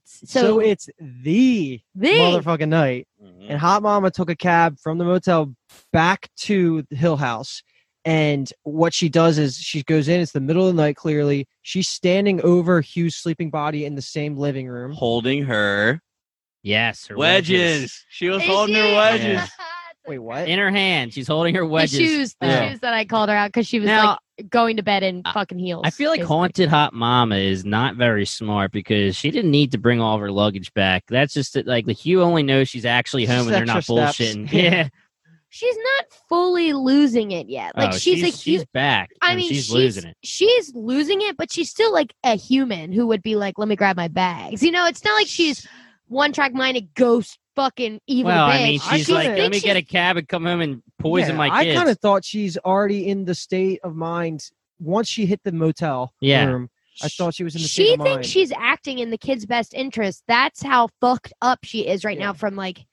D: So,
B: so
D: it's the,
B: the
D: motherfucking night,
C: Mhm.
D: and Hot Mama took a cab from the motel back to the Hill House. And what she does is she goes in. It's the middle of the night. Clearly, she's standing over Hugh's sleeping body in the same living room.
C: Holding her
E: yes, her
C: wedges. She was holding her wedges.
D: Wait, what?
E: in her hand. She's holding her
B: The
E: wedges.
B: shoes, the
E: Yeah.
B: shoes that I called her out because she was
E: Now
B: like going to bed in
E: I-
B: fucking heels.
E: I feel like
B: basically.
E: haunted hot mama is not very smart because she didn't need to bring all of her luggage back. That's just that, like the Hugh only knows she's actually home and they're not
D: Extra steps.
E: bullshitting. Yeah,
B: She's not fully losing it yet. Like
E: Oh,
B: she's, a huge.
E: she's back.
B: I
E: and
B: mean,
E: she's losing it.
B: She's losing it, but she's still like a human who would be like, "Let me grab my bags." You know, it's not like she's one track minded ghost fucking evil.
E: Well,
B: bitch.
E: I mean,
D: I
E: she's
D: kinda
E: like, let
B: thinks
E: me get a
B: she's-
E: cab and come home and poison
D: Yeah,
E: my
D: I
E: kids.
D: kind of thought she's already in the state of mind once she hit the motel
E: Yeah.
D: room. I thought she was in the
B: She
D: state of
B: thinks
D: mind.
B: she's acting in the kid's best interest. That's how fucked up she is right
D: Yeah.
B: now. From like,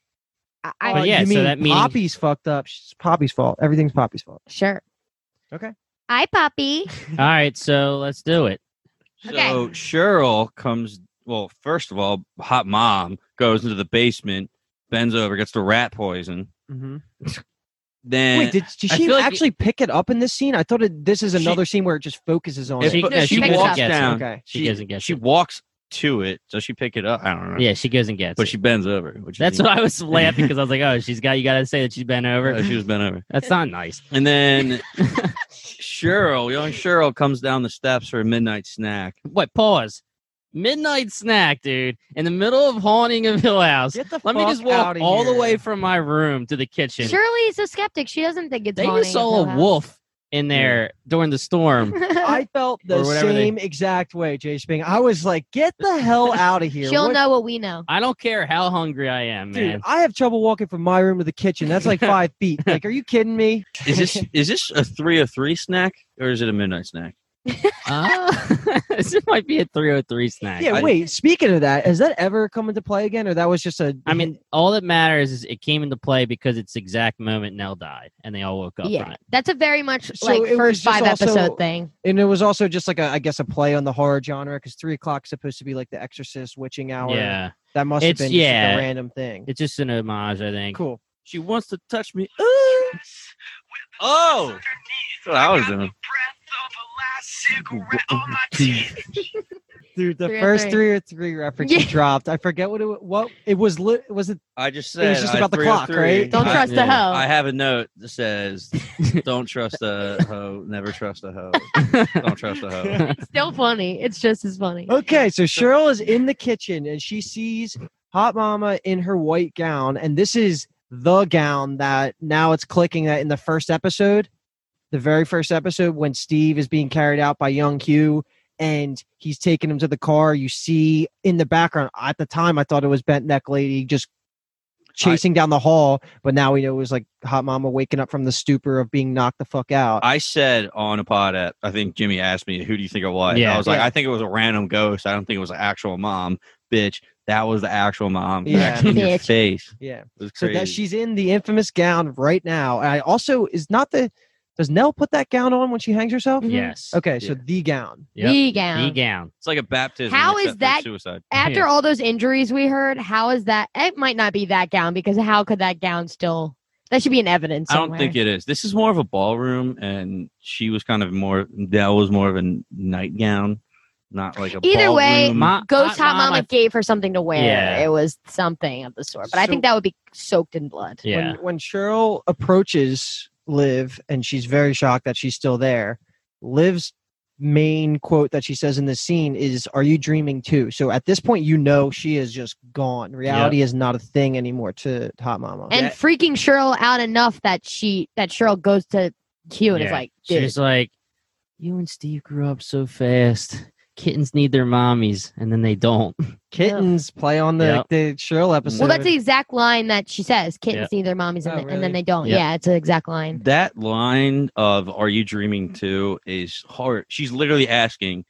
B: I,
D: Uh,
B: I
E: But yeah,
D: you
E: so
D: mean
E: that meaning-
D: Poppy's fucked up. It's Poppy's fault. Everything's Poppy's fault.
B: sure.
D: Okay.
B: Hi, Poppy.
E: All right, so let's do it.
B: Okay.
C: So Cheryl comes well, first of all, hot mom goes into the basement, bends over, gets the rat poison.
D: Mm-hmm.
C: Then
D: Wait, did, did
C: I
D: she
C: feel like-
D: actually pick it up in this scene? I thought it, this is
C: She-
D: another scene where it just focuses on
C: if-
E: She-
D: it.
C: but
E: no,
C: she
B: she goes
C: walks
E: and gets it.
C: down.
D: Okay.
E: She goes and gets
C: She
E: it.
C: walks to it, so she pick it up. I don't know.
E: Yeah, she goes and gets
C: But
E: it.
C: she bends over, which
E: That's
C: is
E: why I was laughing because I was like, oh, she's got, you got to say that she's bent over.
C: Oh, she was bent over.
E: That's not nice.
C: And then Cheryl, young Cheryl, comes down the steps for a midnight snack.
E: What? Pause. Midnight snack, dude, in the middle of haunting of Hill House.
D: Get the
E: Let me
D: fuck
E: just walk
D: outta
E: all the
D: here.
E: way from my room to the kitchen.
B: Shirley's a skeptic. She doesn't think it's.
E: They
B: haunting
E: just saw
B: of Hill
E: a
B: House.
E: wolf in there during the storm.
D: I felt the
E: Or whatever they-
D: same exact way, Jay Sping. I was like, get the hell out of here.
B: She'll
D: What-
B: know what we know.
E: I don't care how hungry I am,
D: Dude,
E: man.
D: I have trouble walking from my room to the kitchen. That's like five feet. Like, are you kidding me?
C: Is this is this a three o three snack or is it a midnight snack?
E: Ah. this might be a 303 snack.
D: Yeah,
E: I-
D: wait. Speaking of that, has that ever come into play again, or that was just a?
E: I mean, all that matters is it came into play because it's the exact moment Nell died, and they all woke up from
B: Yeah,
E: it.
B: that's a very much
D: So
B: like
D: it was
B: first
D: just
B: five
D: also-
B: episode thing.
D: and it was also just like a, I guess, a play on the horror genre because three o'clock supposed to be like the Exorcist, witching hour.
E: Yeah,
D: that must have
E: It's-
D: been just, like,
E: yeah.
D: a random thing.
E: it's just an homage, I think.
D: cool.
C: She wants to touch me. Ooh. Oh, that's what I was doing.
D: Dude, the
B: Three or
D: first
B: three.
D: three or three reference you
B: Yeah.
D: dropped. I forget what it wa- what it was. Li- was it?
C: I just
D: It
C: said
D: was just
C: I
D: about the clock,
C: 303.
D: right? Oh.
B: Don't
C: I-
B: trust the hoe.
E: yeah.
C: I have a note that says, "Don't trust a hoe. Never trust a hoe. Don't trust a hoe."
B: it's still funny. It's just as funny.
D: Okay, so Cheryl is in the kitchen and she sees Hot Mama in her white gown, and this is the gown that now it's clicking that in the first episode, the very first episode when Steve is being carried out by young Hugh and he's taking him to the car. You see in the background at the time I thought it was bent neck lady just chasing down the hall, but now we know it was like Hot Mama waking up from the stupor of being knocked the fuck out.
C: I said on a pod at I think Jimmy asked me who do you think it was.
E: Yeah.
C: I was like,
D: Yeah.
C: I think it was a random ghost. I don't think it was an actual mom, bitch. That was the actual mom.
D: Yeah.
C: Back in your
B: Bitch.
C: face.
D: yeah.
C: It was
D: So
C: crazy.
D: that she's in the infamous gown right now. And I also is not the does Nell put that gown on when she hangs herself?
B: Mhm.
E: yes.
D: Okay, so
C: Yeah.
D: the gown.
E: Yep.
B: The gown.
E: The gown.
D: Mm-hmm.
C: it's like a baptism.
B: How
C: except
B: is
C: for
B: that-
C: suicide?
B: After
E: Yeah.
B: all those injuries we heard, how is that? It might not be that gown because how could that gown still? That should be in evidence.
C: I don't think it is. This is more of a ballroom, and she was kind of more. That was more of a nightgown, not like a.
B: Either way,
C: ballroom.
E: Ma-
B: Ghost Hot Mama
E: I-
B: gave her something to wear.
E: Yeah.
B: It was something of the sort, but I think
D: So-
B: that would be soaked in blood.
E: Yeah.
D: When, when Cheryl approaches Liv and she's very shocked that she's still there, Liv's main quote that she says in this scene is Are you dreaming too? So at this point you know she is just gone. Reality is not a thing anymore to Hot Mama.
B: And
C: Yeah.
B: freaking Cheryl out enough that she that Cheryl goes to Q and is
E: Yeah.
B: like, dude,
E: She's like, you and Steve grew up so fast. Kittens need their mommies, and then they don't.
D: Kittens play on the
E: Yep.
D: the Cheryl episode.
B: Well, that's the exact line that she says. Kittens need their mommies, and,
D: Oh,
B: th- and
D: really?
B: then they don't.
E: Yeah.
B: Yeah, it's an exact line.
C: that line of "Are you dreaming too?" is hard. She's literally asking,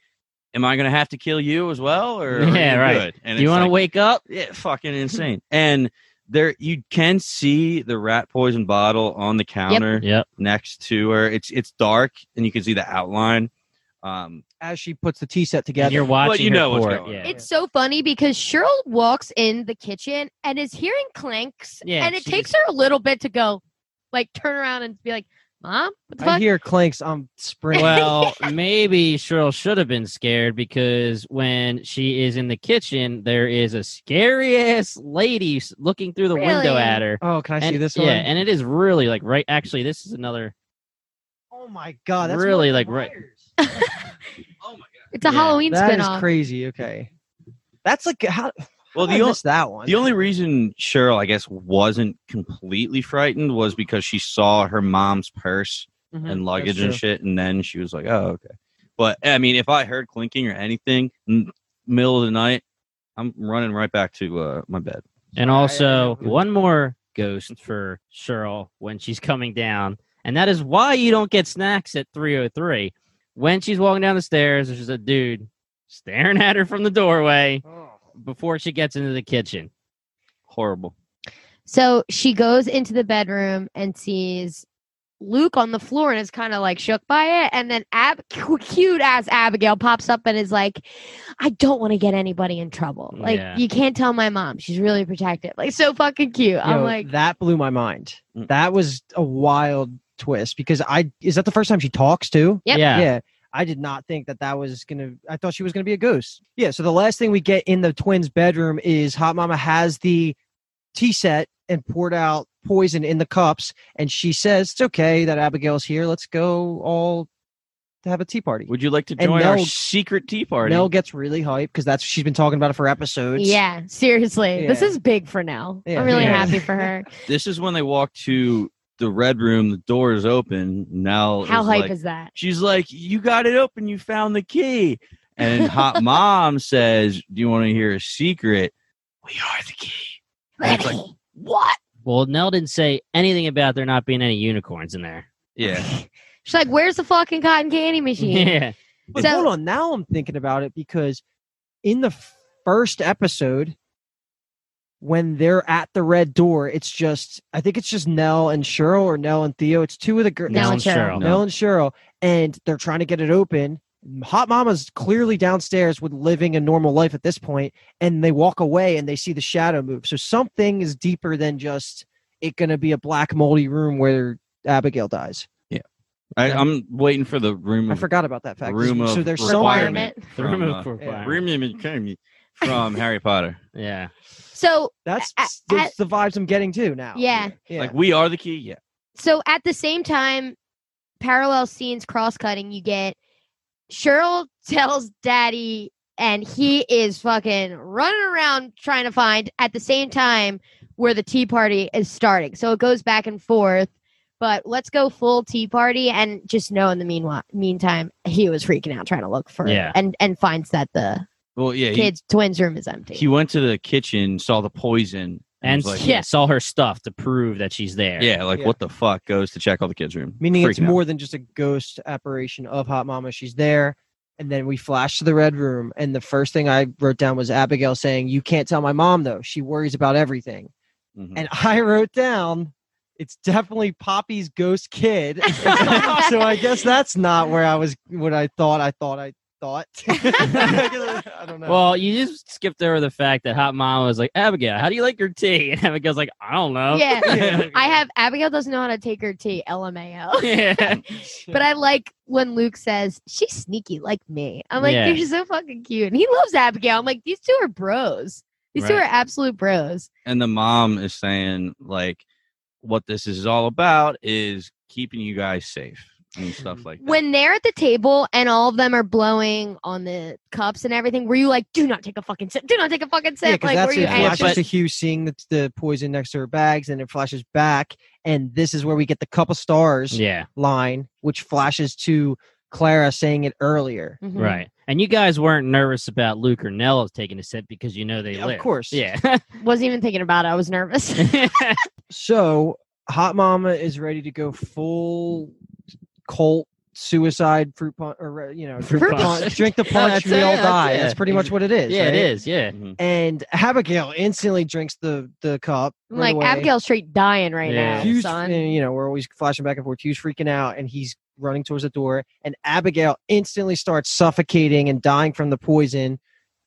C: "Am I going to have to kill you as well?" Or are
E: Yeah,
C: you
E: right.
C: good?" And
E: Do you
C: it's
E: want to
C: like,
E: wake up?
C: Yeah, fucking insane. and there, you can see the rat poison bottle on the counter
E: Yep.
C: next to her. It's it's dark, and you can see the outline. Um,
D: as she puts the tea set
E: And
D: together.
E: you're watching.
C: you
E: her
C: know what's
E: pour it,
C: going on.
E: yeah.
B: It's so funny because Cheryl walks in the kitchen and is hearing clanks,
E: Yeah,
B: and it
E: she
B: takes
E: just-
B: her a little bit to go, like, turn around and be like, "Mom, what the
D: I
B: fuck?"
D: hear clinks. I'm spring.
E: Well, maybe Cheryl should have been scared because when she is in the kitchen, there is a scary ass lady s- looking through the window
B: Really?
E: at her.
D: oh, can I
E: and,
D: see this
E: yeah,
D: one?
E: and it is really like right. Actually, this is another.
D: oh my god, that's
E: really,
D: Mike
E: like, right-
D: Myers.
B: it's a
E: yeah,
B: Halloween
D: That is
B: spinoff.
D: crazy. Okay, that's like how.
C: well,
D: Well,
C: the
D: the
C: only
D: missed that one.
C: the only reason Cheryl, I guess, wasn't completely frightened was because she saw her mom's purse
D: Mhm.
C: and
D: That's
C: luggage and
D: true.
C: shit. And then she was like, "Oh, okay." But I mean, if I heard clinking or anything, n- middle of the night, I'm running right back to uh, my bed.
E: And
D: I- I-
E: also
D: I-
E: one more ghost for Cheryl when she's coming down, and that is why you don't get snacks at three o three. When she's walking down the stairs, there's just a dude staring at her from the doorway
C: Oh.
E: before she gets into the kitchen.
C: Horrible.
B: So she goes into the bedroom and sees Luke on the floor and is kind of like shook by it. And then Ab- cute ass Abigail pops up and is like, I don't want to get anybody in trouble. Like,
E: Yeah.
B: you can't tell my mom. She's really protective. Like, so fucking cute. I'm
D: Yo,
B: like,
D: that blew my mind.
C: Mm.
D: That was a wild twist because I is that the first time she talks too?
B: Yep.
E: Yeah.
D: Yeah. I did not think that that was gonna. I thought she was gonna be a ghost. Yeah. So the last thing we get in the twins' bedroom is Hot Mama has the tea set and poured out poison in the cups, and she says it's okay that Abigail's here. Let's go all to have a tea party.
C: Would you like to
D: And
C: join our
D: Nell-
C: secret tea party?
D: Nell gets really hyped because that's she's been talking about it for episodes.
B: yeah, seriously. This
D: Yeah.
B: is big for now.
D: Yeah.
B: I'm really
E: Yeah.
B: happy for her.
C: This is when they walk to the red room, the door is open. Now
B: How
C: is
B: hype
C: like-
B: is that?
C: She's like, "You got it open. You found the key." And hot mom says, "Do you want to hear a secret? We are the key." And it's like,
B: what?
E: Well, Nell didn't say anything about there not being any unicorns in there.
C: yeah,
B: She's like, where's the fucking cotton candy machine?
E: Yeah.
D: But
B: So-
D: hold on, now I'm thinking about it because in the first episode, when they're at the red door, it's just I think it's just Nell and Cheryl or Nell and Theo. It's two of the girls.
B: Nell and
E: Cheryl.
D: Nell and Cheryl, and they're trying to get it open. Hot Mama's clearly downstairs with living a normal life at this point, and they walk away and they see the shadow move. So something is deeper than just it going to be a black moldy room where Abigail dies.
C: I, I'm waiting for the room.
D: I
C: Of,
D: forgot about that fact.
C: Hmm. Room
D: so
C: of
D: there's something
C: requirement.
B: Requirement.
E: The
C: From,
E: room
C: uh,
E: of requirement.
C: room of requirement from Harry Potter.
E: Yeah.
B: So
D: That's
B: A- a-
D: that's the vibes I'm getting too now.
B: Yeah.
D: yeah.
C: Like we are the key. Yeah,
B: so at the same time, parallel scenes cross cutting, you get Cheryl tells daddy, and he is fucking running around trying to find at the same time where the tea party is starting. So it goes back and forth. But let's go full tea party and just know in the meanwhile meantime he was freaking out trying to look for
E: Yeah.
B: and and finds that the
C: well, yeah. He,
B: kids twins room is empty.
C: he went to the kitchen, saw the poison,
E: And
C: was like,
E: yeah, saw her stuff to prove that she's there.
C: yeah, like
D: Yeah.
C: what the fuck goes to check all the kids' room?
D: Meaning it's
C: Freaking out.
D: more than just a ghost apparition of Hot Mama. She's there. And then we flash to the red room. And the first thing I wrote down was Abigail saying, You can't tell my mom, though. She worries about everything.
C: Mhm.
D: And I wrote down, It's definitely Poppy's ghost kid. so I guess that's not where I was, what I thought I thought I thought. I don't know.
E: Well, you just skipped over the fact that Hot Mama was like, Abigail, how do you like your tea? And Abigail's like, I don't know.
B: Yeah. I have Abigail doesn't know how to take her tea, LMAO.
E: Yeah.
B: But I like when Luke says she's sneaky like me. I'm like,
E: Yeah.
B: you're so fucking cute, and he loves Abigail. I'm like, these two are bros. These two
E: Right.
B: are absolute bros.
C: and the mom is saying like what this is all about is keeping you guys safe and stuff
E: Mm-hmm.
C: like that.
B: When they're at the table and all of them are blowing on the cups and everything, were you like, do not take a fucking sip? Do not take a fucking
D: Yeah,
B: sip.
D: 'cause
B: like, were
D: that's
B: you
D: it. Flashes
B: anxious?
E: but-
D: to Hugh seeing the, the poison next to her bags, and it flashes back, and this is where we get the couple stars
E: yeah.
D: line, which flashes to Clara saying it earlier.
B: Mhm.
E: Right. And you guys weren't nervous about Luke or Nell taking a sip because you know they
D: Yeah, of
E: live.
D: course.
E: Yeah.
B: Wasn't even thinking about it. I was nervous.
D: So Hot Mama is ready to go full cult suicide fruit punch, or uh, you know,
E: Fruit
D: drink, the
E: punch.
D: punch- drink the punch,
E: that's
D: we
E: it,
D: all
E: that's
D: die.
E: it.
D: That's pretty much what it is.
E: yeah,
D: right?
E: it is. Yeah.
C: Mhm.
D: And Abigail instantly drinks the the cup.
B: I'm
D: right
B: like,
D: away.
B: Abigail's straight dying right
E: Yeah.
B: now,
D: Hugh's,
B: son.
D: uh, you know, we're always flashing back and forth. Hugh's freaking out, and he's running towards the door. And Abigail instantly starts suffocating and dying from the poison.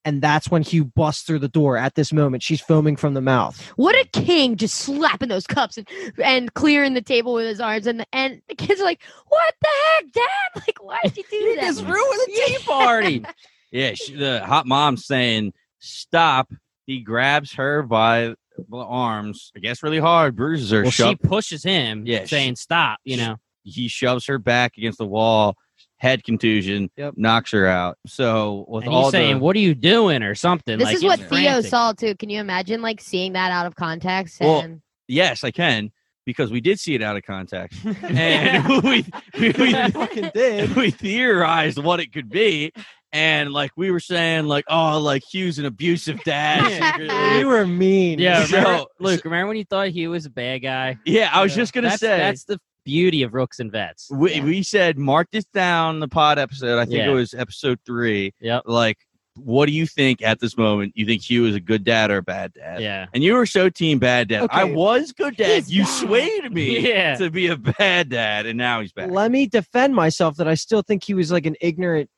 D: And that's when Hugh busts through the door. At this moment, she's foaming from the mouth.
B: What a king just slapping those cups and, and clearing the table with his arms. And the, and the kids are like, What the heck, Dad? Like, why did you do that?
E: ruined the tea party.
C: yeah she, the hot mom's saying stop he grabs her by the arms i guess really hard bruises her
E: well, she
C: shove-
E: pushes him,
C: Yeah,
E: saying, stop, you
C: she-
E: know.
C: he shoves her back against the wall head contusion
D: Yep.
C: knocks her out so with
E: And
C: all
E: he's saying,
C: the
E: what are you doing? Or something.
B: This
E: like,
B: is what
E: he's
B: Theo
E: frantic.
B: saw too. Can you imagine like seeing that out of context?
C: Well,
B: And
C: yes i can because we did see it out of context and we, we,
D: We
C: we
D: fucking did.
C: we theorized what it could be. And like we were saying, like, oh, like Hugh's an abusive dad.
D: We
C: secretly.
D: were mean.
E: Yeah,
C: So-
E: remember, Luke, remember when you thought he was a bad guy?
C: yeah, I was
D: Yeah.
C: just gonna
E: that's,
C: say
E: that's the beauty of Rooks and Vets.
C: we,
B: yeah.
C: we said mark this down the pod episode. I think
E: Yeah.
C: it was episode three.
E: Yep.
C: Like, what do you think at this moment? You think Hugh is a good dad or a bad dad?
E: Yeah.
C: And you were so team bad dad. I
D: Okay.
C: was good dad.
B: He's
C: you
B: bad.
C: swayed me
E: Yeah.
C: to be a bad dad, and now he's back.
D: Let me defend myself that I still think he was like an ignorant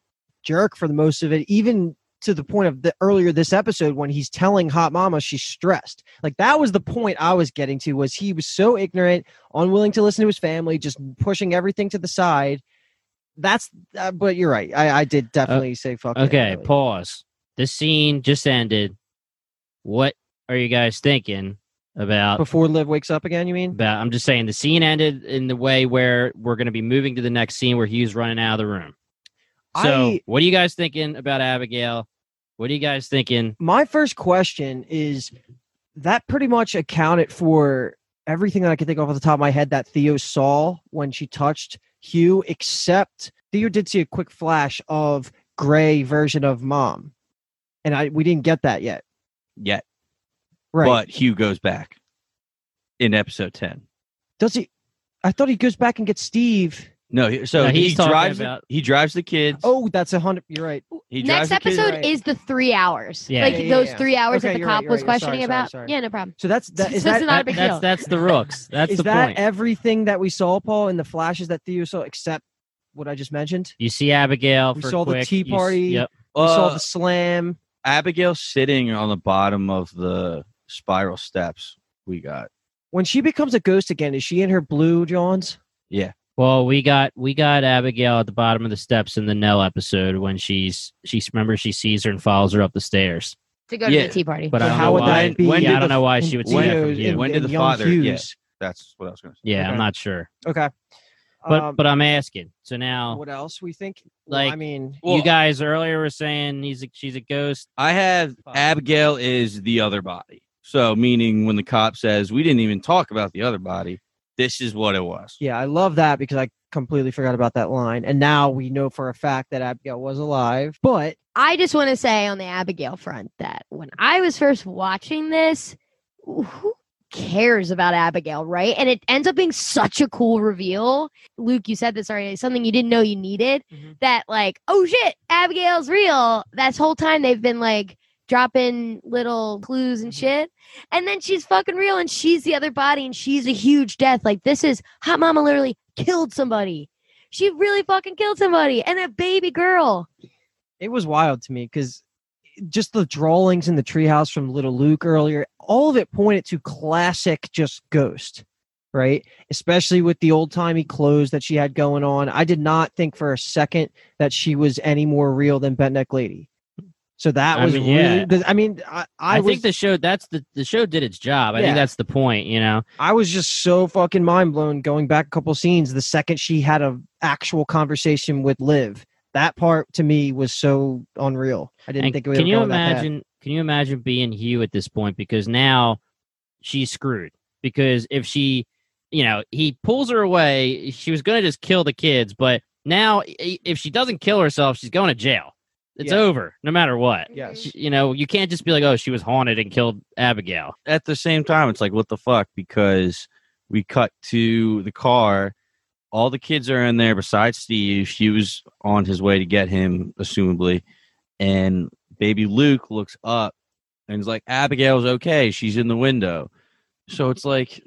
D: jerk for the most of it, even to the point of the earlier this episode when he's telling Hot Mama she's stressed. Like that was the point I was getting to was he was so ignorant, unwilling to listen to his family, just pushing everything to the side. That's uh, but you're right. I, I did definitely say fuck. him,
E: Okay,
D: really.
E: pause. The scene just ended. What are you guys thinking about
D: before Liv wakes up again, you mean?
E: about I'm just saying the scene ended in the way where we're going to be moving to the next scene where Hugh's running out of the room. So,
D: I-
E: what are you guys thinking about Abigail? What are you guys thinking?
D: my first question is that pretty much accounted for everything that I could think of off the top of my head that Theo saw when she touched Hugh, except Theo did see a quick flash of gray version of mom. And I we didn't get that yet.
C: yet.
D: Right.
C: But Hugh goes back in episode ten.
D: Does he I thought he goes back and gets Steve.
C: No, he- so
E: No,
C: he
E: he's talking
C: drives. the-
E: about-
C: he drives the kids.
D: Oh, that's a hundred you're right.
C: he drives
B: Next
C: the kids-
B: episode
D: right.
B: is the three hours.
E: Yeah.
B: like
D: Yeah, yeah,
B: those
D: yeah.
B: three hours
D: Okay,
B: that the
D: you're
B: cop
D: right, you're
B: was
D: right. Sorry,
B: questioning
D: sorry,
B: about.
D: sorry.
B: Yeah, no problem.
D: So that's that is
B: This
D: that
B: is not a
E: That-
B: big
E: that's
B: deal.
E: that's the rooks. That's
D: is
E: the
D: that
E: point.
D: everything that we saw, Paul, in the flashes that Theo saw, except what I just mentioned?
E: you see Abigail.
D: We
E: for
D: saw the
E: quick,
D: tea
E: you s-
D: party.
E: Yep.
D: We saw
C: Uh,
D: the slam.
C: Abigail sitting on the bottom of the spiral steps. We got
D: When she becomes a ghost again, is she in her blue Johns?
E: Well, we got we got Abigail at the bottom of the steps in the Nell episode when she's she's remember she sees her and follows her up the stairs.
B: To go to
C: Yeah.
B: the tea party.
E: But I
D: So
E: don't
D: how
E: know
D: would
E: why.
D: that be?
C: When
E: yeah,
C: did
E: I don't
D: the-
E: know why she would see that from
D: Theo's-
E: you.
C: When did
D: and
C: the
D: young
C: father- yeah.
D: Hughes.
C: that's what I was going to say.
E: Yeah,
D: Okay.
E: I'm not sure,
D: Okay.
E: but
D: Um,
E: but I'm asking. So now
D: what else we think? Well, I
E: like,
D: mean,
C: Well,
E: you guys earlier were saying he's a, she's a ghost.
C: I have
E: Fuck.
C: Abigail is the other body. So meaning when the cop says we didn't even talk about the other body, this is what it was.
D: yeah, I love that because I completely forgot about that line, and now we know for a fact that Abigail was alive. But
B: I just want to say on the Abigail front that when I was first watching this, who cares about Abigail, right? And it ends up being such a cool reveal. Luke, you said this already, something you didn't know you needed
D: Mhm.
B: that, like, oh shit, Abigail's real. That's whole time they've been like dropping little clues and
D: Mhm.
B: shit. And then she's fucking real and she's the other body and she's a huge death. Like, this is Hot Mama literally killed somebody. She really fucking killed somebody and a baby girl.
D: it was wild to me because just the drawings in the treehouse from Little Luke earlier, all of it pointed to classic just ghost, right? Especially with the old timey clothes that she had going on. I did not think for a second that she was any more real than Bentneck Lady. So that
E: I
D: was
E: mean,
D: really.
E: yeah.
D: 'cause, I mean, I, I,
E: I,
D: was,
E: think the show that's the the show did its job. I
D: Yeah.
E: think that's the point. You know,
D: I was just so fucking mind blown going back a couple scenes. The second she had a actual conversation with Liv, that part to me was so unreal. I didn't
E: And
D: think it was.
E: can you
D: going that path.
E: imagine? Can you imagine being Hugh at this point? Because now she's screwed. Because if she, you know, he pulls her away, she was going to just kill the kids. But now, i- if she doesn't kill herself, she's going to jail. It's
D: Yeah.
E: over, no matter what.
D: Yes.
E: You know, you can't just be like, "Oh, she was haunted and killed Abigail."
C: At the same time, it's like what the fuck because we cut to the car. All the kids are in there besides Steve. She was on his way to get him, assumably, and baby Luke looks up and is like, "Abigail's okay. She's in the window." So it's like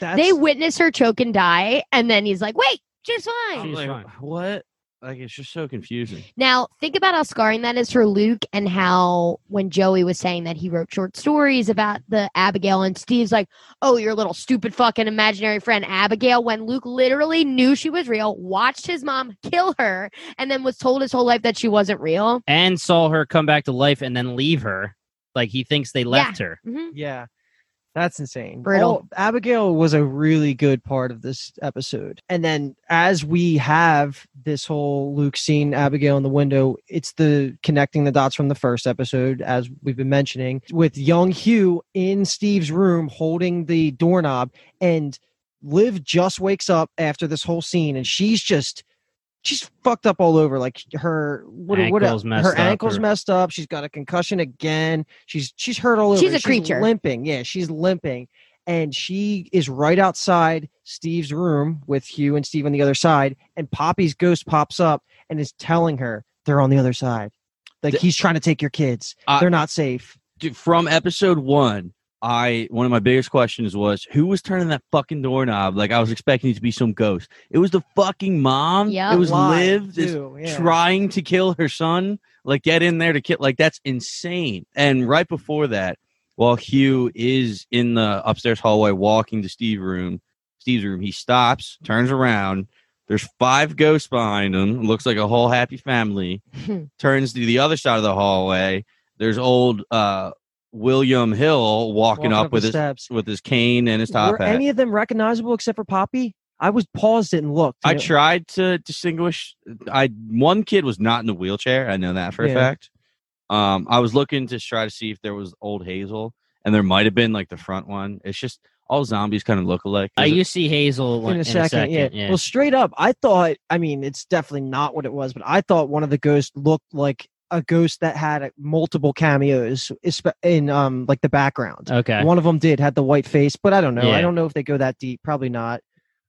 D: That's,
B: they witness her choke and die, and then he's like, "Wait, she's
C: I'm
B: fine."
E: She's
C: like,
E: fine.
C: what? Like it's just so confusing.
B: Now, think about how scarring that is for Luke, and how when Joey was saying that he wrote short stories about the Abigail, and Steve's like, "Oh, your little stupid fucking imaginary friend Abigail," when Luke literally knew she was real, watched his mom kill her, and then was told his whole life that she wasn't real.
E: And saw her come back to life and then leave her. Like he thinks they left her.
B: Mhm.
D: Yeah, that's insane.
B: Brutal.
D: All- Abigail was a really good part of this episode. And then as we have this whole Luke scene, Abigail in the window, it's the connecting the dots from the first episode, as we've been mentioning, with young Hugh in Steve's room holding the doorknob. And Liv just wakes up after this whole scene and she's just. She's fucked up all over. Like her, what? what
E: Ankles messed
D: her
E: up,
D: ankles
E: her-
D: messed up. She's got a concussion again. She's she's hurt all over.
B: She's a creature.
D: limping. Yeah, she's limping, and she is right outside Steve's room with Hugh and Steve on the other side. And Poppy's ghost pops up and is telling her they're on the other side. Like
C: Th-
D: he's trying to take your kids.
C: I-
D: they're not safe.
C: Dude, from episode one, I one of my biggest questions was who was turning that fucking doorknob? Like I was expecting it to be some ghost. It was the fucking mom.
B: Yeah.
C: it was
D: Why,
C: Liv just
D: too, yeah.
C: trying to kill her son. Like get in there to kill. Like that's insane. And right before that, while Hugh is in the upstairs hallway walking to Steve's room, Steve's room, he stops, turns around. There's five ghosts behind him. Looks like a whole happy family turns to the other side of the hallway. There's old uh, William Hill walking, up,
D: the
C: with his
D: steps.
C: with his cane and his top
D: Were
C: hat.
D: any of them recognizable except for Poppy? I was paused it and looked.
C: I
D: and it-
C: tried to distinguish. I one kid was not in a wheelchair. I know that for
D: Yeah.
C: a fact. Um, I was looking to try to see if there was old Hazel, and there might have been like the front one. It's just all zombies kind of look alike.
E: I
C: Is it-
E: you see Hazel
D: in a second, yeah. Well, straight up, I thought. I mean, it's definitely not what it was, but I thought one of the ghosts looked like a ghost that had uh, multiple cameos espe- in um like the background.
E: okay,
D: One of them did had the white face, but I don't know.
E: Yeah.
D: I don't know if they go that deep. Probably not.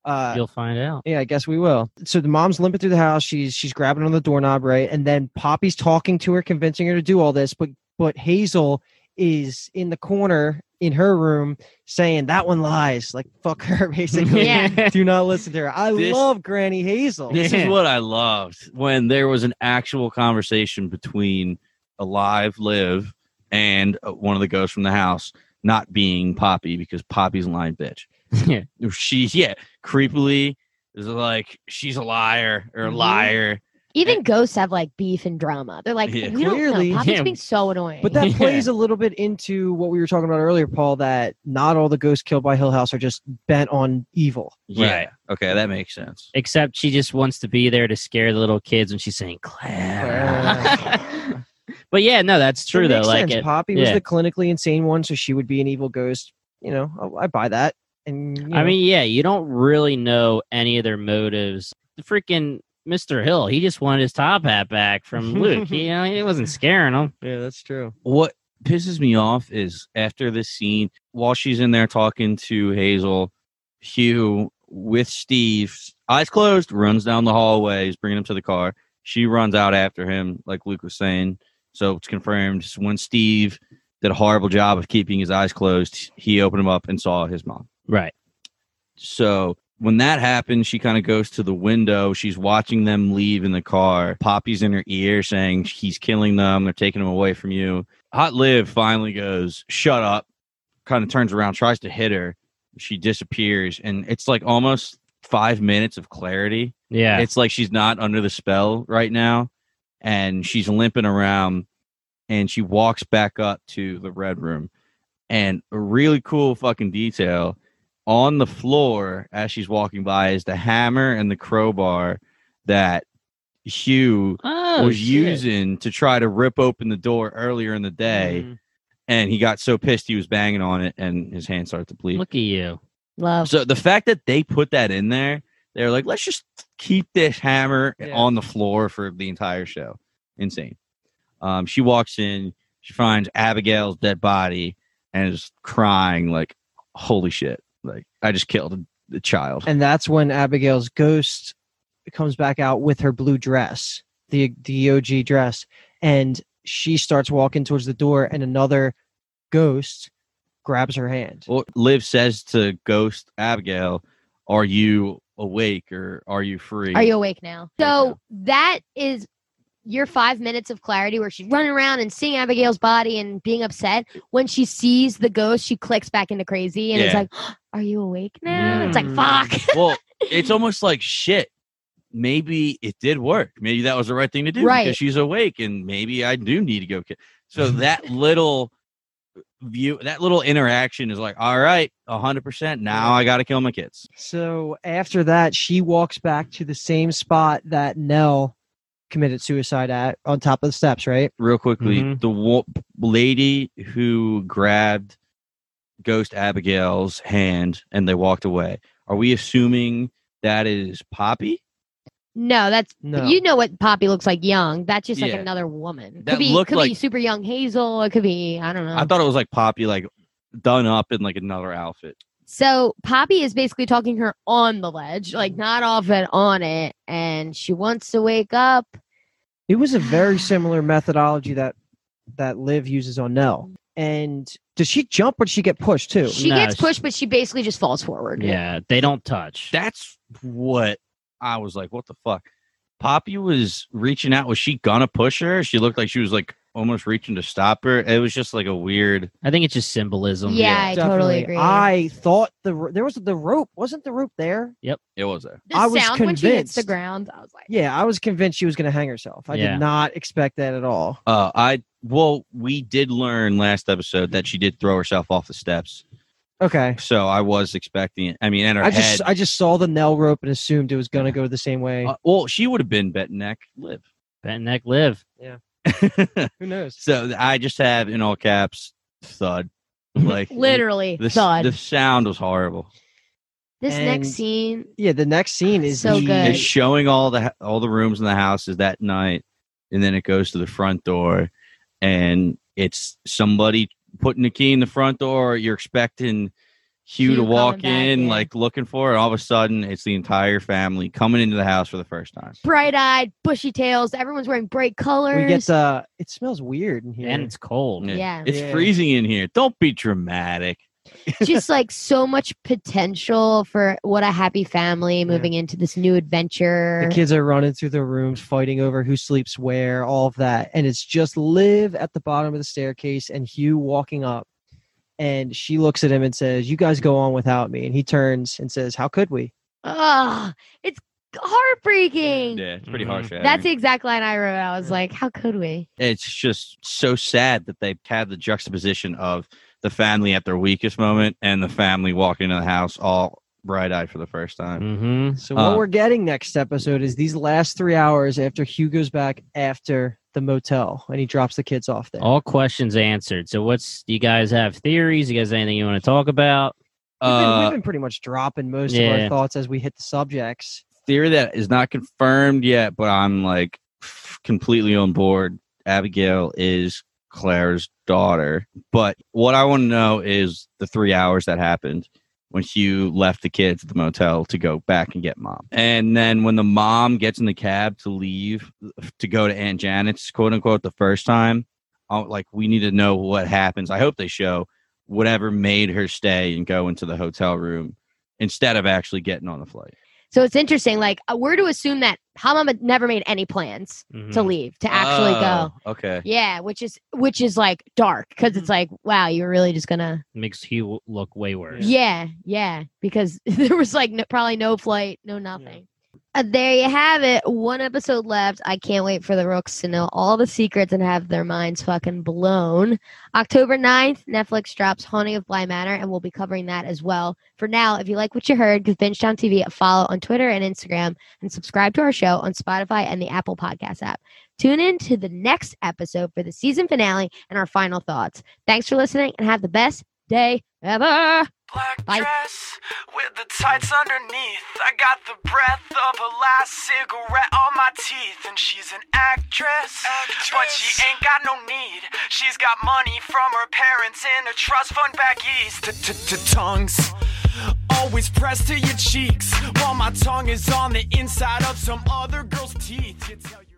D: Uh,
E: you'll find out.
D: yeah, I guess we will. So the mom's limping through the house. She's she's grabbing on the doorknob, right? And then Poppy's talking to her, convincing her to do all this. But but Hazel is in the corner in her room saying that one lies. Like fuck her, basically.
B: Yeah.
D: do not listen to her. I
C: This-
D: love Granny Hazel.
C: This
E: Yeah.
C: is what I loved when there was an actual conversation between alive live and uh, one of the ghosts from the house not being Poppy because Poppy's a lying bitch.
E: Yeah.
C: She's yeah, creepily is like she's a liar or a
E: Mm-hmm.
D: Mhm.
C: liar.
B: Even ghosts have like beef and drama. They're like,
C: Yeah.
B: we don't
D: Clearly.
B: know. Poppy's
E: Yeah.
B: being so annoying.
D: But that
E: Yeah.
D: plays a little bit into what we were talking about earlier, Paul. That not all the ghosts killed by Hill House are just bent on evil.
C: Yeah.
E: Right.
C: Okay, that makes sense.
E: Except she just wants to be there to scare the little kids when she's saying Claire. but yeah, no, that's true
D: It
E: though.
D: makes
E: Like
D: sense.
E: it,
D: Poppy was
E: yeah.
D: the clinically insane one, so she would be an evil ghost. You know, oh, I, I buy that. And you
E: I
D: know,
E: mean, yeah, you don't really know any of their motives. The freaking Mr. Hill, he just wanted his top hat back from Luke. He, you know, he wasn't scaring him.
D: yeah, that's true.
C: What pisses me off is after this scene, while she's in there talking to Hazel, Hugh with Steve, eyes closed, runs down the hallways, bringing him to the car. She runs out after him, like Luke was saying. So it's confirmed when Steve did a horrible job of keeping his eyes closed, he opened them up and saw his mom.
E: Right.
C: So when that happens, she kind of goes to the window. She's watching them leave in the car. Poppy's in her ear saying, He's killing them. They're taking them away from you. Hot Liv finally goes, Shut up. Kind of turns around, tries to hit her. She disappears. And it's like almost five minutes of clarity.
E: Yeah.
C: It's like she's not under the spell right now. And she's limping around and she walks back up to the red room. And a really cool fucking detail on the floor as she's walking by is the hammer and the crowbar that Hugh
E: oh,
C: was
E: shit.
C: using to try to rip open the door earlier in the day.
E: Mm,
C: And he got so pissed he was banging on it and his hand started to bleed.
E: Look at you.
B: Love.
C: So the fact that they put that in there, they're like, let's just keep this hammer
D: Yeah.
C: on the floor for the entire show. Insane. Um, she walks in, she finds Abigail's dead body and is crying like, holy shit! Like I just killed a, a child.
D: And that's when Abigail's ghost comes back out with her blue dress, the the OG dress, and she starts walking towards the door, and another ghost grabs her hand.
C: Well, Liv says to Ghost Abigail, "Are you awake or are you free?"
B: Are you awake now?
C: Awake
B: So that is your five minutes of clarity where she's running around and seeing Abigail's body and being upset. When she sees the ghost, she clicks back into crazy and it's
C: Yeah.
B: like, Are you awake now? It's like,
E: Mm.
B: fuck.
C: well, it's almost like shit. Maybe it did work. Maybe that was the right thing to do
B: Right.
C: because she's awake, and maybe I do need to go. Ki-. So that little view, that little interaction is like, all right, hundred percent. Now I got to kill my kids.
D: So after that, she walks back to the same spot that Nell committed suicide at on top of the steps, right?
C: Real quickly,
E: Mhm.
C: the wo- lady who grabbed Ghost Abigail's hand and they walked away. Are we assuming that is Poppy?
B: No, that's
D: No.
B: you know what Poppy looks like young. That's just like
C: Yeah.
B: another woman.
C: That
B: could be
C: looked
B: could be
C: like-
B: super young Hazel. It could be I don't know.
C: I thought it was like Poppy, like done up in like another outfit.
B: So Poppy is basically talking to her on the ledge, like not off it, on it, and she wants to wake up.
D: It was a very similar methodology that that Liv uses on Nell. And does she jump or does she get pushed too?
B: She
E: No,
B: gets
E: she-
B: pushed, but she basically just falls forward.
E: Yeah. They don't touch.
C: that's what I was like, what the fuck? Poppy was reaching out. Was she gonna push her? She looked like she was like almost reaching to stop her. It was just like a weird.
E: I think it's just symbolism.
B: Yeah. I totally
D: Definitely.
B: agree.
D: I thought the ro- there was the rope. Wasn't the rope there?
C: It was there.
B: The
D: I was
B: sound when she hits the
D: convinced.
B: ground, I was like,
D: Yeah, I was convinced she was going to hang herself. I
E: Yeah.
D: did not expect that at all.
C: Uh, I well, we did learn last episode that she did throw herself off the steps.
D: Okay.
C: So I was expecting it. I mean, and her
D: I
C: head.
D: just I just saw the Nell rope and assumed it was going to go the same way.
C: uh, well, she would have been bet neck live.
E: Bent neck live.
D: Who knows?
C: so I just have in all caps thud. Like
B: Literally
C: the,
B: thud.
C: the sound was horrible.
B: this
D: And-
B: next scene,
D: Yeah, the next scene is
B: So
D: the-
B: good.
C: It's showing all the all the rooms in the houses that night, and then it goes to the front door, and it's somebody putting the key in the front door. You're expecting Hugh,
B: Hugh
C: to
B: coming
C: walk
B: back
C: in,
B: in.
C: like looking for it. All of a sudden, it's the entire family coming into the house for the first time.
B: bright eyed, bushy tails. Everyone's wearing bright colors.
D: we get the. It smells weird in here.
E: and it's cold.
C: Yeah.
B: yeah,
C: It's
D: Yeah.
C: freezing in here. Don't be dramatic.
B: just like so much potential for what a happy family moving into this new adventure.
D: the kids are running through the rooms, fighting over who sleeps where, all of that, and it's just live at the bottom of the staircase and Hugh walking up, and she looks at him and says, "You guys go on without me," and he turns and says, "How could we?"
B: Ugh, it's heartbreaking.
C: Yeah, it's pretty harsh.
B: That's the exact line I wrote. I was like, how could we?
C: it's just so sad that they had the juxtaposition of the family at their weakest moment and the family walking into the house all bright eyed for the first time.
E: Mm-hmm.
D: So what
C: Uh,
D: we're getting next episode is these last three hours after Hugh goes back after the motel and he drops the kids off there.
E: All questions answered. So, what's do you guys have theories? You guys have anything you want to talk about?
D: We've been,
C: Uh,
D: we've been pretty much dropping most of
E: yeah.
D: our thoughts as we hit the subjects.
C: theory that is not confirmed yet, but I'm like completely on board. Abigail is Claire's daughter. But what I want to know is the three hours that happened when Hugh left the kids at the motel to go back and get mom. And then when the mom gets in the cab to leave to go to Aunt Janet's, quote unquote, the first time, i like, we need to know what happens. I hope they show whatever made her stay and go into the hotel room instead of actually getting on the flight.
B: So it's interesting. Like, uh, we're to assume that Hamama never made any plans to
E: Mhm.
B: leave, to actually go.
C: Hmm. Oh, Okay.
B: Yeah, which is which is like dark because it's like, wow, you're really just gonna.
E: Makes Hugh look way worse.
B: Yeah, yeah, because there was like no, probably no flight, no nothing. Uh, there you have it. One episode left. I can't wait for the Rooks to know all the secrets and have their minds fucking blown. October 9th, Netflix drops Haunting of Bly Manor, and we'll be covering that as well. For now, if you like what you heard, give Bingetown TV a follow on Twitter and Instagram, and subscribe to our show on Spotify and the Apple Podcast app. Tune in to the next episode for the season finale and our final thoughts. Thanks for listening, and have the best day ever.
H: Black
B: Bye.
H: dress with the tights underneath. I got the breath of her last cigarette on my teeth, and she's an actress, but she ain't got no need. She's got money from her parents in a trust fund back east. Tongues always pressed to your cheeks while my tongue is on the inside of some other girl's teeth. You tell-